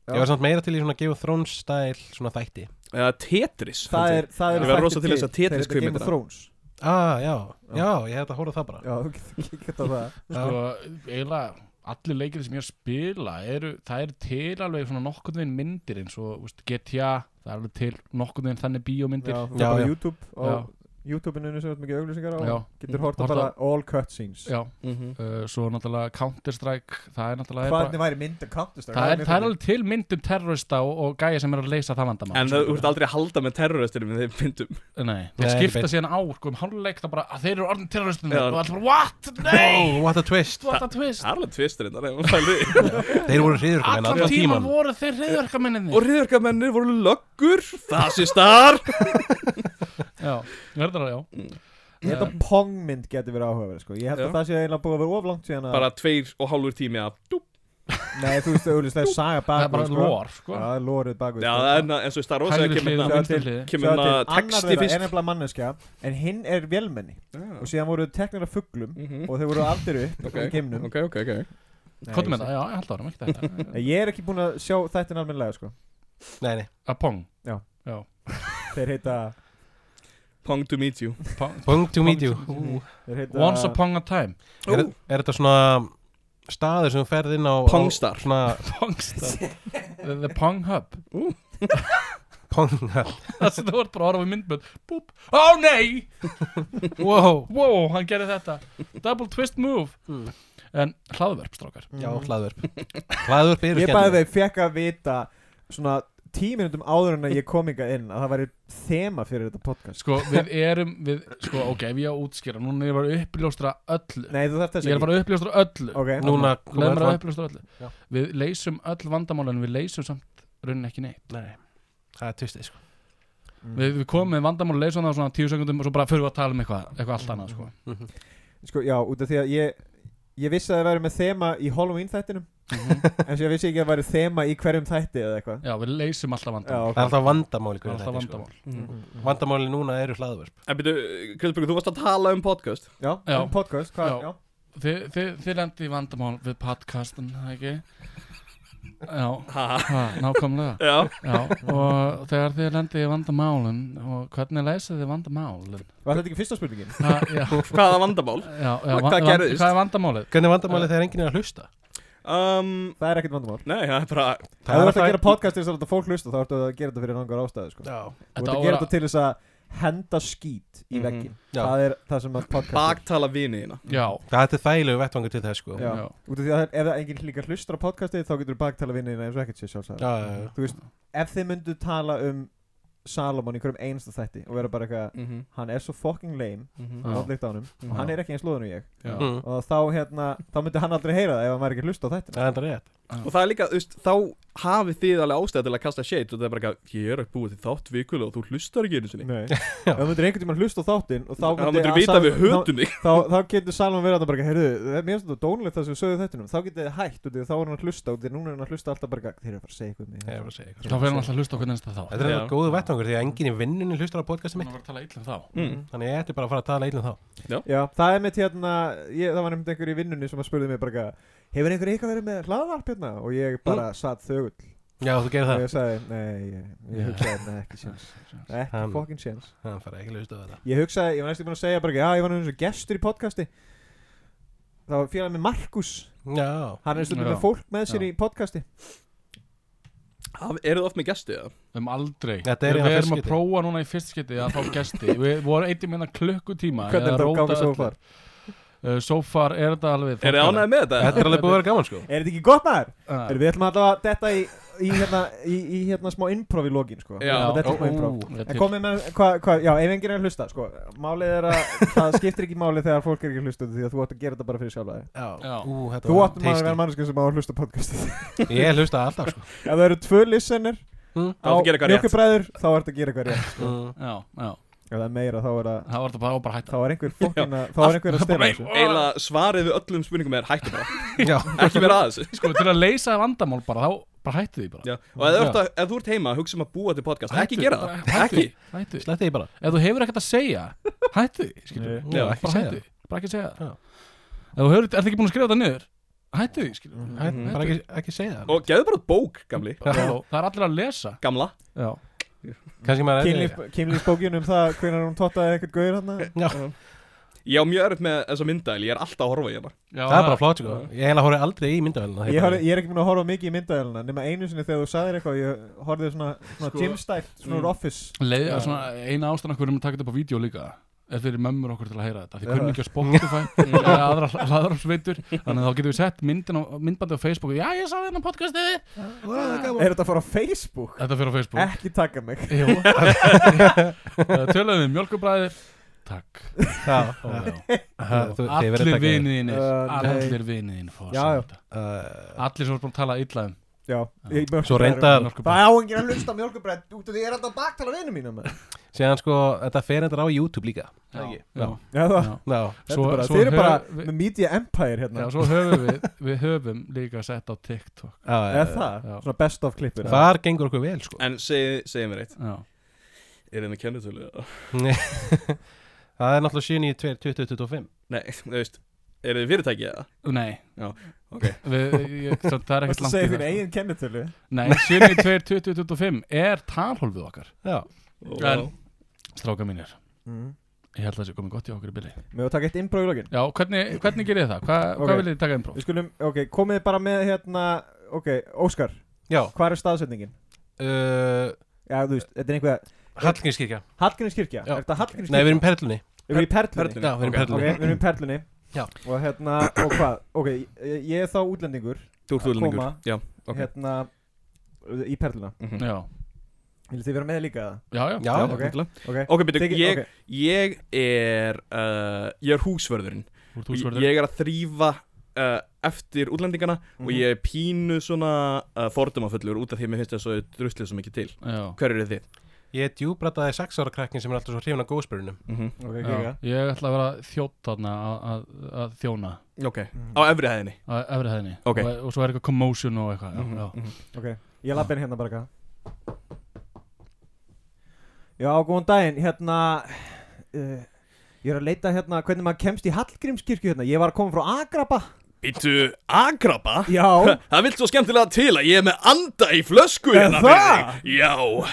Speaker 4: Já.
Speaker 2: Ég var samt meira til í svona Game of Thrones stæl Svona þætti
Speaker 3: Eða Tetris
Speaker 4: Það er, það er
Speaker 3: Ég var rosa til þess að Tetris
Speaker 4: Þetta er Game
Speaker 3: kvikmyndina.
Speaker 4: of Thrones
Speaker 2: Ah, já, já, ég hef þetta hórað það bara
Speaker 4: Já, *laughs* þú getur ekki gett á það
Speaker 1: Sko, eiginlega allir leikir sem ég er að spila eru, það eru til alveg svona nokkurn veginn myndir eins og þú veist, GTA, það er alveg til nokkurn veginn þannig
Speaker 4: Já,
Speaker 1: bíómyndir
Speaker 4: það er
Speaker 2: já.
Speaker 4: bara YouTube
Speaker 1: Já.
Speaker 4: og YouTube-inu sem er mikið auglýsingar
Speaker 1: Já.
Speaker 4: og getur horta
Speaker 1: Horta-
Speaker 4: bara all cutscenes
Speaker 1: Já,
Speaker 3: mm -hmm.
Speaker 1: uh, svo náttúrulega Counter-Strike, það er náttúrulega er
Speaker 4: Hvernig væri mynd að Counter-Strike?
Speaker 1: það, er, það er alveg til myndum terrorista og, og gæja sem er að leysa það vandamál
Speaker 3: En það, þú ert aldrei að halda með terroristinum í þeim myndum
Speaker 1: Nei,
Speaker 2: Nei,
Speaker 1: þeir skipta
Speaker 2: beint.
Speaker 1: síðan á sko, um hálfleik það bara að þeir eru orðin terroristum
Speaker 3: Já.
Speaker 1: og allir bara, what? Nei!
Speaker 2: Oh, what a twist
Speaker 1: What a twist!
Speaker 3: Það er alveg tvistur innan
Speaker 2: Þeir voru hriður
Speaker 1: Allan tíman voru þeir reyðverkamennið
Speaker 3: Og riðurkamennir voru löggur Fasistar
Speaker 1: Já, verður það, já
Speaker 4: Ég held að Pong-mynd getur verið áhugaverð sko. Ég held
Speaker 3: Já.
Speaker 4: að það sé eiginlega búið að vera oflangt síðan að
Speaker 3: *laughs* Bara tveir og hálfur tími af dúp.
Speaker 4: Nei, þú veist, auðvitað saga
Speaker 1: Það er
Speaker 4: bakvið
Speaker 1: bara lór, sko
Speaker 4: Já, það er lórið bakvið
Speaker 3: Já,
Speaker 4: sko.
Speaker 3: það er na- eins og í Star Wars
Speaker 1: Hægri
Speaker 3: Það kemur
Speaker 1: hliðin og
Speaker 3: na-
Speaker 1: vinstri hliðin
Speaker 3: kemur
Speaker 4: Sjáðu
Speaker 3: na-
Speaker 4: til, annar
Speaker 3: texti
Speaker 4: þeirra er
Speaker 3: fyrst
Speaker 4: nefnilega manneskja En hinn er vélmenni Og síðan voru þau teknir af fugglum
Speaker 3: Mhm.
Speaker 4: Og þau voru aftur upp
Speaker 3: Ok,
Speaker 4: í geimnum
Speaker 3: ok, ok, ok
Speaker 4: Nei,
Speaker 1: Kottum með það,
Speaker 4: ég
Speaker 1: já, ég held áram, ekki þetta
Speaker 4: sé- Ég er ekki búin að sjá þættin almennilega sko.
Speaker 2: Nei, nei,
Speaker 1: Að pong
Speaker 4: Þeir heita,
Speaker 3: Pong to meet you
Speaker 1: Pong-
Speaker 2: Pong to meet you
Speaker 1: Ú.
Speaker 4: þeir heita
Speaker 1: Once upon a time
Speaker 2: er, er þetta svona staður sem þú ferð inn á á-
Speaker 3: Pongstar.
Speaker 2: Svona
Speaker 1: Pongstar The, the Pong Hub *laughs*
Speaker 2: pongar
Speaker 1: Það sem þú ert bara að horfa við myndbönd Búp Ó nei
Speaker 2: Wow
Speaker 1: Wow, hann gerði þetta Double twist move En hlaðverp, strákar
Speaker 2: Já, hlaðvörp Hlaðvörp eru
Speaker 4: Mm. Ég bæði þau fekk að vita Svona tíu minutum áður en að ég kom ykkar inn Að það væri þema fyrir þetta podcast
Speaker 1: Sko, við erum við, Sko, ok, ef ég á að útskýra Núna er ég bara að uppljóstra öllu
Speaker 4: Nei, þú þarft
Speaker 1: Ég
Speaker 4: þess
Speaker 1: er
Speaker 4: ekki
Speaker 1: bara að uppljóstra öllu
Speaker 4: Ok,
Speaker 2: Núna
Speaker 1: Leð mér að
Speaker 2: það
Speaker 1: uppljóstra öllu
Speaker 2: Já.
Speaker 1: Við leysum öll vandamál En við leysum samt raunin ekki neitt
Speaker 2: Nei, það er tvistið sko
Speaker 4: Mm.
Speaker 1: Við, við komum með vandamál og leysum það á svona tíu sekundum Og svo bara fyrir við að tala um eitthvað Eitthvað allt annað, sko
Speaker 4: Sko, já, út af því að ég Ég vissi að það væri með þema í Halloween þættinum
Speaker 1: Mhm.
Speaker 4: En svo ég vissi ekki að það væri þema í hverjum þætti eða eitthvað
Speaker 1: Já, við leysum alltaf
Speaker 4: Já,
Speaker 1: vandamál
Speaker 2: Það er
Speaker 4: ok
Speaker 2: alltaf vandamál í
Speaker 1: Það
Speaker 2: hverju
Speaker 1: er alltaf
Speaker 2: þætti, sko.
Speaker 1: vandamál
Speaker 4: Mm.
Speaker 2: Vandamáli núna eru hlaðvörp
Speaker 3: En byrju, Kristbjörg, þú varst að tala um podcast
Speaker 4: Já,
Speaker 1: Já.
Speaker 4: um podcast,
Speaker 1: Já.
Speaker 4: hvað, já
Speaker 1: Þið, þið, þið lendi í vandamál við podcastin, ekki? Já,
Speaker 3: Ha,
Speaker 1: ha, nákvæmlega.
Speaker 3: já
Speaker 1: Já, og þegar þið lendi í vandamálin, og hvernig leysið þið vandamálin?
Speaker 4: Var þetta ekki fyrsta spurningin?
Speaker 1: Ha, já,
Speaker 3: Hvaða vandamál?
Speaker 1: já, já,
Speaker 3: Hvað
Speaker 1: van- van-
Speaker 3: gerðist?
Speaker 1: Hvað er vandamálið?
Speaker 2: Hvernig er vandamáli þegar enginn er að hlusta?
Speaker 3: Um,
Speaker 4: Það er ekkert vandamál
Speaker 3: nei, það er bara
Speaker 4: Ef þú ert að gera podcast til þess að láta fólk hlusta Þá ertu að gera þetta fyrir rangar ástæðu, sko
Speaker 2: Já,
Speaker 4: Þú ert að gera þetta til þess að henda skít í
Speaker 3: Mhm.
Speaker 4: veggin
Speaker 2: Já.
Speaker 4: Það er það sem að podcast
Speaker 3: baktala viniðina
Speaker 1: Já,
Speaker 2: það er þægilegu vettvangur til þess sko
Speaker 4: Já.
Speaker 1: já,
Speaker 4: Út af því að það er- ef það enginn líka hlustar á podcastið Þá getur baktala vinnina eins og ekkert sér sjálfsagt
Speaker 2: Já, já, já.
Speaker 4: Þú veist, ef þið myndu tala um Salomon í hverjum einasta þætti Og vera bara eitthvað,
Speaker 3: mm -hmm.
Speaker 4: hann er svo fucking lame
Speaker 1: Já.
Speaker 3: mm
Speaker 4: Ráðleikt á honum Og hann er ekki eins loðun og ég
Speaker 1: já.
Speaker 2: Mm.
Speaker 4: og þá hérna, þá myndi hann aldrei heyra það ef hann væri ekki að hlusta á þetta
Speaker 2: Það er enda rétt
Speaker 3: og það er líka, þú veist, þá hafið þið alveg ástæð til að kasta shade og það er bara ekki, ég er að búið til þátt vikulega og þú hlustar ekki einu sinni
Speaker 4: *laughs* Nei, ef þú myndir einhvern tímann hlusta á þáttinn og þá
Speaker 3: þá
Speaker 4: myndi
Speaker 3: myndir
Speaker 4: að
Speaker 3: vita að við
Speaker 4: Sal-
Speaker 3: höndum þig
Speaker 4: þá, þá, þá getur Salman verið að bara, heyrðu, það er mér finnst þetta dónulegt það sem við sögðu þettunum þá getur þið hætt og þá er hann að hlusta og því að núna er hann að hlusta alltaf bara, þeir eru að fara að segja eitthvað um mig
Speaker 2: Ég er bara að segja eitthvað.
Speaker 1: Þá verður hann alltaf að hlusta okkur næsta þá
Speaker 2: Þetta er eitthvað góðu vettvangur því að enginn í vinnunni hlustar á podcastum
Speaker 1: Þannig
Speaker 2: mitt
Speaker 1: að vera að tala illa um þá
Speaker 3: mm.
Speaker 2: Þannig ég ætti bara að fara að tala eilum þá
Speaker 4: Já, það er mitt hérna, ég, það var nefnd einhver í vinnunni sem að spurði mig bara, hefur einhver eitthvað verið með hlaðvarp hérna? Og ég bara satt þögull
Speaker 2: Já, þú gerir
Speaker 4: og
Speaker 2: það
Speaker 4: ég sagði, nei, ég, ég hugsaði, nei, ekki séns,
Speaker 1: *laughs*
Speaker 4: ekki
Speaker 2: Hann-
Speaker 4: fokkin séns.
Speaker 2: Hann fara ekki að hlusta á þetta
Speaker 4: Ég hugsaði, ég var næstu búin að segja bara, já, ég var nefnir eins og gestur í podcasti. Það var félagið með Markus,
Speaker 2: Já,
Speaker 4: hann er stundum
Speaker 1: Já.
Speaker 4: með fólk með sér
Speaker 1: Já.
Speaker 4: í podcasti.
Speaker 3: Haf- Eruð þið oft með gesti eða?
Speaker 1: Um aldrei
Speaker 2: Þetta er í
Speaker 1: Við við
Speaker 2: það fyrst
Speaker 4: hérna
Speaker 1: erum að
Speaker 2: skipti.
Speaker 1: prófa núna í fyrst skiti að fá
Speaker 4: *laughs*
Speaker 1: gesti Við vorum eitt í minna klukkutíma
Speaker 4: Hvernig er þetta að ganga svo far?
Speaker 1: Sofar Eh, er þetta alveg
Speaker 3: Eruð þið ánægði með þetta?
Speaker 2: þetta er alveg
Speaker 3: *laughs*
Speaker 2: búið að vera gaman sko
Speaker 4: Er þetta ekki gott maður?
Speaker 1: ánægð
Speaker 4: Er við ætlum alltaf að detta í, í, hérna, í, í hérna smá improv í lokin, sko.
Speaker 3: Já.
Speaker 4: Að detta í smá improv. En komið með, hvað, hva, já, ef enginn er að hlusta, sko, málið er að það skiptir ekki málið þegar fólk er ekki að hlusta því að þú átt að gera þetta bara fyrir sjálfa þig.
Speaker 1: Já.
Speaker 2: Já, ú, þetta
Speaker 4: Þú
Speaker 2: var
Speaker 4: átt maður að vera Mhm.
Speaker 2: tasty.
Speaker 4: mannskið sem á að hlusta podcastið.
Speaker 2: Ég hlusta alltaf
Speaker 4: *laughs*
Speaker 2: sko
Speaker 4: Ef það eru tvö listenir
Speaker 2: Mm.
Speaker 4: á
Speaker 3: Þá ertu að gera eitthvað rétt.
Speaker 4: mjölkubræður, þá ert að gera eitthvað rétt.
Speaker 2: Mm.
Speaker 1: Já, já
Speaker 4: Ef það er meira, þá er það,
Speaker 1: Það var þetta bara, bara að
Speaker 4: þá er einhver fokkin að, þá er einhver að stela þessu.
Speaker 3: Eila svarið við öllum spurningum er hættu bara
Speaker 2: Já,
Speaker 3: Ekki vera að þessu
Speaker 1: hætta Sko til að leysa vandamál bara þá bara hættu því bara
Speaker 3: Já. Og ef þú, ert að, ef þú ert heima, hugsa um að búa til podcast Ekki
Speaker 1: Hættu,
Speaker 3: gera
Speaker 1: bara
Speaker 3: það, ekki
Speaker 1: Hættu því
Speaker 2: sletti því bara
Speaker 1: Ef þú hefur ekkert að
Speaker 2: *laughs*
Speaker 1: segja Hættu því skilur
Speaker 4: Nei.
Speaker 1: við.
Speaker 3: Já,
Speaker 1: Bara
Speaker 2: ekki segja
Speaker 1: hættu því Bara ekki segja það
Speaker 2: Já.
Speaker 1: Ef þú hefur, ertu ekki búin að skrifa þetta niður Hættu því skilur við.
Speaker 2: Hæ-
Speaker 1: Mhm.
Speaker 2: Bara ekki, ekki segja það
Speaker 3: Og gefðu bara út bók, gamli
Speaker 1: Halló, Það er allir að lesa
Speaker 3: Gamla
Speaker 1: Já
Speaker 2: Kanski maður er
Speaker 4: Kynlíf- Kynlífsbókin um það hvernig hún tottaði eitthvað gauður hann.
Speaker 3: Ég á mjög örð með þessa myndaðil, ég er alltaf að horfa í hana
Speaker 2: Það er bara flott sko Ég heila horfði aldrei í myndavæluna
Speaker 4: Ég, horf, ég er ekki búin að horfa mikið í myndaðelina nema einu sinni þegar þú sagðir eitthvað ég horfði svona, svona
Speaker 1: Sko-
Speaker 4: gym style, svona úr office
Speaker 1: Leið,
Speaker 3: Já.
Speaker 1: svona, eina ástæðan okkur um að taka þetta upp á vídeo líka er fyrir mömmur okkur til að heyra þetta því
Speaker 4: Já.
Speaker 1: kunni ekki á
Speaker 2: *laughs*
Speaker 1: Spotify eða aðra hlaðarafsveitur þannig að þá getum við sett myndin á, myndbandi á Facebook og já ég sá þetta podcastið
Speaker 4: Er þetta að fara á Facebook?
Speaker 1: þetta fyrir á Facebook
Speaker 4: Ekki taka mig
Speaker 2: *laughs*
Speaker 1: Jú. *laughs* Eh, töluðum við mjölkubræðir takk Ó,
Speaker 2: Já,
Speaker 1: já.
Speaker 2: Aha, þú- þið verðið að
Speaker 1: allir
Speaker 2: taka
Speaker 1: vinið þínir
Speaker 4: Uh, nei.
Speaker 1: allir vinið þínir fá að
Speaker 4: Já,
Speaker 1: sjá
Speaker 4: já.
Speaker 1: þetta.
Speaker 2: þig.
Speaker 4: Uh,
Speaker 1: allir sem voru búin að tala illa um
Speaker 4: Já, ég,
Speaker 2: Svo reyndar
Speaker 1: mjölkubræðir
Speaker 4: Það á enginn að hlusta mjölkubrætt út af því ég er alltaf að baktala vinum mínum maður.
Speaker 2: Síðan sko, þetta fer endur á YouTube líka
Speaker 1: Já,
Speaker 2: Ekki?
Speaker 1: já.
Speaker 4: Já, það,
Speaker 1: Já.
Speaker 2: Já,
Speaker 4: þetta
Speaker 1: Svo-
Speaker 4: er bara,
Speaker 1: svo
Speaker 4: þeir eru bara
Speaker 1: höfum við-
Speaker 4: með media empire
Speaker 1: Já,
Speaker 4: hérna
Speaker 1: svo höfum við við höfum líka sett á TikTok
Speaker 4: Eða
Speaker 2: já, já.
Speaker 4: það,
Speaker 1: já.
Speaker 4: svona best of klippur
Speaker 2: Þar gengur okkur vel sko
Speaker 3: En segi, segi mér eitt,
Speaker 1: já.
Speaker 3: er þið með kennitölu? eða?
Speaker 2: Nei. Það er náttúrulega 7 í 2 2025
Speaker 3: Nei, *laughs* þú veist, er þið fyrirtæki eða?
Speaker 1: nei
Speaker 3: Já, ok.
Speaker 1: við, ég, svo, það er ekkert langt
Speaker 4: Það
Speaker 1: í
Speaker 4: segir
Speaker 1: það,
Speaker 4: þín
Speaker 1: sko.
Speaker 4: eigin kennitölu
Speaker 1: Nei, 72-2025 er talhólfið okkar
Speaker 2: Já,
Speaker 1: En- Stráka mínir,
Speaker 4: mm.
Speaker 1: ég held að það sé komið gott í okkur í byrli
Speaker 4: Mér að taka eitt innbrá í lokin
Speaker 1: Já, hvernig, hvernig gerir það? Hva,
Speaker 4: Ok.
Speaker 1: Hvað viljið þið taka inn próf?
Speaker 4: Við skulum, ok, komið bara með hérna Ok, Óskar,
Speaker 2: já
Speaker 4: hvað er staðsetningin?
Speaker 2: uh,
Speaker 4: Já, þú veist, þetta er einhver
Speaker 2: Hallgrímskirkja
Speaker 4: Hallgrímskirkja,
Speaker 1: Já.
Speaker 4: er þetta Hallgrímskirkja?
Speaker 2: Nei, við erum í Perlunni
Speaker 4: Erum við í Perlunni?
Speaker 3: Perlunni.
Speaker 2: Já, við erum í
Speaker 4: Ok,
Speaker 3: Ok.
Speaker 2: Perlunni
Speaker 4: við erum í Perlunni
Speaker 2: Já.
Speaker 4: Og hérna, og hvað, ok, ég, ég er þá útlendingur
Speaker 3: Þú ert útlendingur,
Speaker 4: Koma.
Speaker 3: já, ok
Speaker 4: Hérna, í Perluna
Speaker 3: Mhm.
Speaker 1: Já,
Speaker 4: Viljið þið vera með líka það?
Speaker 1: já, já,
Speaker 2: Já,
Speaker 4: ok.
Speaker 3: náttúrulega.
Speaker 4: Ok,
Speaker 3: Ok, byrju,
Speaker 4: Þykir-
Speaker 3: ég,
Speaker 4: ok.
Speaker 3: ég er, uh, ég er húsvörðurinn
Speaker 1: Úr
Speaker 3: Og
Speaker 1: túsverður
Speaker 3: Ég er að þrýfa uh, eftir útlendingana og
Speaker 4: Mhm.
Speaker 3: ég er pínu svona uh, fordömafullur út af því að mér finnst þess að það er druslið svo mikið til
Speaker 1: Já,
Speaker 3: Hver eru þið?
Speaker 2: Ég er djúbrataði 6 ára krakkin sem er alltaf svo hrifin af góðspyrunum
Speaker 3: -hmm.
Speaker 4: Mhm. ok,
Speaker 1: já.
Speaker 4: ekki
Speaker 1: Ég ætla að vera þjótt þarna að- að að þjóna
Speaker 3: Ok, á efri hæðinni
Speaker 1: á efri hæðinni
Speaker 3: Ok.
Speaker 1: og, og svo er eitthvað commotion og eitthvað já, já.
Speaker 3: Mhm.
Speaker 4: Ok, ég lapp inn hérna bara eitthvað Já, góðan daginn, hérna uh, Ég er að leita hérna hvernig maður kemst í Hallgrímskirkju hérna Ég var að koma frá Agraba
Speaker 3: Býttu, agrapa?
Speaker 4: Já,
Speaker 3: Það vilt svo skemmtilega til að ég er með anda í flösku
Speaker 4: Er
Speaker 3: hérna
Speaker 4: það?
Speaker 3: fyrir þig.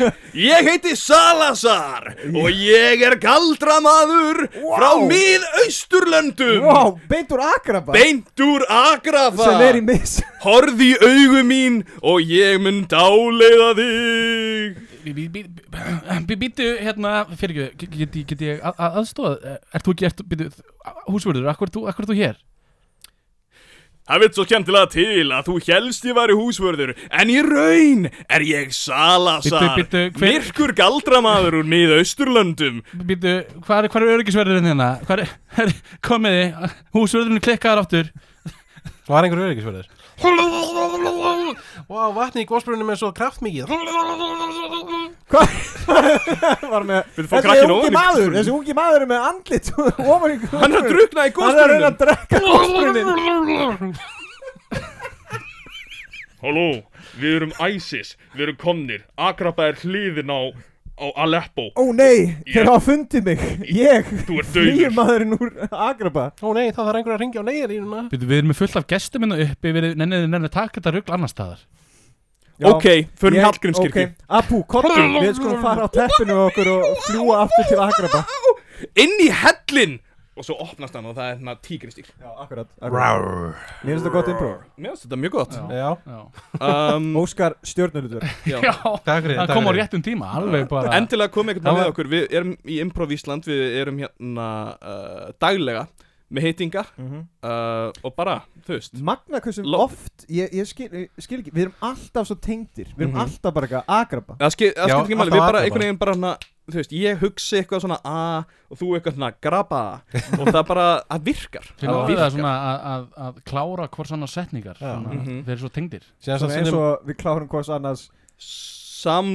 Speaker 3: Já, ég heiti Salazar og ég er galdramadur frá
Speaker 4: Vá.
Speaker 3: mið-austurlöndum
Speaker 4: wow, beint úr Agraba
Speaker 3: Beint úr Agrafa
Speaker 4: Sem er í miss
Speaker 3: Horði í augu mín og ég mun dáleiða þig
Speaker 1: Bí- bí- bí- bí- Býttu hérna, fyrir ekki, get, get, get ég að, að- aðstóða? Eh, Ert þú ekki, ert, býttu, húsverður, akkur þú, akkur þú hér?
Speaker 3: Það vilt svo skemmtilega til að þú helst ég væri húsvörður En í raun er ég Salazar
Speaker 1: Bíddu, bíddu, hver-
Speaker 3: Myrkur galdramadur úr mið-austurlöndum
Speaker 1: Býtu, hvað er, hvar er öryggisverðurinn hérna? Hvað er, her, komiði, húsverðurinn klikkaðar aftur
Speaker 2: Var einhver öryggisverður?
Speaker 1: Halló, halló, halló, halló,
Speaker 2: Vá, vatni í gósbrunum er svo kraftmikið
Speaker 3: *laughs*
Speaker 4: var með
Speaker 3: Við fá
Speaker 4: þessi
Speaker 3: krakkin
Speaker 4: ungi
Speaker 3: ofan í
Speaker 4: maður
Speaker 3: gólfinu.
Speaker 4: þessi ungi maður er með andlit *laughs* ofan í gólfinu.
Speaker 3: Hann er að drukna í
Speaker 4: hann er að reyna
Speaker 3: góðsbrunum
Speaker 4: að drekka gólfbrunin
Speaker 3: Halló, við erum ISIS, við erum komnir Akraba er hliðin á, á Aleppo
Speaker 4: ó nei
Speaker 3: Ég-
Speaker 4: þeir hafa fundið mig ég
Speaker 3: Þú ert
Speaker 4: nýjum
Speaker 3: dauður
Speaker 4: maðurinn úr Agraba
Speaker 2: Ó nei, þá þarf einhver að ringja á neyðarínuna
Speaker 1: Við, við erum með fullt af gestum hérna uppi, við erum nennið nennið að taka þetta rugl annar staðar.
Speaker 4: Já.
Speaker 3: Ok, förum í
Speaker 4: Ég-
Speaker 3: Hallgrímskirkju
Speaker 4: ok. Apu, kottum, við skulum fara á teppinu hjá okkur og fljúa aftur til Agraba
Speaker 3: Inn í hellin Og svo opnast hann og það er hérna tígristýr
Speaker 4: Já, akkurat, akkurat. Mér finnst þetta gott improv
Speaker 3: Mér finnst þetta mjög gott
Speaker 2: Já,
Speaker 1: Já,
Speaker 3: *laughs* um,
Speaker 4: Óskar stjórnulitur
Speaker 3: já.
Speaker 1: Já.
Speaker 2: takk fyrir
Speaker 1: það
Speaker 2: takk
Speaker 1: kom á
Speaker 2: fyrir.
Speaker 1: réttum tíma, alveg bara.
Speaker 3: Endilega komið
Speaker 1: Það
Speaker 3: eitthvað með
Speaker 1: var-
Speaker 3: okkur Við erum í Improv Ísland Við erum hérna uh, daglega Með heitinga uh, Og bara, þú veist
Speaker 4: Magna hversum
Speaker 3: Lo-
Speaker 4: oft Ég, ég skil, ég skil ekki, við erum alltaf svo tengdir Við erum
Speaker 3: Mhm.
Speaker 4: alltaf bara eitthvað Agraba
Speaker 3: Það skil- það
Speaker 2: Já,
Speaker 3: skiptir ekki máli,
Speaker 2: alltaf
Speaker 3: við bara
Speaker 2: Agraba.
Speaker 3: einhvern veginn bara hana, þú veist, ég hugsi eitthvað svona a og þú eitthvað svona graba og það bara, það virkar
Speaker 1: Þeir
Speaker 3: það
Speaker 1: náðu það
Speaker 3: virkar
Speaker 1: svona að, að, að klára hvort svona setningar,
Speaker 2: Já.
Speaker 1: svona,
Speaker 3: Mhm.
Speaker 1: þeir eru svo tengdir.
Speaker 2: Síðan
Speaker 4: Svona
Speaker 2: svo
Speaker 4: eins
Speaker 2: sinnum
Speaker 4: og við klárum hvors annars
Speaker 3: Sam,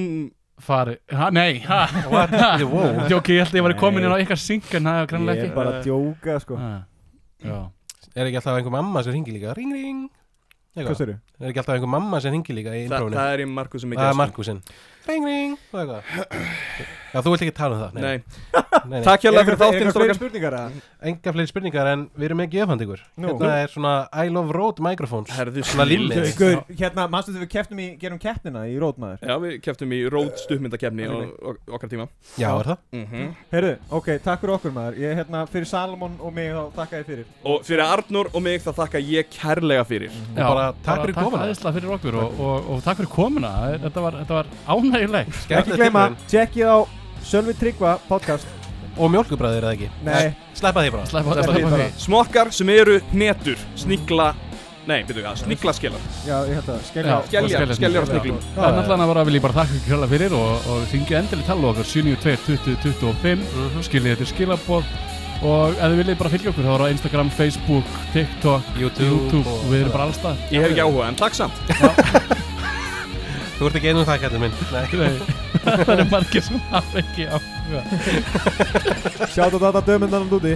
Speaker 1: Fari, ha, nei, ha, ha, *laughs* djóki, ég held að ég væri komin inn á ykkar synk en það er grannlega
Speaker 4: Ég er
Speaker 1: ekki.
Speaker 4: bara að djóka sko
Speaker 1: Ha, Já,
Speaker 2: Er ekki alltaf einhver mamma sem ringir líka Ring, ring
Speaker 4: Hvað
Speaker 2: Eitthvað.
Speaker 4: sér
Speaker 2: Er ekki alltaf einhver mamma sem ringir líka í
Speaker 3: Þa,
Speaker 2: intróinu
Speaker 3: það er í Markus sem
Speaker 2: Það er Markusinn Ring, ring og eitthvað. Já, þú vilt ekki tala um það
Speaker 3: Nei,
Speaker 2: nei, nei.
Speaker 3: takk hérlega fyrir þáttinn
Speaker 4: fleiri
Speaker 3: strókar
Speaker 4: spurningar að
Speaker 2: Enga fleiri spurningar en við erum með gjöfand ykkur
Speaker 4: Nú.
Speaker 2: Hérna er svona I love road microphones
Speaker 3: Herðu
Speaker 2: Svona límið.
Speaker 3: snillir.
Speaker 4: Gauður, hérna, mannstu þegar við keftum í, gerum keppnina í rótmaður
Speaker 3: Já, við keftum í rót stuðmyndakefni og, og, okkar tíma
Speaker 2: Já, er það?
Speaker 3: mm
Speaker 4: Herru, ok, takk fyrir okkur maður Ég, hérna, fyrir Salomon og mig þá takka ég fyrir
Speaker 3: Og fyrir Arnur og mig það þakka ég kærlega fyrir
Speaker 1: já,
Speaker 2: bara takk fyrir komuna.
Speaker 1: Takk æðislega fyrir okkur og, og, og takk fyrir komuna, þetta var, þetta var ánægilegt.
Speaker 4: Ekki gleyma, tjekkið á Sölvi Tryggva podcast
Speaker 2: Og mjólkubræðir eða ekki
Speaker 4: Nei.
Speaker 2: Sleppa því bara
Speaker 1: Sleppa
Speaker 4: Sleppa því
Speaker 1: sleppa því.
Speaker 4: bara.
Speaker 3: Smokkar sem eru hnetur, snigla, nei, byrju hvað, sniglaskelar
Speaker 4: Já, ég hérna, skelja
Speaker 1: Já.
Speaker 3: Skeljar,
Speaker 1: skeljar-
Speaker 3: skeljar og sniglum
Speaker 1: Það er náttúrulega bara vil ég bara þakka ykkur kjörlega fyrir og, og syngja endilega tala okkur 72 20 25 skiljið þetta skilabóð og ef þið viljið bara fylgja okkur þá er á Instagram, Facebook, TikTok,
Speaker 2: YouTube
Speaker 1: YouTube
Speaker 2: og-
Speaker 1: við erum bara allstað
Speaker 3: *laughs* Ég hef ekki áhuga, en takk samt
Speaker 2: Þú ert ekki einum það, kættur minn Nei
Speaker 1: það eru margir sem hafa ekki áhuga
Speaker 4: Sjátt á þetta dömundanum dúti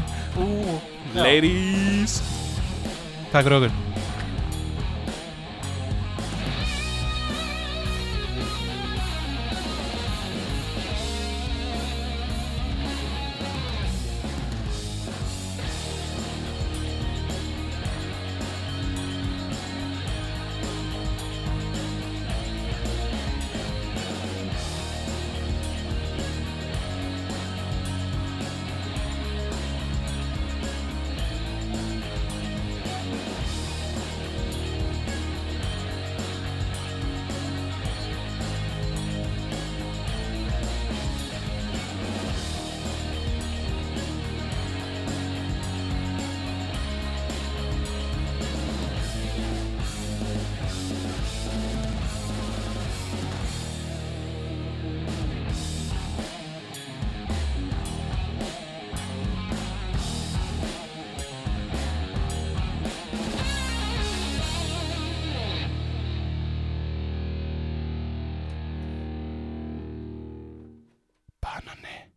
Speaker 3: Ladies
Speaker 2: Takk fyrir okkur
Speaker 1: Banani